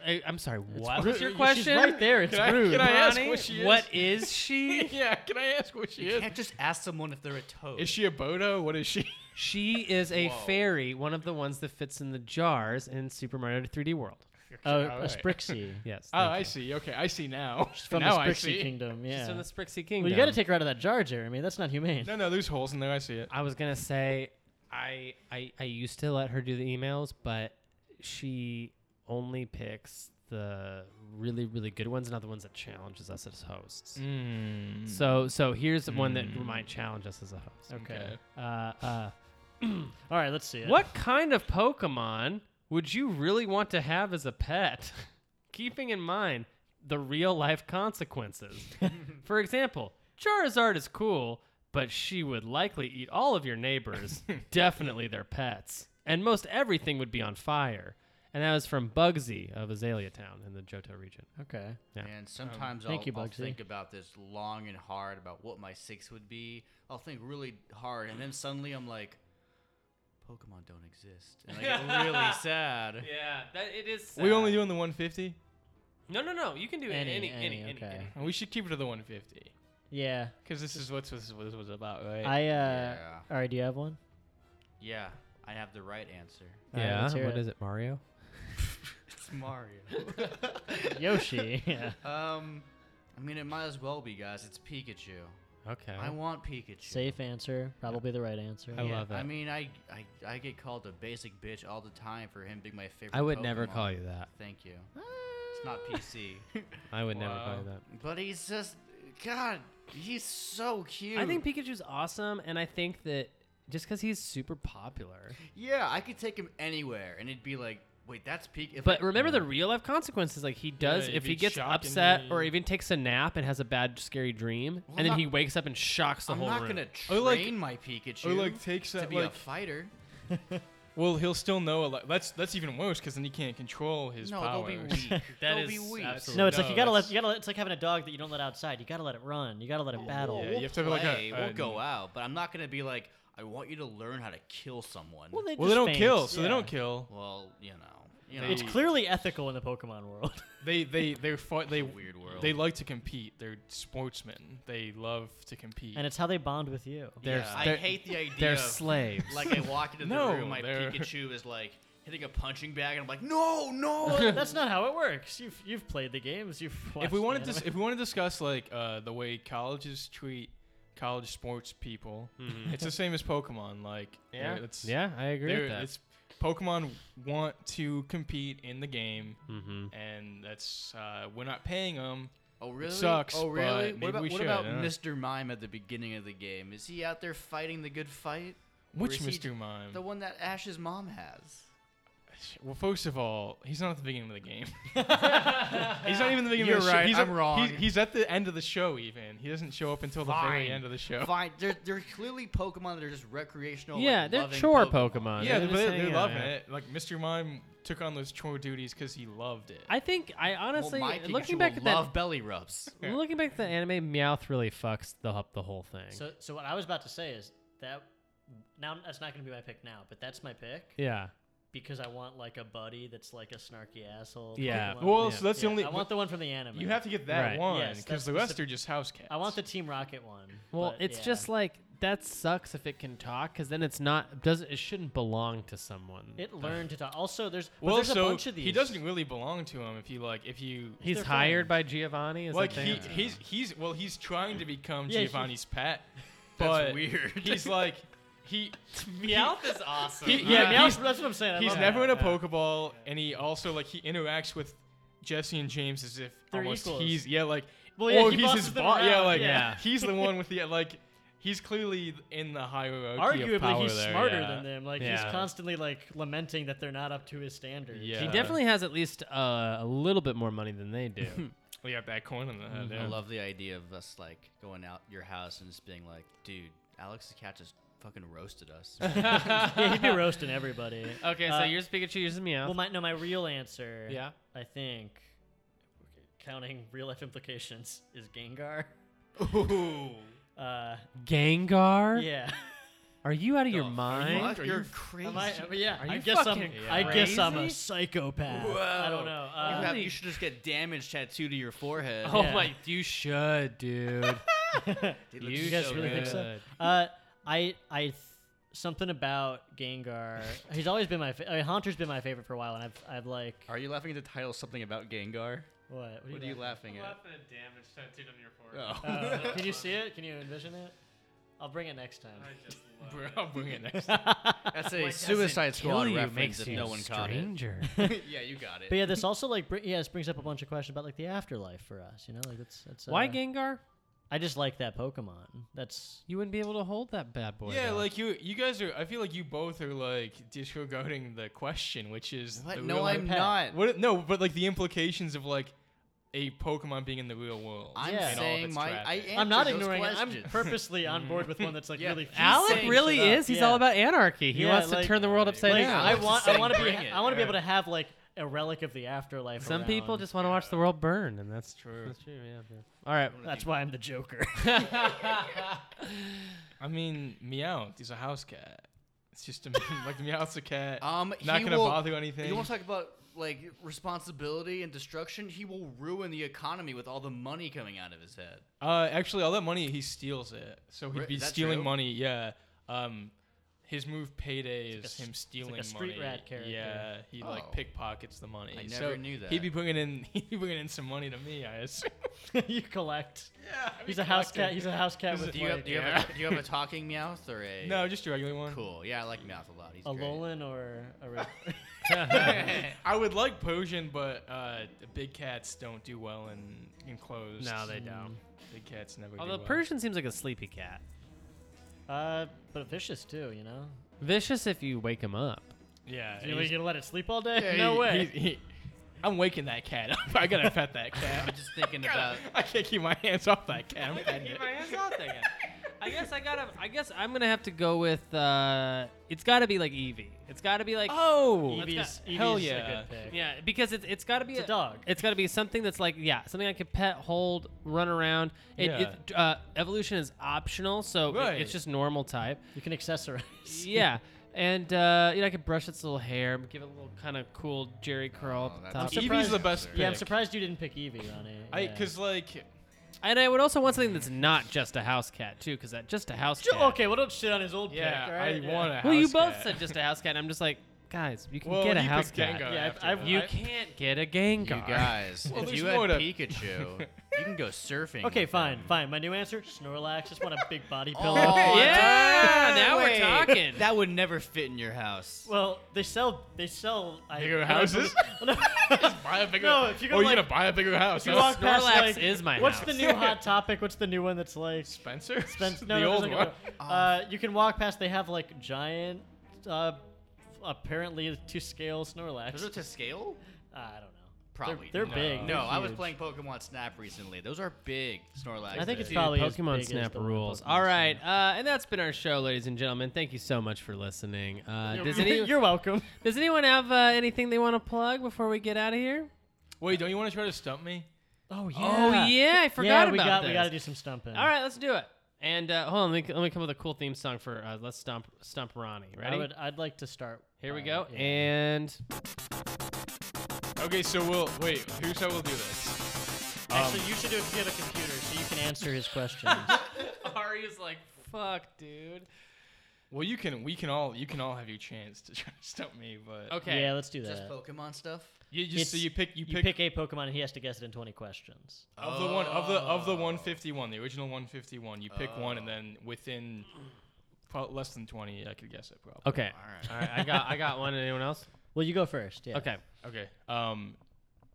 Speaker 4: I, I'm sorry. What
Speaker 1: rude.
Speaker 4: was your
Speaker 1: She's
Speaker 4: question?
Speaker 1: right there, it's
Speaker 4: Can
Speaker 2: I- rude. can I ask
Speaker 4: Ronnie,
Speaker 2: what she is?
Speaker 4: What is she?
Speaker 2: yeah. Can I ask what she
Speaker 3: you
Speaker 2: is?
Speaker 3: can't just ask someone if they're a toad.
Speaker 2: Is she a bodo? What is she?
Speaker 4: she is a
Speaker 3: Whoa.
Speaker 4: fairy, one of the ones that fits in the jars in Super Mario 3D World.
Speaker 1: Oh,
Speaker 2: All
Speaker 1: a
Speaker 2: right.
Speaker 1: Sprixie.
Speaker 4: Yes.
Speaker 2: Oh,
Speaker 4: thank
Speaker 2: I
Speaker 4: you.
Speaker 2: see. Okay, I see now.
Speaker 1: She's from
Speaker 2: now
Speaker 1: the
Speaker 2: I
Speaker 1: Sprixie
Speaker 2: see.
Speaker 1: Kingdom. Yeah.
Speaker 4: She's from the Sprixie Kingdom.
Speaker 1: well, you got to take her out of that jar, Jeremy. That's not humane.
Speaker 2: No, no, there's holes in there. I see it.
Speaker 4: I was gonna say, I, I I used to let her do the emails, but she only picks the really really good ones, not the ones that challenges us as hosts.
Speaker 3: Hmm.
Speaker 2: Mm.
Speaker 4: So so here's the one that might challenge us as a host.
Speaker 1: Okay.
Speaker 4: Uh, uh,
Speaker 1: All right, let's see it.
Speaker 4: What kind of Pokemon would you really want to have as a pet? Keeping in mind the real life consequences. For example, Charizard is cool, but she would likely eat all of your neighbors, definitely their pets, and most everything would be on fire. And that was from Bugsy of Azalea Town in the Johto region.
Speaker 1: Okay.
Speaker 2: Um,
Speaker 3: And sometimes
Speaker 1: Thank
Speaker 3: I'll,
Speaker 1: you,
Speaker 3: I'll
Speaker 1: Bugsy.
Speaker 3: think about this long and hard about what my six would be. I'll think really hard, and then suddenly I'm like, Pokemon don't exist, and I get really sad.
Speaker 4: Yeah, that it is.
Speaker 2: we only doing the 150.
Speaker 4: no, no, no. You can do
Speaker 1: Any,
Speaker 4: any, any, any,
Speaker 1: any,
Speaker 4: any,
Speaker 1: okay.
Speaker 2: And We should keep it to the 150
Speaker 1: Yeah.
Speaker 2: because this is what's- what's- what this was about, right?
Speaker 1: I. uh
Speaker 3: Yeah.
Speaker 1: All right. Do you have one?
Speaker 3: Yeah, I have the right answer.
Speaker 1: All right, let's hear
Speaker 4: what
Speaker 1: it.
Speaker 4: is it, Mario?
Speaker 3: It's Mario.
Speaker 1: Yoshi. Yeah.
Speaker 3: um, I mean, it might as well be, guys. It's Pikachu.
Speaker 4: Okay.
Speaker 3: I want Pikachu.
Speaker 1: Safe answer. Probably the right answer.
Speaker 4: I love
Speaker 3: I
Speaker 4: it.
Speaker 3: mean, I, I I get called a basic bitch all the time for him being my favorite.
Speaker 4: I would never
Speaker 3: Pokemon.
Speaker 4: call you that.
Speaker 3: Thank you.
Speaker 4: Ah.
Speaker 3: It's not PC.
Speaker 4: I would never call
Speaker 2: Wow.
Speaker 4: you that.
Speaker 3: But he's just, God, he's so cute.
Speaker 4: I think Pikachu's awesome, and I think that just because he's super popular.
Speaker 3: yeah, I could take him anywhere, and it'd be like, wait, that's Pikachu. If
Speaker 4: But
Speaker 3: I-
Speaker 4: remember the real life consequences. Like he does,
Speaker 2: Yeah,
Speaker 4: if
Speaker 2: you'd
Speaker 4: he
Speaker 2: be
Speaker 4: gets
Speaker 2: shocked and
Speaker 4: upset or
Speaker 2: you-
Speaker 4: even takes a nap and has a bad, scary dream,
Speaker 3: Well,
Speaker 4: and then
Speaker 3: I'm
Speaker 4: he
Speaker 3: not-
Speaker 4: wakes up and shocks the
Speaker 3: I'm
Speaker 4: whole
Speaker 3: not
Speaker 4: room.
Speaker 3: gonna
Speaker 2: Or
Speaker 3: train
Speaker 2: like-
Speaker 3: my Pikachu.
Speaker 2: or like takes
Speaker 3: to
Speaker 2: that
Speaker 3: be a
Speaker 2: like.
Speaker 3: fighter.
Speaker 2: well, he'll still know a lot. That's that's even worse because then he can't control his
Speaker 3: no,
Speaker 2: powers.
Speaker 3: they'll be weak.
Speaker 4: That
Speaker 3: they'll
Speaker 4: is
Speaker 3: be weak.
Speaker 4: absolutely-
Speaker 1: No, it's like
Speaker 2: No,
Speaker 1: you gotta let
Speaker 2: that's-
Speaker 1: you gotta. Let, it's like having a dog that you don't let outside. You gotta let it run. You gotta let it battle.
Speaker 2: Yeah, you have to
Speaker 3: Play,
Speaker 2: have like a. um,
Speaker 3: we'll
Speaker 2: a-
Speaker 3: go out, but I'm not gonna be like, I want you to learn how to kill someone. Well,
Speaker 1: they,
Speaker 2: Well,
Speaker 1: just
Speaker 2: they don't
Speaker 1: faint.
Speaker 2: kill, so
Speaker 1: Yeah.
Speaker 2: they don't kill.
Speaker 3: you know, you know,
Speaker 1: It's clearly ethical in the Pokemon world.
Speaker 2: They they they fight. They
Speaker 3: weird world.
Speaker 2: They like to compete. They're sportsmen. They love to compete.
Speaker 1: and it's how they bond with you.
Speaker 4: They're-
Speaker 3: Yeah, I
Speaker 4: they're-
Speaker 3: hate the idea.
Speaker 4: They're
Speaker 3: of,
Speaker 4: slaves.
Speaker 3: Like I walk into the
Speaker 2: No,
Speaker 3: room, my
Speaker 2: they're-
Speaker 3: Pikachu is like hitting a punching bag, and I'm like, no, no.
Speaker 1: That's not how it works. You've you've played the games. You've watched
Speaker 2: if we
Speaker 1: the
Speaker 2: want to
Speaker 1: anime.
Speaker 2: dis- if we want to discuss like uh, the way colleges treat college sports people,
Speaker 3: Mm-hmm.
Speaker 2: it's the same as Pokemon. Like
Speaker 4: yeah,
Speaker 2: it's
Speaker 4: yeah, I agree
Speaker 2: they're-
Speaker 4: with that.
Speaker 2: it's Pokemon want to compete in the game,
Speaker 4: mm-hmm.
Speaker 2: and that's uh, we're not paying them.
Speaker 3: oh really?
Speaker 2: sucks,
Speaker 3: Oh really?
Speaker 2: but maybe
Speaker 3: what about,
Speaker 2: we
Speaker 3: what
Speaker 2: should,
Speaker 3: about
Speaker 2: I don't know.
Speaker 3: Mr. Mime at the beginning of the game? Is he out there fighting the good fight? Or
Speaker 2: Which
Speaker 3: is he
Speaker 2: Mr. Mime?
Speaker 3: The one that Ash's mom has.
Speaker 2: well, first of all, he's not at the beginning of the game. he's not even the beginning
Speaker 3: You're
Speaker 2: of the show.
Speaker 3: right,
Speaker 2: He's
Speaker 3: I'm
Speaker 2: at,
Speaker 3: wrong.
Speaker 2: He's, he's at the end of the show. Even he doesn't show up until the very end of the show.
Speaker 3: Fine. They're, they're clearly Pokemon that are just recreational.
Speaker 4: yeah,
Speaker 3: like,
Speaker 4: they're
Speaker 3: loving
Speaker 4: chore
Speaker 3: Pokemon.
Speaker 4: Pokemon.
Speaker 2: Yeah,
Speaker 4: just
Speaker 2: but they're,
Speaker 4: hanging
Speaker 2: they're
Speaker 4: out,
Speaker 2: loving
Speaker 4: yeah.
Speaker 2: it. Like Mr. Mime took on those chore duties because he loved it.
Speaker 4: I think I honestly, uh,
Speaker 3: well, my Pikachu
Speaker 4: looking back
Speaker 3: will
Speaker 4: at
Speaker 3: love
Speaker 4: that,
Speaker 3: belly rubs.
Speaker 4: looking back at the anime, Meowth really fucks the up the whole thing.
Speaker 1: So so what I was about to say is that now that's not gonna be my pick now, but that's my pick
Speaker 4: yeah,
Speaker 1: because I want like a buddy that's like a snarky asshole.
Speaker 4: Yeah.
Speaker 1: Pokemon.
Speaker 2: well,
Speaker 4: yeah.
Speaker 2: so that's
Speaker 1: Yeah,
Speaker 2: the only.
Speaker 1: I want the one from the anime.
Speaker 2: You have to get that
Speaker 4: Right.
Speaker 2: one
Speaker 1: Yes,
Speaker 2: because
Speaker 1: that's
Speaker 2: the rest
Speaker 1: specif-
Speaker 2: are just house cats.
Speaker 1: I want the Team Rocket one.
Speaker 4: Well,
Speaker 1: but
Speaker 4: it's
Speaker 1: yeah.
Speaker 4: just like that sucks if it can talk, because then it's not does it shouldn't belong to someone.
Speaker 1: It learned to talk. Also, there's but
Speaker 2: Well,
Speaker 1: there's a
Speaker 2: so
Speaker 1: bunch of these.
Speaker 2: he doesn't really belong to him if you like if you
Speaker 4: He's
Speaker 1: their
Speaker 4: hired
Speaker 1: friend.
Speaker 4: by Giovanni. Is
Speaker 2: like
Speaker 4: that
Speaker 2: he
Speaker 4: thing?
Speaker 2: he's he's well he's trying to become
Speaker 1: Yeah, he-
Speaker 2: Giovanni's pet, but
Speaker 3: That's weird.
Speaker 2: he's like he
Speaker 4: Meowth is awesome.
Speaker 2: he-
Speaker 1: Yeah,
Speaker 2: yeah,
Speaker 1: now
Speaker 2: he's-
Speaker 1: that's what I'm saying. I
Speaker 2: he's
Speaker 1: love
Speaker 2: never in a
Speaker 1: that.
Speaker 2: Pokeball, and he also like he interacts with Jesse and James as if
Speaker 1: They're
Speaker 2: almost
Speaker 1: equals.
Speaker 2: he's yeah like
Speaker 1: Well, yeah,
Speaker 2: or
Speaker 1: he
Speaker 2: he's
Speaker 1: bosses
Speaker 2: his
Speaker 1: them
Speaker 2: boss yeah
Speaker 1: around,
Speaker 2: like
Speaker 1: yeah.
Speaker 2: he's the one with the like he's clearly in the hierarchy of
Speaker 1: Arguably,
Speaker 2: power
Speaker 1: he's
Speaker 2: there,
Speaker 1: smarter
Speaker 2: yeah.
Speaker 1: than them. Like
Speaker 4: Yeah.
Speaker 1: he's constantly like lamenting that they're not up to his standards.
Speaker 2: Yeah.
Speaker 4: He definitely has at least uh, a little bit more money than they do.
Speaker 2: We got that coin in the head.
Speaker 3: Mm, I
Speaker 2: yeah.
Speaker 3: love the idea of us like going out your house and just being like, dude, Alex the cat just fucking roasted us.
Speaker 1: yeah, he'd be roasting everybody.
Speaker 4: okay, so
Speaker 1: Uh,
Speaker 4: yours Pikachu, yours is Meowth.
Speaker 1: Well, my no, my real answer.
Speaker 4: Yeah.
Speaker 1: I think counting real life implications is Gengar. Uh,
Speaker 4: Gengar?
Speaker 1: yeah.
Speaker 4: Are you out of your
Speaker 3: Fuck,
Speaker 4: mind?
Speaker 3: You're crazy.
Speaker 1: Am I, uh, yeah,
Speaker 4: Are
Speaker 1: I
Speaker 4: you
Speaker 1: guess I'm.
Speaker 4: fucking
Speaker 1: I guess I'm a
Speaker 4: crazy?
Speaker 1: psychopath. I don't know.
Speaker 3: you,
Speaker 1: Uh,
Speaker 3: have- you should just get damage tattooed to your forehead.
Speaker 4: Oh
Speaker 1: Yeah.
Speaker 4: my, you should, dude.
Speaker 3: Dude,
Speaker 4: you
Speaker 3: looks
Speaker 1: you guys
Speaker 3: so
Speaker 1: really
Speaker 3: good.
Speaker 1: think so?
Speaker 4: good.
Speaker 1: Uh, I I th- something about Gengar. He's always been my. Fa- I mean, Haunter's been my favorite for a while, and I've I've like
Speaker 3: Are you laughing at the title something about Gengar?
Speaker 1: what?
Speaker 3: What are you laughing at?
Speaker 4: damage tattooed on your forehead.
Speaker 3: Oh.
Speaker 1: Uh, can you see it? Can you envision it? I'll bring it next time.
Speaker 2: Bro, I'll bring it next.
Speaker 3: That's a Suicide Squad reference if no one caught it.
Speaker 4: stranger.
Speaker 3: yeah, you got it.
Speaker 1: But yeah, this also like br- yeah, this brings up a bunch of questions about like the afterlife for us. You know, like that's that's uh,
Speaker 4: Why Gengar?
Speaker 1: I just like that Pokemon. That's
Speaker 4: You wouldn't be able to hold that bad boy.
Speaker 2: Yeah,
Speaker 4: though.
Speaker 2: like you, you guys are. I feel like you both are like disregarding the question, which is
Speaker 3: What?
Speaker 2: the
Speaker 3: No,
Speaker 2: real-
Speaker 3: I'm
Speaker 1: pet.
Speaker 3: not.
Speaker 2: What? No, but like the implications of like a Pokemon being in the real world.
Speaker 3: I'm
Speaker 1: Yeah.
Speaker 2: and all of
Speaker 3: saying
Speaker 2: its
Speaker 3: my. I
Speaker 2: traffic.
Speaker 1: I'm not
Speaker 3: answered those
Speaker 1: ignoring it. I'm
Speaker 3: questions.
Speaker 1: purposely on board with one that's like
Speaker 3: Yeah.
Speaker 1: really.
Speaker 3: He's
Speaker 1: fucking
Speaker 4: Alec
Speaker 3: saying
Speaker 4: really
Speaker 3: shit up.
Speaker 4: is. He's
Speaker 1: Yeah.
Speaker 4: all about anarchy. He
Speaker 1: Yeah,
Speaker 4: wants
Speaker 1: like-
Speaker 4: to turn the world upside
Speaker 1: Like,
Speaker 4: down.
Speaker 1: I want I want to be
Speaker 3: bring it.
Speaker 1: I want to be able to have like a relic of the afterlife.
Speaker 4: Some people
Speaker 1: around.
Speaker 4: just want to watch the world burn, and that's
Speaker 2: True.
Speaker 4: That's true. Yeah. yeah. All right.
Speaker 1: That's why I'm the Joker.
Speaker 2: I mean, Meowth. He's a house cat. It's just a, like Meowth's a cat.
Speaker 3: Um,
Speaker 2: not
Speaker 3: he
Speaker 2: gonna
Speaker 3: will-
Speaker 2: bother anything.
Speaker 3: You want to talk about like responsibility and destruction? He will ruin the economy with all the money coming out of his head.
Speaker 2: Uh, actually, all that money he steals it. So
Speaker 3: Re-
Speaker 2: he'd be
Speaker 3: is that
Speaker 2: stealing
Speaker 3: true?
Speaker 2: money. Yeah. Um, his move payday
Speaker 1: It's like a
Speaker 2: is
Speaker 1: s-
Speaker 2: him
Speaker 1: it's like
Speaker 2: stealing
Speaker 1: a street
Speaker 2: money.
Speaker 1: rat character.
Speaker 2: Yeah, he
Speaker 3: Oh.
Speaker 2: like pickpockets the money.
Speaker 3: I
Speaker 2: So
Speaker 3: never knew
Speaker 2: He'd
Speaker 3: that.
Speaker 2: be bringing in he'd be bringing in some money to me. I assume.
Speaker 1: you collect.
Speaker 2: yeah.
Speaker 1: He's a house cat. He's a house cat
Speaker 2: This
Speaker 1: with
Speaker 2: is-
Speaker 3: Do you, have,
Speaker 1: like,
Speaker 3: do, you have a, do you have a talking Meowth or a?
Speaker 2: no, just a regular one.
Speaker 3: Cool. Yeah, I like Meowth a lot. He's
Speaker 1: a
Speaker 3: great.
Speaker 1: Lolan or a. Re-
Speaker 2: I would like Persian, but uh, big cats don't do well in enclosed.
Speaker 4: No, they don't.
Speaker 2: Big cats never. do
Speaker 4: Although
Speaker 2: well.
Speaker 4: Persian seems like a sleepy cat.
Speaker 1: uh, but vicious too. You know.
Speaker 4: Vicious if you wake him up.
Speaker 2: Yeah.
Speaker 1: You know, you
Speaker 2: he's-
Speaker 1: gonna let it sleep all day?
Speaker 2: yeah,
Speaker 1: no
Speaker 2: he-
Speaker 1: way.
Speaker 2: he- he- I'm waking that cat up. I gotta pet that cat.
Speaker 3: I'm just thinking about.
Speaker 2: I can't keep my hands off that cat. I'm petting it.
Speaker 4: I guess I gotta. I guess I'm gonna have to go with. uh It's gotta be like Evie. It's gotta be like.
Speaker 2: Oh,
Speaker 1: Eevee's, Eevee's
Speaker 2: hell
Speaker 1: a
Speaker 2: yeah.
Speaker 1: good pick.
Speaker 4: Yeah, because it's it's gotta be
Speaker 1: It's a dog.
Speaker 4: It's got to be something that's like, yeah, something I could pet, hold, run around. It,
Speaker 2: Yeah.
Speaker 4: it, uh, evolution is optional, so it-
Speaker 2: Right.
Speaker 4: it's just normal type.
Speaker 1: You can accessorize.
Speaker 4: yeah. And uh, you know, I could brush its little hair, give it a little kind of cool Jerry curl
Speaker 3: Oh,
Speaker 4: at the
Speaker 3: that's
Speaker 4: top.
Speaker 1: awesome.
Speaker 2: Evie's the best.
Speaker 1: Yeah, I'm
Speaker 2: pick.
Speaker 1: surprised you didn't pick Eevee, Ronnie.
Speaker 2: I
Speaker 1: Yeah.
Speaker 2: because like
Speaker 4: And I would also want something that's not just a house cat too, because that just a house
Speaker 1: Ju-
Speaker 4: cat.
Speaker 1: Okay, well, don't shit on his old pick.
Speaker 2: yeah,
Speaker 1: all right?
Speaker 2: I want a house
Speaker 4: Well, you both
Speaker 2: cat.
Speaker 4: said just a house cat. and I'm just like, guys, you can
Speaker 2: Well,
Speaker 4: get a
Speaker 2: he
Speaker 4: house
Speaker 2: picked
Speaker 4: cat.
Speaker 2: Gengar
Speaker 1: Yeah,
Speaker 2: after
Speaker 1: I've-
Speaker 2: that.
Speaker 4: You can't get a Gengar.
Speaker 3: You guys,
Speaker 2: Well,
Speaker 3: if
Speaker 2: there's
Speaker 3: you
Speaker 2: more
Speaker 3: had
Speaker 2: to-
Speaker 3: Pikachu, you can go surfing.
Speaker 1: Okay,
Speaker 3: with
Speaker 1: fine,
Speaker 3: him.
Speaker 1: fine. My new answer: Snorlax. Just want a big body
Speaker 3: Oh,
Speaker 1: pillow.
Speaker 4: Yeah,
Speaker 3: dude,
Speaker 4: now we're
Speaker 3: wait.
Speaker 4: talking.
Speaker 3: That would never fit in your house.
Speaker 1: Well, they sell. They sell. I,
Speaker 2: Bigger
Speaker 1: I
Speaker 2: houses?
Speaker 1: No,
Speaker 2: buy a bigger.
Speaker 1: No, if you're
Speaker 2: oh,
Speaker 1: gonna, like-
Speaker 2: you're gonna buy a bigger house.
Speaker 1: you
Speaker 2: huh?
Speaker 1: walk past,
Speaker 4: Snorlax
Speaker 1: like,
Speaker 4: is my
Speaker 1: What's
Speaker 4: house.
Speaker 1: the new hot topic? What's the new one that's like?
Speaker 2: Spencer.
Speaker 1: Spence, no,
Speaker 2: the
Speaker 1: no,
Speaker 2: old
Speaker 1: there's
Speaker 2: one.
Speaker 1: like a- Uh, you can walk past. They have like giant, uh, apparently to scale Snorlax.
Speaker 3: Is it to scale?
Speaker 1: Uh, I don't know.
Speaker 3: Probably.
Speaker 1: they're
Speaker 3: not.
Speaker 1: big,
Speaker 3: No,
Speaker 1: they're
Speaker 3: I was
Speaker 1: huge.
Speaker 3: playing Pokemon Snap recently. Those are big Snorlax.
Speaker 1: I think it's
Speaker 3: Dude,
Speaker 1: probably as big
Speaker 4: Pokemon
Speaker 1: as
Speaker 4: Snap
Speaker 1: the one
Speaker 4: rules.
Speaker 1: Pokemon
Speaker 4: All
Speaker 1: Snap.
Speaker 4: right, uh, and that's been our show, ladies and gentlemen. Thank you so much for listening. Uh, does, any,
Speaker 1: You're welcome.
Speaker 4: does anyone have uh, anything they want to plug before we get out of here?
Speaker 2: Wait, don't you want to try to stump me?
Speaker 1: Oh yeah.
Speaker 4: Oh yeah, I forgot
Speaker 1: we
Speaker 4: about
Speaker 1: got
Speaker 4: this.
Speaker 1: we got to do some stumping.
Speaker 4: All right, let's do it. And uh, hold on, let me, let me come up with a cool theme song for uh, let's stomp stump Ronnie. Ready?
Speaker 1: I would. I'd like to start.
Speaker 4: Here we
Speaker 1: by-
Speaker 4: go.
Speaker 1: yeah.
Speaker 4: And
Speaker 2: Okay, so we'll wait. Here's how we'll do this.
Speaker 4: um,
Speaker 1: Actually, you should do it if you have a computer, so you can answer his questions.
Speaker 4: Ari's like, Fuck, dude.
Speaker 2: Well, you can. We can all. You can all have your chance to try to stump me, but
Speaker 4: Okay.
Speaker 1: Yeah, let's do that.
Speaker 3: Just Pokemon stuff.
Speaker 2: you just so
Speaker 1: It's-
Speaker 2: you pick. You
Speaker 1: you,
Speaker 2: pick,
Speaker 1: pick, a Pokemon and he has to guess it in 20 questions.
Speaker 2: of the one of the of
Speaker 1: Oh.
Speaker 2: the 151, the original 151. You pick one, and then within pro- less than 20, I could guess it probably.
Speaker 4: Okay.
Speaker 3: All right.
Speaker 4: All right. I got. I got one. Anyone else?
Speaker 1: Well, you go first. Yeah.
Speaker 4: Okay.
Speaker 2: Okay. Um,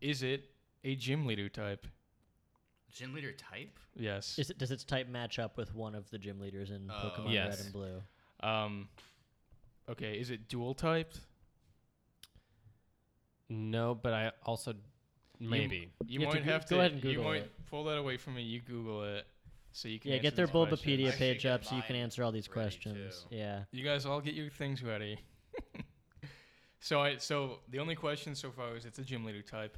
Speaker 2: is it a gym leader type?
Speaker 3: Gym leader type.
Speaker 2: Yes.
Speaker 1: Is it, does its type match up with one of the gym leaders in
Speaker 2: Oh,
Speaker 1: Pokemon
Speaker 4: Yes.
Speaker 1: Red and Blue?
Speaker 2: Um, okay. Is it dual typed?
Speaker 4: No, but I also maybe.
Speaker 2: You,
Speaker 1: You have
Speaker 2: might
Speaker 1: to
Speaker 2: have,
Speaker 1: goo-
Speaker 2: to.
Speaker 1: go ahead and
Speaker 2: you
Speaker 1: Google
Speaker 2: might
Speaker 1: it.
Speaker 2: pull that away from me. You Google it, so you can.
Speaker 1: Yeah,
Speaker 2: answer
Speaker 1: get their
Speaker 2: these questions.
Speaker 1: Bulbapedia
Speaker 3: should
Speaker 1: page
Speaker 3: get
Speaker 1: up so you can
Speaker 3: mine
Speaker 1: answer all these
Speaker 3: ready,
Speaker 1: questions.
Speaker 3: too.
Speaker 1: Yeah.
Speaker 2: You guys all get your things ready. so I so the only question so far is it's a gym leader type.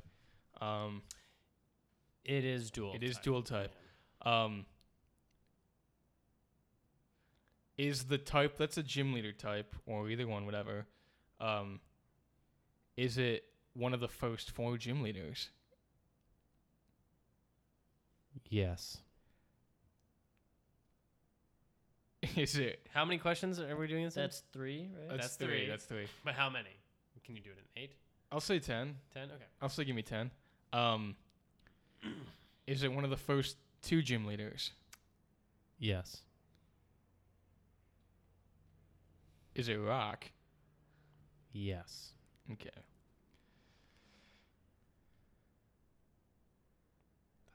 Speaker 2: Um,
Speaker 4: It is dual.
Speaker 2: it is dual type. Um, is the type that's a gym leader type or either one, whatever. Um, is it one of the first four gym leaders?
Speaker 4: Yes.
Speaker 2: is it?
Speaker 4: How many questions are we doing this? in?
Speaker 1: That's three, right?
Speaker 4: That's three.
Speaker 2: That's three.
Speaker 4: But how many? Can you do it in eight,
Speaker 2: I'll say ten.
Speaker 4: ten? Okay.
Speaker 2: I'll say give me ten. Um, is it one of the first two gym leaders?
Speaker 4: Yes.
Speaker 2: Is it Rock?
Speaker 4: Yes.
Speaker 2: Okay.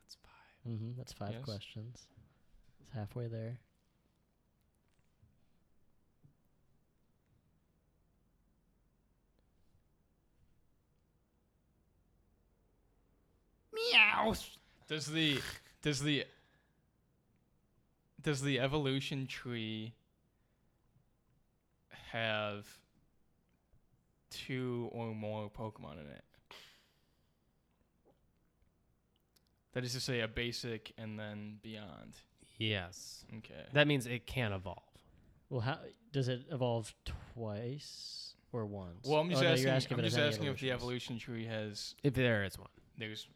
Speaker 4: That's five.
Speaker 1: Mm-hmm, that's five
Speaker 2: Yes.
Speaker 1: questions. It's halfway there.
Speaker 2: Does the does the does the evolution tree have two or more Pokemon in it? That is to say, a basic and then beyond.
Speaker 4: Yes.
Speaker 2: Okay.
Speaker 4: That means it can evolve.
Speaker 1: Well, how does it evolve twice or once?
Speaker 2: Well, I'm just
Speaker 1: Oh, no,
Speaker 2: asking.
Speaker 1: you're asking
Speaker 2: I'm
Speaker 1: if
Speaker 2: just
Speaker 1: there's any
Speaker 2: asking if the
Speaker 1: evolutions.
Speaker 2: evolution tree has
Speaker 4: If there is one.
Speaker 2: there's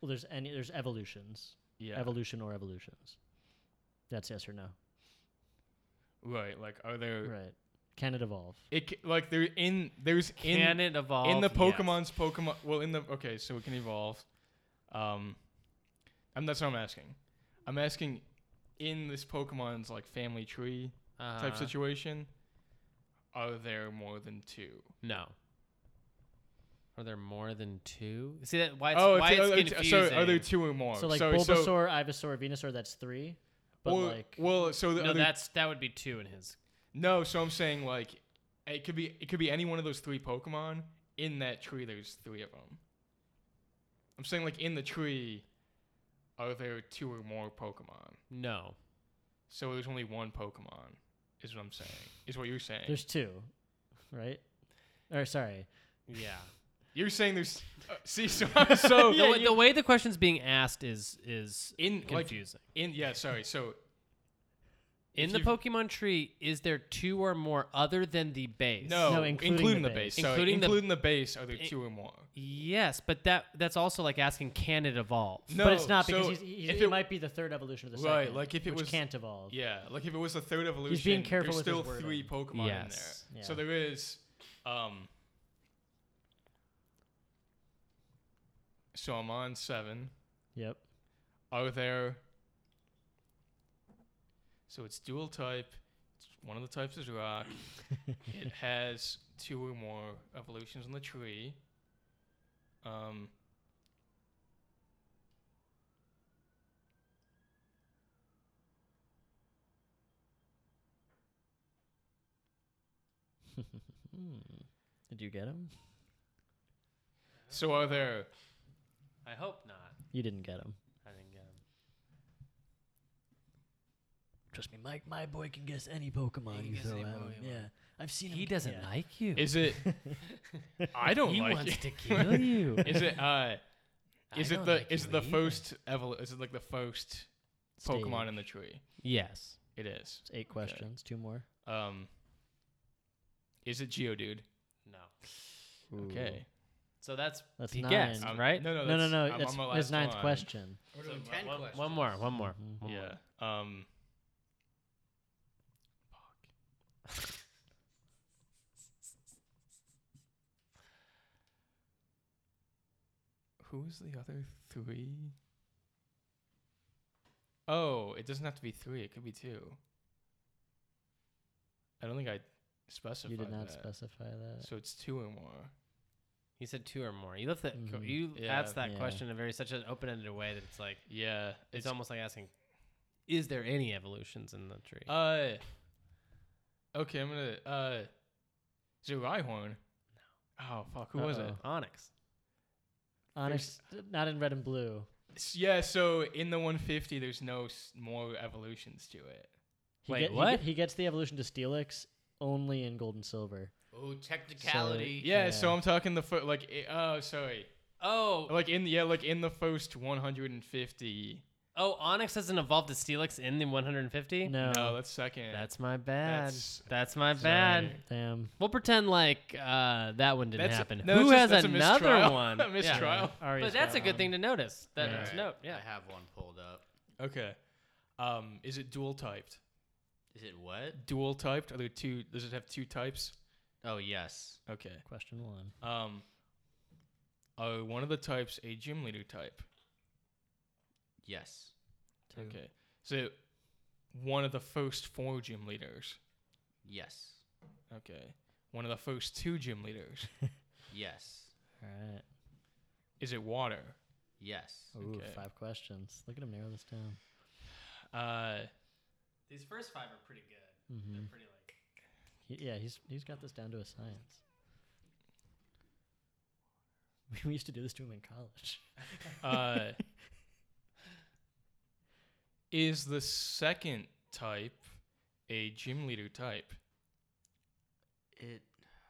Speaker 1: Well, there's any there's evolutions,
Speaker 2: yeah
Speaker 1: evolution or evolutions. That's yes or no,
Speaker 2: right like are there
Speaker 1: right? Can it evolve?
Speaker 2: It c- like there in there's
Speaker 4: Can
Speaker 2: in
Speaker 4: it evolve?
Speaker 2: in the
Speaker 4: Yes.
Speaker 2: Pokemon's Pokemon. Well, in the okay, so it can evolve. Um, and that's what I'm asking. I'm asking in this Pokemon's like family tree type
Speaker 4: Uh-huh.
Speaker 2: situation. Are there more than two?
Speaker 4: No. Are there more than two? See that why it's,
Speaker 2: oh,
Speaker 4: why it's
Speaker 2: it's, oh, it's-
Speaker 4: confusing.
Speaker 2: so are there two or more?
Speaker 1: So like
Speaker 2: so,
Speaker 1: Bulbasaur,
Speaker 2: so,
Speaker 1: Ivysaur, Venusaur, that's three. But
Speaker 2: well,
Speaker 1: like,
Speaker 2: well, so the
Speaker 4: no,
Speaker 2: other,
Speaker 4: that's that would be two in his.
Speaker 2: no. So I'm saying like it could be it could be any one of those three Pokemon in that tree. There's three of them. I'm saying like in the tree, are there two or more Pokemon?
Speaker 4: No.
Speaker 2: So there's only one Pokemon, is what I'm saying. Is what you're saying.
Speaker 1: there's two, right? Or sorry,
Speaker 4: Yeah.
Speaker 2: you're saying there's. Uh, see, so, so
Speaker 4: the, way- the way the question's being asked is is
Speaker 2: in like
Speaker 4: confusing.
Speaker 2: in yeah, sorry. So
Speaker 4: in
Speaker 2: if
Speaker 4: the
Speaker 2: you've-
Speaker 4: Pokemon tree, is there two or more other than the base?
Speaker 2: no,
Speaker 1: No,
Speaker 2: including, the base. Sorry,
Speaker 4: Including
Speaker 2: including,
Speaker 4: the-
Speaker 2: the, base, are there
Speaker 4: i-
Speaker 2: two or more?
Speaker 4: Yes, but that that's also like asking can it evolve?
Speaker 2: No,
Speaker 1: but it's not because
Speaker 2: Oh, so
Speaker 1: he's, he's,
Speaker 2: if
Speaker 1: it,
Speaker 2: it-
Speaker 1: might be the third evolution of the
Speaker 2: Right,
Speaker 1: second.
Speaker 2: like, if it
Speaker 1: which
Speaker 2: was-
Speaker 1: can't evolve.
Speaker 2: Yeah, like if it was the third evolution,
Speaker 1: careful
Speaker 2: there's
Speaker 1: with
Speaker 2: still
Speaker 1: his wording.
Speaker 2: three Pokemon
Speaker 4: Yes.
Speaker 2: in there.
Speaker 1: Yeah.
Speaker 2: So there is, um. So I'm on seven.
Speaker 1: Yep.
Speaker 2: Are there? So it's dual type. It's one of the types is rock. it has two or more evolutions in the tree. Um.
Speaker 1: Did you get him?
Speaker 2: So are there?
Speaker 4: I hope not.
Speaker 1: You didn't get him.
Speaker 4: I um, didn't get him.
Speaker 1: Trust me, Mike, my boy can guess any Pokemon you throw at him. Yeah, I've seen him.
Speaker 4: He doesn't
Speaker 1: yeah.
Speaker 4: like you.
Speaker 2: Is it? I don't
Speaker 4: he
Speaker 2: like
Speaker 4: wants
Speaker 2: it.
Speaker 4: to kill you.
Speaker 2: Is it? Uh,
Speaker 4: I
Speaker 2: is it
Speaker 4: don't
Speaker 2: the?
Speaker 4: like
Speaker 2: is
Speaker 4: you
Speaker 2: it the
Speaker 4: either.
Speaker 2: first evol? Is it like the first Pokemon
Speaker 1: Stage.
Speaker 2: in the tree?
Speaker 4: Yes.
Speaker 2: It is.
Speaker 1: It's eight questions, two more.
Speaker 2: Um. Is it Geodude?
Speaker 4: No.
Speaker 2: Okay.
Speaker 4: So that's
Speaker 1: That's
Speaker 4: he
Speaker 1: nine.
Speaker 4: guessed,
Speaker 1: Um,
Speaker 4: right?
Speaker 2: No, no,
Speaker 1: No, no,
Speaker 2: that's-
Speaker 1: no.
Speaker 2: I'm
Speaker 1: that's
Speaker 2: on my
Speaker 1: his
Speaker 2: last
Speaker 1: ninth
Speaker 2: one.
Speaker 1: question. Mm-hmm.
Speaker 3: So ten
Speaker 4: one,
Speaker 3: questions.
Speaker 4: one more, one more.
Speaker 1: Mhm.
Speaker 4: one more.
Speaker 2: Yeah. Um. Who's the other three? Oh, it doesn't have to be three. It could be two. I don't think I specified.
Speaker 1: you did not
Speaker 2: that.
Speaker 1: specify that.
Speaker 2: So it's two or more.
Speaker 4: He said two or more. You left that. co-
Speaker 1: Mhm.
Speaker 4: You
Speaker 2: Mm-hmm. Yeah.
Speaker 4: asked that
Speaker 1: Yeah.
Speaker 4: question in a very such an open-ended way that it's like
Speaker 2: Yeah,
Speaker 4: it's, almost like asking, is there any evolutions in the tree?
Speaker 2: Uh. Okay, I'm gonna. Uh. Is it Rhyhorn? No. Oh fuck, who was it?
Speaker 1: Uh-oh.
Speaker 4: Onyx.
Speaker 1: Onyx, not in red and blue.
Speaker 2: S- Yeah, so in the 150, there's no s- more evolutions to it.
Speaker 1: He
Speaker 4: Wait,
Speaker 1: get- he
Speaker 4: what?
Speaker 1: get- He, gets the evolution to Steelix only in gold and silver.
Speaker 3: Oh, technicality.
Speaker 2: Yeah, so
Speaker 1: Yeah.
Speaker 2: I'm talking the fir- like. i- Oh, sorry.
Speaker 4: Oh,
Speaker 2: Like in yeah, like in the first 150.
Speaker 4: oh, Onyx doesn't evolve to Steelix in the 150.
Speaker 1: No,
Speaker 2: No, that's second.
Speaker 4: That's my bad. That's,
Speaker 2: That's-
Speaker 4: my bad.
Speaker 2: Sorry.
Speaker 1: damn.
Speaker 4: We'll pretend like uh, that one didn't
Speaker 2: That's-
Speaker 4: happen.
Speaker 2: no,
Speaker 4: Who
Speaker 2: it's just-
Speaker 4: has
Speaker 2: that's a
Speaker 4: another
Speaker 2: mistrial.
Speaker 4: one?
Speaker 2: A mistrial.
Speaker 4: But that's a good thing to notice. That
Speaker 2: Yeah.
Speaker 4: that's
Speaker 3: Alright,
Speaker 4: note. Yeah.
Speaker 3: I have one pulled up.
Speaker 2: Okay. Um, is it dual typed?
Speaker 3: Is it what?
Speaker 2: Dual typed? Are there two? Does it have two types?
Speaker 3: Oh yes.
Speaker 2: Okay.
Speaker 1: Question one.
Speaker 2: Um, are one of the types a gym leader type?
Speaker 3: Yes.
Speaker 1: Two.
Speaker 2: Okay. So one of the first four gym leaders.
Speaker 3: Yes.
Speaker 2: Okay. One of the first two gym leaders.
Speaker 3: Yes.
Speaker 1: All right.
Speaker 2: Is it water?
Speaker 3: Yes.
Speaker 1: Ooh,
Speaker 2: Okay.
Speaker 1: five questions. Look at him narrow this down.
Speaker 2: Uh,
Speaker 4: These first five are pretty good.
Speaker 1: hmm
Speaker 4: Pretty like.
Speaker 1: He, yeah, he's he's got this down to a science. We used to do this to him in college.
Speaker 2: uh, is the second type a gym leader type?
Speaker 3: It.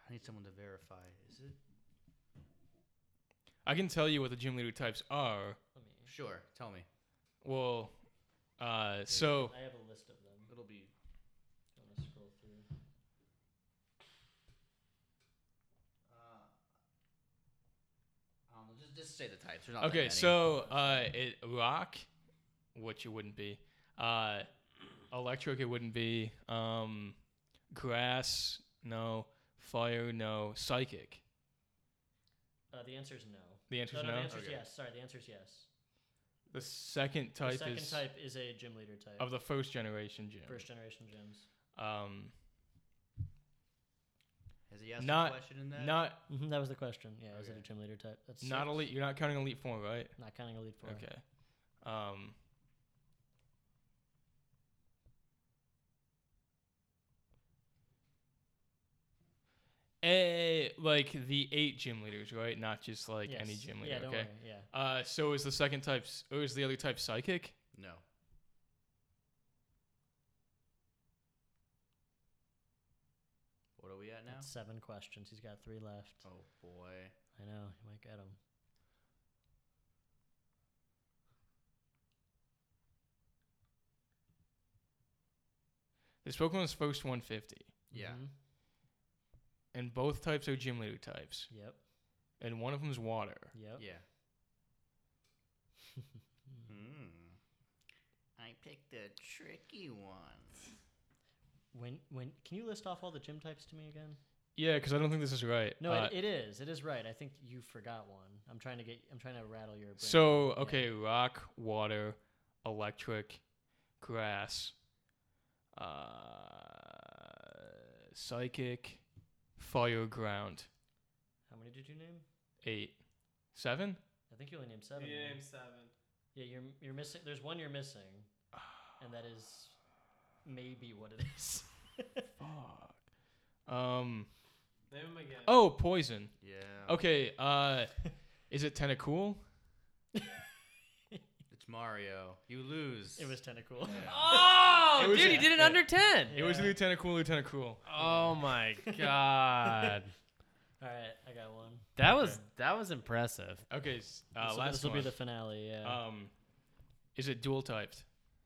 Speaker 3: I need someone to verify. Is it?
Speaker 2: I can tell you what the gym leader types are.
Speaker 3: Sure. Tell me.
Speaker 2: Well, uh, so
Speaker 1: I have a list of them.
Speaker 3: It'll be.
Speaker 1: I'm gonna scroll through.
Speaker 3: Uh, I don't know. Just, just say the types. There's not that
Speaker 2: okay,
Speaker 3: many.
Speaker 2: so uh, it rock, which it wouldn't be. Uh, electric, it wouldn't be. Um, grass, no. Fire, no. Psychic.
Speaker 1: Uh, the answer is no.
Speaker 2: The answer is
Speaker 1: no,
Speaker 2: no.
Speaker 1: no, The answer is
Speaker 3: Okay.
Speaker 1: yes. Sorry, the answer is yes.
Speaker 2: The second type
Speaker 1: the second
Speaker 2: is
Speaker 1: type is a gym leader type.
Speaker 2: of the first generation gym.
Speaker 1: first generation gyms.
Speaker 2: Um,
Speaker 3: Has he asked
Speaker 2: not-
Speaker 3: a question in that?
Speaker 2: not
Speaker 1: hmm that was the question. Yeah, is it
Speaker 3: Okay.
Speaker 1: a gym leader type? That's
Speaker 2: not
Speaker 1: six.
Speaker 2: elite. You're not counting elite four, right?
Speaker 1: Not counting elite four.
Speaker 2: Okay. Um, eh, like the eight gym leaders, right? Not just like any
Speaker 1: Yes.
Speaker 2: gym
Speaker 1: Yeah,
Speaker 2: leader.
Speaker 1: don't
Speaker 2: okay.
Speaker 1: worry. Yeah.
Speaker 2: Uh, so is the second type? s- Oh, is the other type psychic?
Speaker 3: No. What are we at now?
Speaker 1: That's seven questions. He's got three left.
Speaker 3: Oh boy.
Speaker 1: I know. You might get him.
Speaker 2: This Pokemon's first 150,
Speaker 3: Yeah.
Speaker 1: Mhm.
Speaker 2: and both types are gym leader types,
Speaker 1: Yep.
Speaker 2: and one of them's water.
Speaker 1: Yep.
Speaker 3: Yeah. Hmm. I picked the tricky one.
Speaker 1: When when can you list off all the gym types to me again?
Speaker 2: Yeah, because I don't think this is right.
Speaker 1: No,
Speaker 2: Uh,
Speaker 1: it, it is. It is right. I think you forgot one. I'm trying to get. I'm trying to rattle your brain.
Speaker 2: So
Speaker 1: Yeah.
Speaker 2: okay, rock, water, electric, grass, uh, psychic, fire, ground,
Speaker 1: How many did you name?
Speaker 2: eight, seven.
Speaker 1: I think you only named seven. right?
Speaker 4: seven.
Speaker 1: Yeah, you're you're missing. There's one you're missing, and that is maybe what it is.
Speaker 2: Fuck. Um.
Speaker 4: Name them again.
Speaker 2: Oh, poison.
Speaker 3: Yeah.
Speaker 2: Okay. Uh, is it Tentacool?
Speaker 3: It's Mario. You lose.
Speaker 1: it was kind of cool.
Speaker 4: Oh,
Speaker 2: It was-
Speaker 4: dude, he did it
Speaker 2: yeah.
Speaker 4: under ten.
Speaker 2: It was
Speaker 1: Yeah.
Speaker 2: Lieutenant Cool. Lieutenant Cool.
Speaker 4: Oh my god,
Speaker 1: All right, I got one.
Speaker 4: that was that was impressive.
Speaker 2: Okay. s- Uh,
Speaker 1: This'll-
Speaker 2: last
Speaker 1: this'll
Speaker 2: one.
Speaker 1: be the finale. Yeah.
Speaker 2: um, is it dual typed?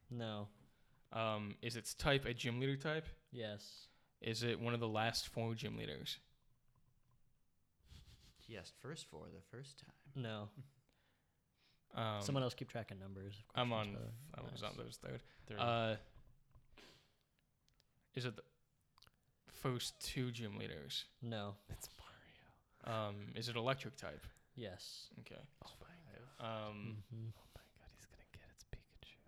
Speaker 1: no.
Speaker 2: Um, is its type a gym leader type?
Speaker 1: Yes.
Speaker 2: Is it one of the last four gym leaders?
Speaker 3: Yes, first for the first time.
Speaker 1: No.
Speaker 2: Um,
Speaker 1: Someone else keep track of numbers. Of
Speaker 2: I'm on.
Speaker 1: questions, by the way.
Speaker 2: I was on
Speaker 1: Nice.
Speaker 2: those third.
Speaker 4: Third.
Speaker 2: Uh, is it the first two gym leaders?
Speaker 1: No.
Speaker 4: it's Mario.
Speaker 2: Um, is it electric type?
Speaker 1: Yes. Mm-hmm.
Speaker 2: Okay.
Speaker 4: Oh my
Speaker 2: Um,
Speaker 4: my god, he's gonna get its Pikachu.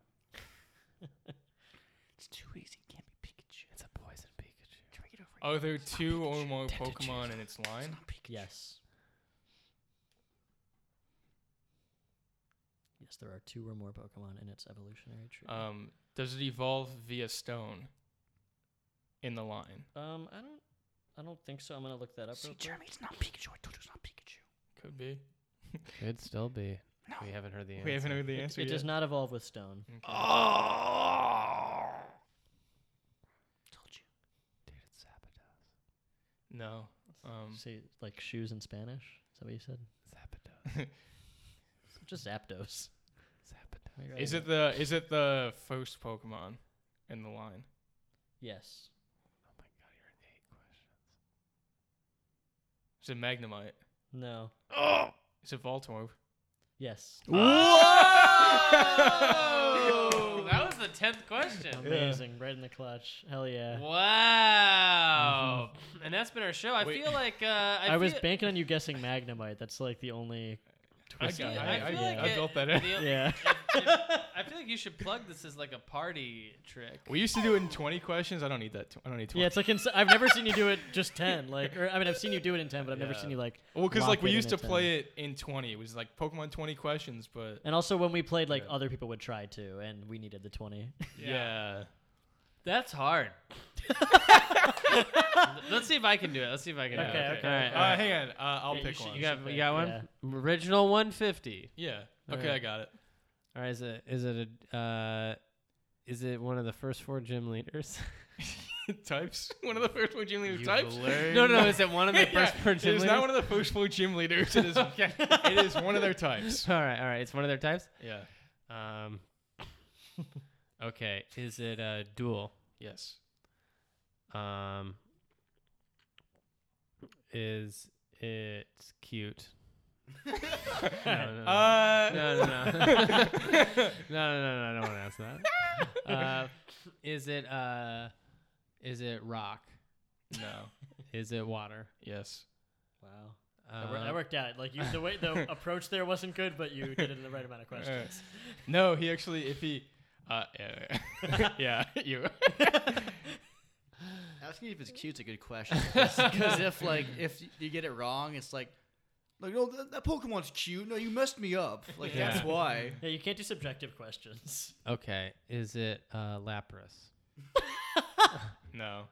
Speaker 5: It's too easy. Can't be Pikachu.
Speaker 4: It's a poison Pikachu.
Speaker 5: Try to get over
Speaker 1: Hmm.
Speaker 2: are there two or more Pokemon in its line?
Speaker 1: Yes. Yes, there are two or more Pokemon in its evolutionary tree.
Speaker 2: Um, does it evolve via stone in the line?
Speaker 1: um, I don't, I don't think so. I'm gonna look that up.
Speaker 5: See,
Speaker 1: real
Speaker 5: Jeremy,
Speaker 1: quick.
Speaker 5: it's not Pikachu. I told you it's not Pikachu.
Speaker 2: Could be.
Speaker 4: Could still be.
Speaker 5: No.
Speaker 4: We haven't heard the answer.
Speaker 2: We haven't heard the
Speaker 1: It,
Speaker 2: answer
Speaker 1: it
Speaker 2: yet.
Speaker 1: does not evolve with stone.
Speaker 2: Mm-hmm.
Speaker 5: Told you.
Speaker 4: Dude, it's Zapdos.
Speaker 2: no. Um,
Speaker 1: See, like shoes in Spanish. Is that what you said?
Speaker 4: Zapdos.
Speaker 1: Just Zapdos.
Speaker 4: Zapdos.
Speaker 1: Am I
Speaker 2: is
Speaker 1: right?
Speaker 2: it the is it the first Pokemon in the line?
Speaker 1: Yes.
Speaker 4: Oh my god, you're an eight question.
Speaker 2: Is it Magnemite?
Speaker 1: No.
Speaker 2: Is it Voltorb?
Speaker 1: Yes.
Speaker 4: Whoa! that was the tenth question.
Speaker 1: Amazing. Right in the clutch. Hell yeah.
Speaker 4: Wow. And that's been our show. I
Speaker 2: Wait.
Speaker 4: feel like uh, Mm-hmm. I,
Speaker 1: I, was
Speaker 4: feel-
Speaker 1: banking on you guessing Magnemite. That's like the only
Speaker 2: I,
Speaker 1: twist I,
Speaker 2: got-
Speaker 1: had.
Speaker 2: I, I,
Speaker 4: feel
Speaker 1: yeah.
Speaker 4: like
Speaker 2: I
Speaker 4: it-
Speaker 2: built that in.
Speaker 4: the-
Speaker 1: yeah.
Speaker 4: I feel like you should plug this as like a party trick.
Speaker 2: We used to do it in 20 questions. I don't need that. Tw- I don't need 20.
Speaker 1: Yeah, it's like ins- I've never seen you do it just ten. Like, or I mean, I've seen you do it in ten, but I've never
Speaker 4: Yeah.
Speaker 1: seen you like.
Speaker 2: well, because like
Speaker 1: lock
Speaker 2: we
Speaker 1: it in
Speaker 2: used to
Speaker 1: at 10.
Speaker 2: play it in 20. It was like Pokemon 20 questions, but
Speaker 1: And also, when we played, like
Speaker 2: Yeah.
Speaker 1: other people would try to, and we needed the twenty.
Speaker 2: yeah.
Speaker 4: That's hard. Let's see if I can do it. Let's see if I can do
Speaker 1: Okay,
Speaker 4: it.
Speaker 1: okay.
Speaker 4: All right.
Speaker 2: Uh,
Speaker 4: all right.
Speaker 2: hang on. Uh, I'll
Speaker 1: you
Speaker 2: pick
Speaker 1: should-
Speaker 2: one.
Speaker 4: you
Speaker 1: got-
Speaker 4: got you got one? Original 150.
Speaker 2: yeah.
Speaker 4: All
Speaker 2: Okay,
Speaker 4: right.
Speaker 2: I got it.
Speaker 4: All right, is it is it a uh, is it one of the first four gym leaders?
Speaker 2: types. One of the first four gym leaders.
Speaker 7: You've
Speaker 2: types.
Speaker 7: learned-
Speaker 4: no, no, no, is it one of the
Speaker 2: Yeah,
Speaker 4: first four
Speaker 2: it
Speaker 4: gym
Speaker 2: is
Speaker 4: leaders?
Speaker 2: not one of the first four gym leaders. It is, it is one of their types.
Speaker 4: all right, all right, it's one of their types.
Speaker 2: Yeah.
Speaker 4: Um, okay, is it a dual?
Speaker 2: Yes.
Speaker 4: Um, is it cute? no, no, no.
Speaker 2: Uh,
Speaker 4: no, no, no. no, no, no, no, I don't want to ask that. Uh, is it uh, is it rock?
Speaker 2: no.
Speaker 4: Is it water?
Speaker 2: Yes.
Speaker 1: Wow, that, wor- that
Speaker 4: Um,
Speaker 1: worked out. Like you, the way the approach there wasn't good, but you did it in the right amount of
Speaker 2: Uh,
Speaker 1: questions.
Speaker 2: no, he actually, if he, uh, yeah, yeah, yeah, you.
Speaker 3: Asking if it's cute's a good question because if like if y- you get it wrong, it's like. Like no, that, that Pokemon's cute. No, you messed me up. Like
Speaker 4: Yeah.
Speaker 3: that's why.
Speaker 1: yeah, you can't do subjective questions.
Speaker 4: Uh, okay, is it uh, Lapras?
Speaker 2: No.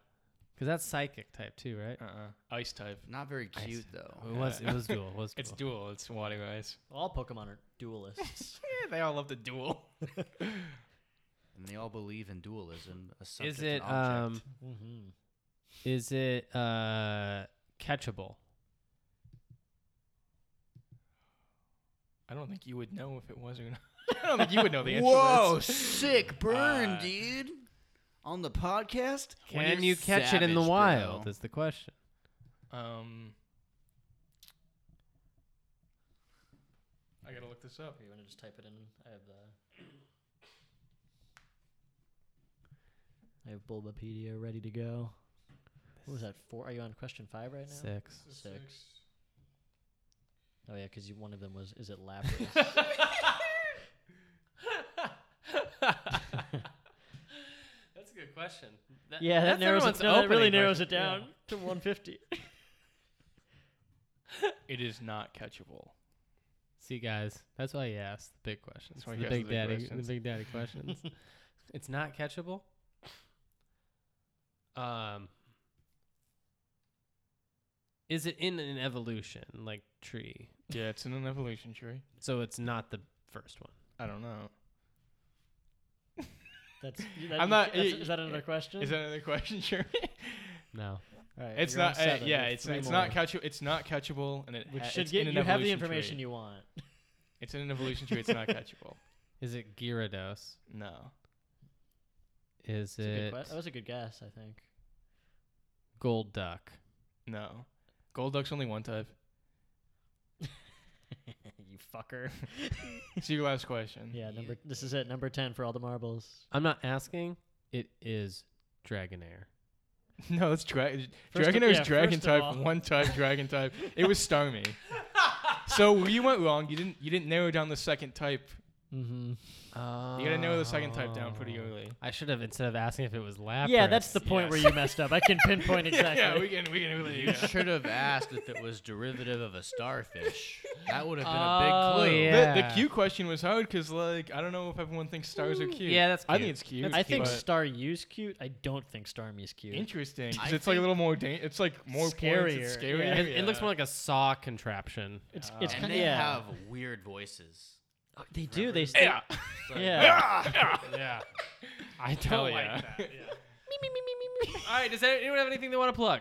Speaker 4: Because that's psychic type too, right?
Speaker 2: Uh. uh Ice type.
Speaker 3: Not very cute though.
Speaker 4: It was it was dual. It was
Speaker 2: It's
Speaker 4: dual.
Speaker 2: dual. It's water ice.
Speaker 1: All Pokemon are duelists.
Speaker 2: Yeah, they all love the duel.
Speaker 3: And they all believe in dualism. A subject
Speaker 4: Is
Speaker 3: and
Speaker 4: it
Speaker 3: object.
Speaker 4: um?
Speaker 1: mm-hmm.
Speaker 4: Is it uh? Catchable?
Speaker 2: I don't think you would know if it was or not. I don't think you would know the answer.
Speaker 3: Whoa,
Speaker 2: To this.
Speaker 3: sick burn,
Speaker 2: Uh,
Speaker 3: dude. On the podcast? When
Speaker 4: Can
Speaker 3: you're
Speaker 4: you catch it in the
Speaker 3: savage,
Speaker 4: wild?
Speaker 3: bro.
Speaker 4: Is the question.
Speaker 2: Um. I gotta look this up.
Speaker 1: You want to just type it in? I have the. I have Bulbapedia ready to go. What was that? Four? Are you on question five right now?
Speaker 4: Six.
Speaker 1: Six. Oh yeah, because one of them was is it Lapras?
Speaker 4: That's a good question.
Speaker 1: yeah, that narrows it. No, that really narrows it down to 150.
Speaker 2: It is not catchable.
Speaker 4: See, guys, that's why you asked the big questions,
Speaker 2: That's why
Speaker 4: the
Speaker 2: you ask
Speaker 4: big,
Speaker 2: the big
Speaker 4: daddy,
Speaker 2: questions.
Speaker 4: the big daddy questions. it's not catchable. Um, is it in an evolution like tree?
Speaker 2: Yeah, it's in an evolution tree.
Speaker 4: So it's not the first one.
Speaker 2: I don't know.
Speaker 1: That's. you- That,
Speaker 2: I'm
Speaker 1: you
Speaker 2: not-
Speaker 1: ca- that's-
Speaker 2: y-
Speaker 1: is that
Speaker 2: y-
Speaker 1: another question?
Speaker 2: Is that another question, Jeremy?
Speaker 4: No.
Speaker 1: All right,
Speaker 2: it's
Speaker 1: you're on
Speaker 2: not. Uh,
Speaker 1: seven. You
Speaker 2: yeah,
Speaker 1: have
Speaker 2: it's
Speaker 1: three
Speaker 2: it's not
Speaker 1: more,
Speaker 2: catch. It's not catchable, and it
Speaker 1: Which
Speaker 2: ha-
Speaker 1: should
Speaker 2: it's
Speaker 1: get
Speaker 2: in an
Speaker 1: you have the information
Speaker 2: evolution tree.
Speaker 1: you want.
Speaker 2: It's in an evolution tree. It's not catchable.
Speaker 4: Is it Gyarados?
Speaker 2: No.
Speaker 4: Is
Speaker 1: That's a good
Speaker 4: it
Speaker 1: que- that was a good guess, I think.
Speaker 4: Gold Duck?
Speaker 2: No. Golduck's only one type.
Speaker 1: you fucker.
Speaker 2: See your last question.
Speaker 1: Yeah, number. This is it. Number ten for all the marbles.
Speaker 4: I'm not asking. It is Dragonair.
Speaker 2: No, it's dra-
Speaker 1: First of-
Speaker 2: Dragonair's
Speaker 1: yeah,
Speaker 2: dragon
Speaker 1: first of
Speaker 2: type.
Speaker 1: all-
Speaker 2: One type dragon type. It was Starmie. so where you went wrong, you didn't you didn't narrow down the second type.
Speaker 1: Mm-hmm.
Speaker 2: You gotta narrow the second type down pretty
Speaker 1: Oh.
Speaker 2: early.
Speaker 4: I should have instead of asking if it was Lapras.
Speaker 1: Yeah, that's the point where you messed up. I can pinpoint
Speaker 2: Yeah,
Speaker 1: exactly.
Speaker 2: yeah, we can we can really. Yeah.
Speaker 3: Should have asked if it was derivative of a starfish. That would have been
Speaker 4: Oh,
Speaker 3: a big clue.
Speaker 4: yeah.
Speaker 2: The, the Q question was hard because like I don't know if everyone thinks stars are cute.
Speaker 4: Yeah, that's
Speaker 2: I
Speaker 4: cute.
Speaker 2: think it's cute.
Speaker 1: I think
Speaker 2: but
Speaker 1: Star U's cute. I don't think Star Me's cute.
Speaker 2: interesting. 'cause
Speaker 3: I
Speaker 2: it's like a
Speaker 3: think-
Speaker 2: little more. Dan- it's like more points. It's
Speaker 1: Scarier, yeah.
Speaker 2: scarier.
Speaker 4: It, it looks
Speaker 2: yeah.
Speaker 4: more like a saw contraption.
Speaker 1: It's it's
Speaker 3: And
Speaker 1: kind of
Speaker 3: they
Speaker 1: yeah.
Speaker 3: have weird voices.
Speaker 1: they do. They
Speaker 2: Yeah.
Speaker 1: yeah. yeah.
Speaker 4: yeah. I don't
Speaker 2: Hell
Speaker 4: like
Speaker 2: yeah.
Speaker 4: that. All right, does anyone have anything they want to plug?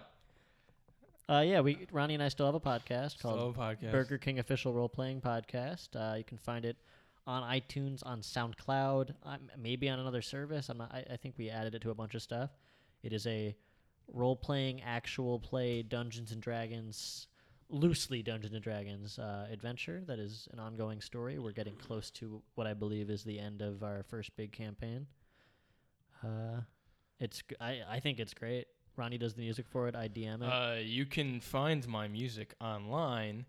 Speaker 1: Uh, yeah. We Ronnie and I still have a podcast called
Speaker 2: Slow podcast.
Speaker 1: Burger King Official Role Playing Podcast. Uh, you can find it on iTunes, on SoundCloud, um, maybe on another service. I'm not, I, I think we added it to a bunch of stuff. It is a role playing, actual play Dungeons and Dragons, loosely Dungeons and Dragons uh, adventure that is an ongoing story. We're getting close to what I believe is the end of our first big campaign. Uh, it's g- I, I think it's great. Ronnie does the music for it. I DM it.
Speaker 2: Uh, you can find my music online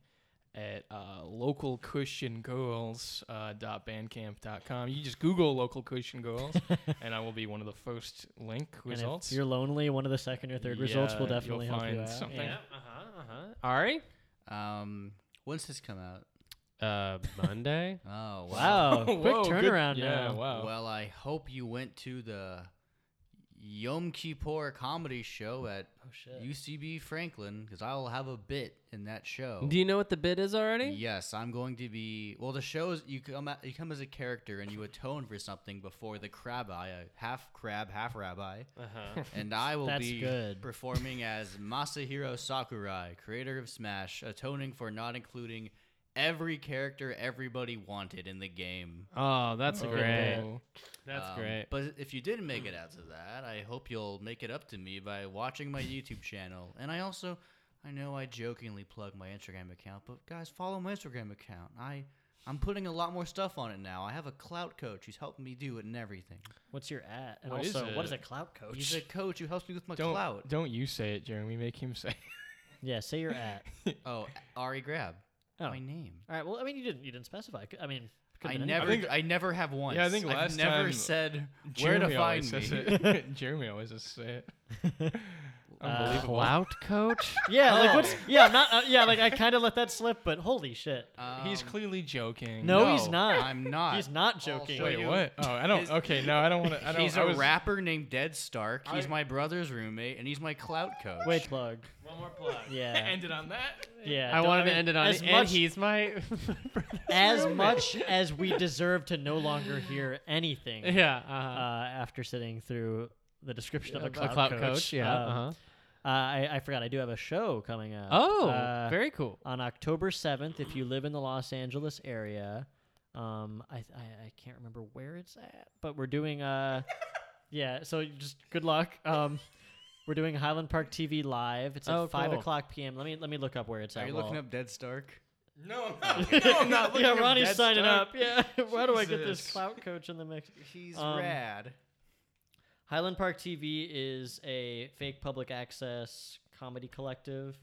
Speaker 2: at uh, localchristiangirls.bandcamp.com. Uh, dot bandcamp .com. you just Google local Christian girls, and I will be one of the first link
Speaker 1: and if
Speaker 2: results.
Speaker 1: you're lonely, one of the second or third results will
Speaker 2: Yeah, you'll
Speaker 1: definitely help you
Speaker 2: find
Speaker 1: out.
Speaker 2: something.
Speaker 4: Uh-huh, uh-huh. Ari?
Speaker 3: Um, when's this come out?
Speaker 4: Uh, Monday?
Speaker 3: Oh, wow.
Speaker 1: Wow, quick
Speaker 2: Whoa, good-
Speaker 1: turnaround
Speaker 2: Yeah,
Speaker 1: now.
Speaker 2: wow.
Speaker 3: Well, I hope you went to the Yom Kippur comedy show at UCB Franklin because I will have a bit in that show.
Speaker 4: Do you know what the bid is already?
Speaker 3: Yes, I'm going to be. Well, the show is you come at, you come as a character and you atone for something before the rabbi, a half crab, half rabbi,
Speaker 4: Uh-huh.
Speaker 3: and I will
Speaker 1: That's
Speaker 3: be
Speaker 1: good.
Speaker 3: performing as Masahiro Sakurai, creator of Smash, atoning for not including every character everybody wanted in the game.
Speaker 4: Oh, that's
Speaker 2: Oh,
Speaker 4: great. That's
Speaker 3: Um,
Speaker 4: great.
Speaker 3: But if you didn't make it out to that, I hope you'll make it up to me by watching my YouTube channel. And I also, I know I jokingly plug my Instagram account, but guys, follow my Instagram account. I, I'm putting a lot more stuff on it now. I have a clout coach who's helping me do it and everything.
Speaker 1: What's your at? And
Speaker 2: What is
Speaker 1: also, what is
Speaker 2: it?
Speaker 1: a clout coach?
Speaker 3: He's a coach who helps me with my
Speaker 2: Don't
Speaker 3: clout.
Speaker 2: don't you say it, Jeremy. Make him say.
Speaker 1: yeah, say your at.
Speaker 3: Oh, Ari Grab,
Speaker 1: Oh.
Speaker 3: my name.
Speaker 1: All right. Well, I mean, you didn't you didn't specify. C- I mean, could've
Speaker 3: I
Speaker 1: been
Speaker 3: never,
Speaker 1: anybody.
Speaker 2: I think-
Speaker 3: I never have once.
Speaker 2: Yeah, I think
Speaker 3: I've
Speaker 2: last
Speaker 3: never
Speaker 2: time
Speaker 3: said where
Speaker 2: Jeremy
Speaker 3: to
Speaker 2: always
Speaker 3: find me.
Speaker 2: says it. Jeremy always says it. Unbelievable.
Speaker 4: Clout coach?
Speaker 1: Yeah, like
Speaker 3: Oh.
Speaker 1: what's yeah, I'm not uh, yeah, like I kind of let that slip, but holy shit.
Speaker 2: He's
Speaker 3: Um,
Speaker 2: clearly joking.
Speaker 1: No, he's not.
Speaker 3: I'm not.
Speaker 1: He's not joking.
Speaker 3: show
Speaker 2: Wait,
Speaker 3: you-
Speaker 2: what? Oh, I don't.
Speaker 3: his-
Speaker 2: okay, no, I don't want to.
Speaker 3: He's
Speaker 2: I
Speaker 3: a
Speaker 2: was,
Speaker 3: rapper named Dead Stark. He's my brother's roommate, and he's my clout coach.
Speaker 1: Wait, plug.
Speaker 4: One more plug.
Speaker 1: Yeah,
Speaker 2: Ended on that.
Speaker 1: yeah.
Speaker 4: I
Speaker 1: don't-
Speaker 4: wanted to
Speaker 1: mean,
Speaker 4: end it on
Speaker 1: as
Speaker 4: and
Speaker 1: much
Speaker 4: he's my
Speaker 1: as much as we deserve to no longer hear anything.
Speaker 4: Yeah,
Speaker 1: Uh,
Speaker 4: uh-huh.
Speaker 1: after sitting through the description of a clout,
Speaker 4: coach, yeah.
Speaker 1: um,
Speaker 4: uh-huh.
Speaker 1: uh, I, I forgot. I do have a show coming up.
Speaker 4: Oh,
Speaker 1: uh,
Speaker 4: very cool.
Speaker 1: on October 7th if you live in the Los Angeles area. Um, I, I I can't remember where it's at, but we're doing uh, yeah. So you just good luck. Um, we're doing Highland Park TV live. It's at
Speaker 4: Oh,
Speaker 1: five
Speaker 4: cool.
Speaker 1: o'clock p.m. Let me let me look up where it's
Speaker 3: Are
Speaker 1: at.
Speaker 3: you
Speaker 1: while-
Speaker 3: looking up Dead Stark?
Speaker 2: No, I'm not. No, I'm not.
Speaker 1: yeah,
Speaker 2: looking up
Speaker 1: Ronnie's
Speaker 2: Dead
Speaker 1: signing
Speaker 2: Star.
Speaker 1: up. Yeah, why do I get this
Speaker 2: Jesus.
Speaker 1: clout coach in the mix?
Speaker 3: He's
Speaker 1: Um,
Speaker 3: rad.
Speaker 1: Highland Park TV is a fake public access comedy collective,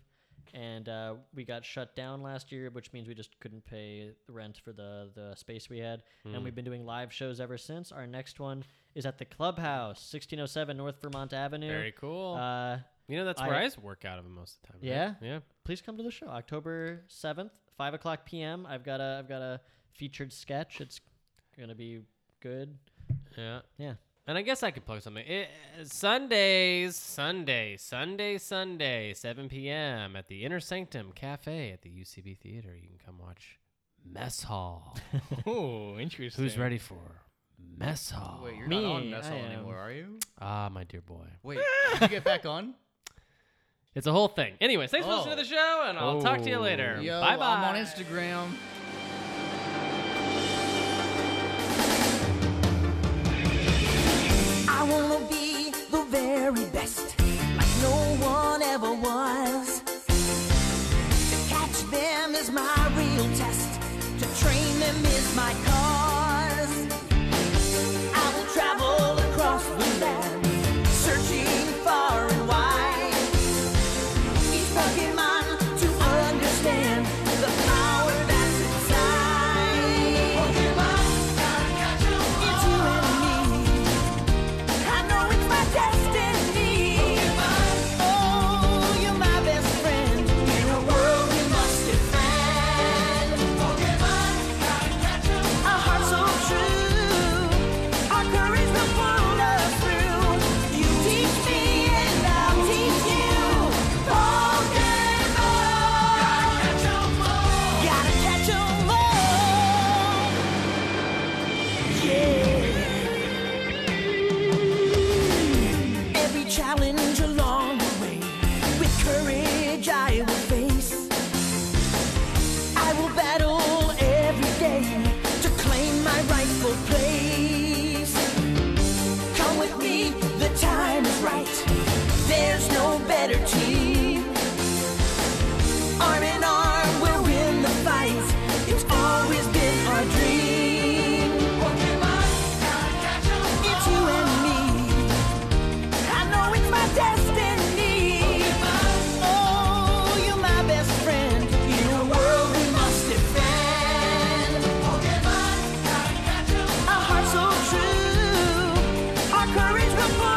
Speaker 1: and uh, we got shut down last year, which means we just couldn't pay the rent for the, the space we had. And we've been doing live shows ever since. Our next one is at the Clubhouse, 1607 North Vermont Avenue.
Speaker 4: Very cool.
Speaker 1: Uh,
Speaker 4: you know, that's
Speaker 1: I-
Speaker 4: where I used to work out of most of the time. right?
Speaker 1: Yeah?
Speaker 4: Yeah.
Speaker 1: please come to the show, October 7th, 5 o'clock p.m. I've got a, I've got a featured sketch. It's going to be good.
Speaker 4: Yeah.
Speaker 1: Yeah.
Speaker 4: And I guess I could plug something. It, Sundays, Sunday, Sunday, Sunday, 7 p.m. at the Inner Sanctum Cafe at the UCB Theater. You can come watch Mess Hall.
Speaker 2: Oh, interesting.
Speaker 4: Who's ready for Mess Hall?
Speaker 3: Wait, you're
Speaker 1: Me,
Speaker 3: not on Nestle
Speaker 1: I am.
Speaker 3: anymore, are you?
Speaker 4: Ah, my dear boy.
Speaker 3: Wait, did you get back on?
Speaker 4: It's a whole thing. Anyways, thanks for listening to
Speaker 3: Oh.
Speaker 4: the show, and I'll talk to you Oh. later.
Speaker 3: Yo,
Speaker 4: bye bye.
Speaker 3: I'm on Instagram.
Speaker 8: I wanna be the very best, like no one ever was. To catch them is my real test, to train them is my cause. I will travel across the land, searching far and wide. Each Pokemon to understand the power that. Oh, Oh,
Speaker 9: challenge along the way. With courage, I will face. I will battle every day to claim my rightful place. Come with me, the time is right. There's no better team. Arm in arm, we'll win the fight. It's always been our dream. It's you and me. I know it's my destiny. Oh, you're my best friend. In a world we must defend. Our hearts so true. Our courage will Oh, Oh,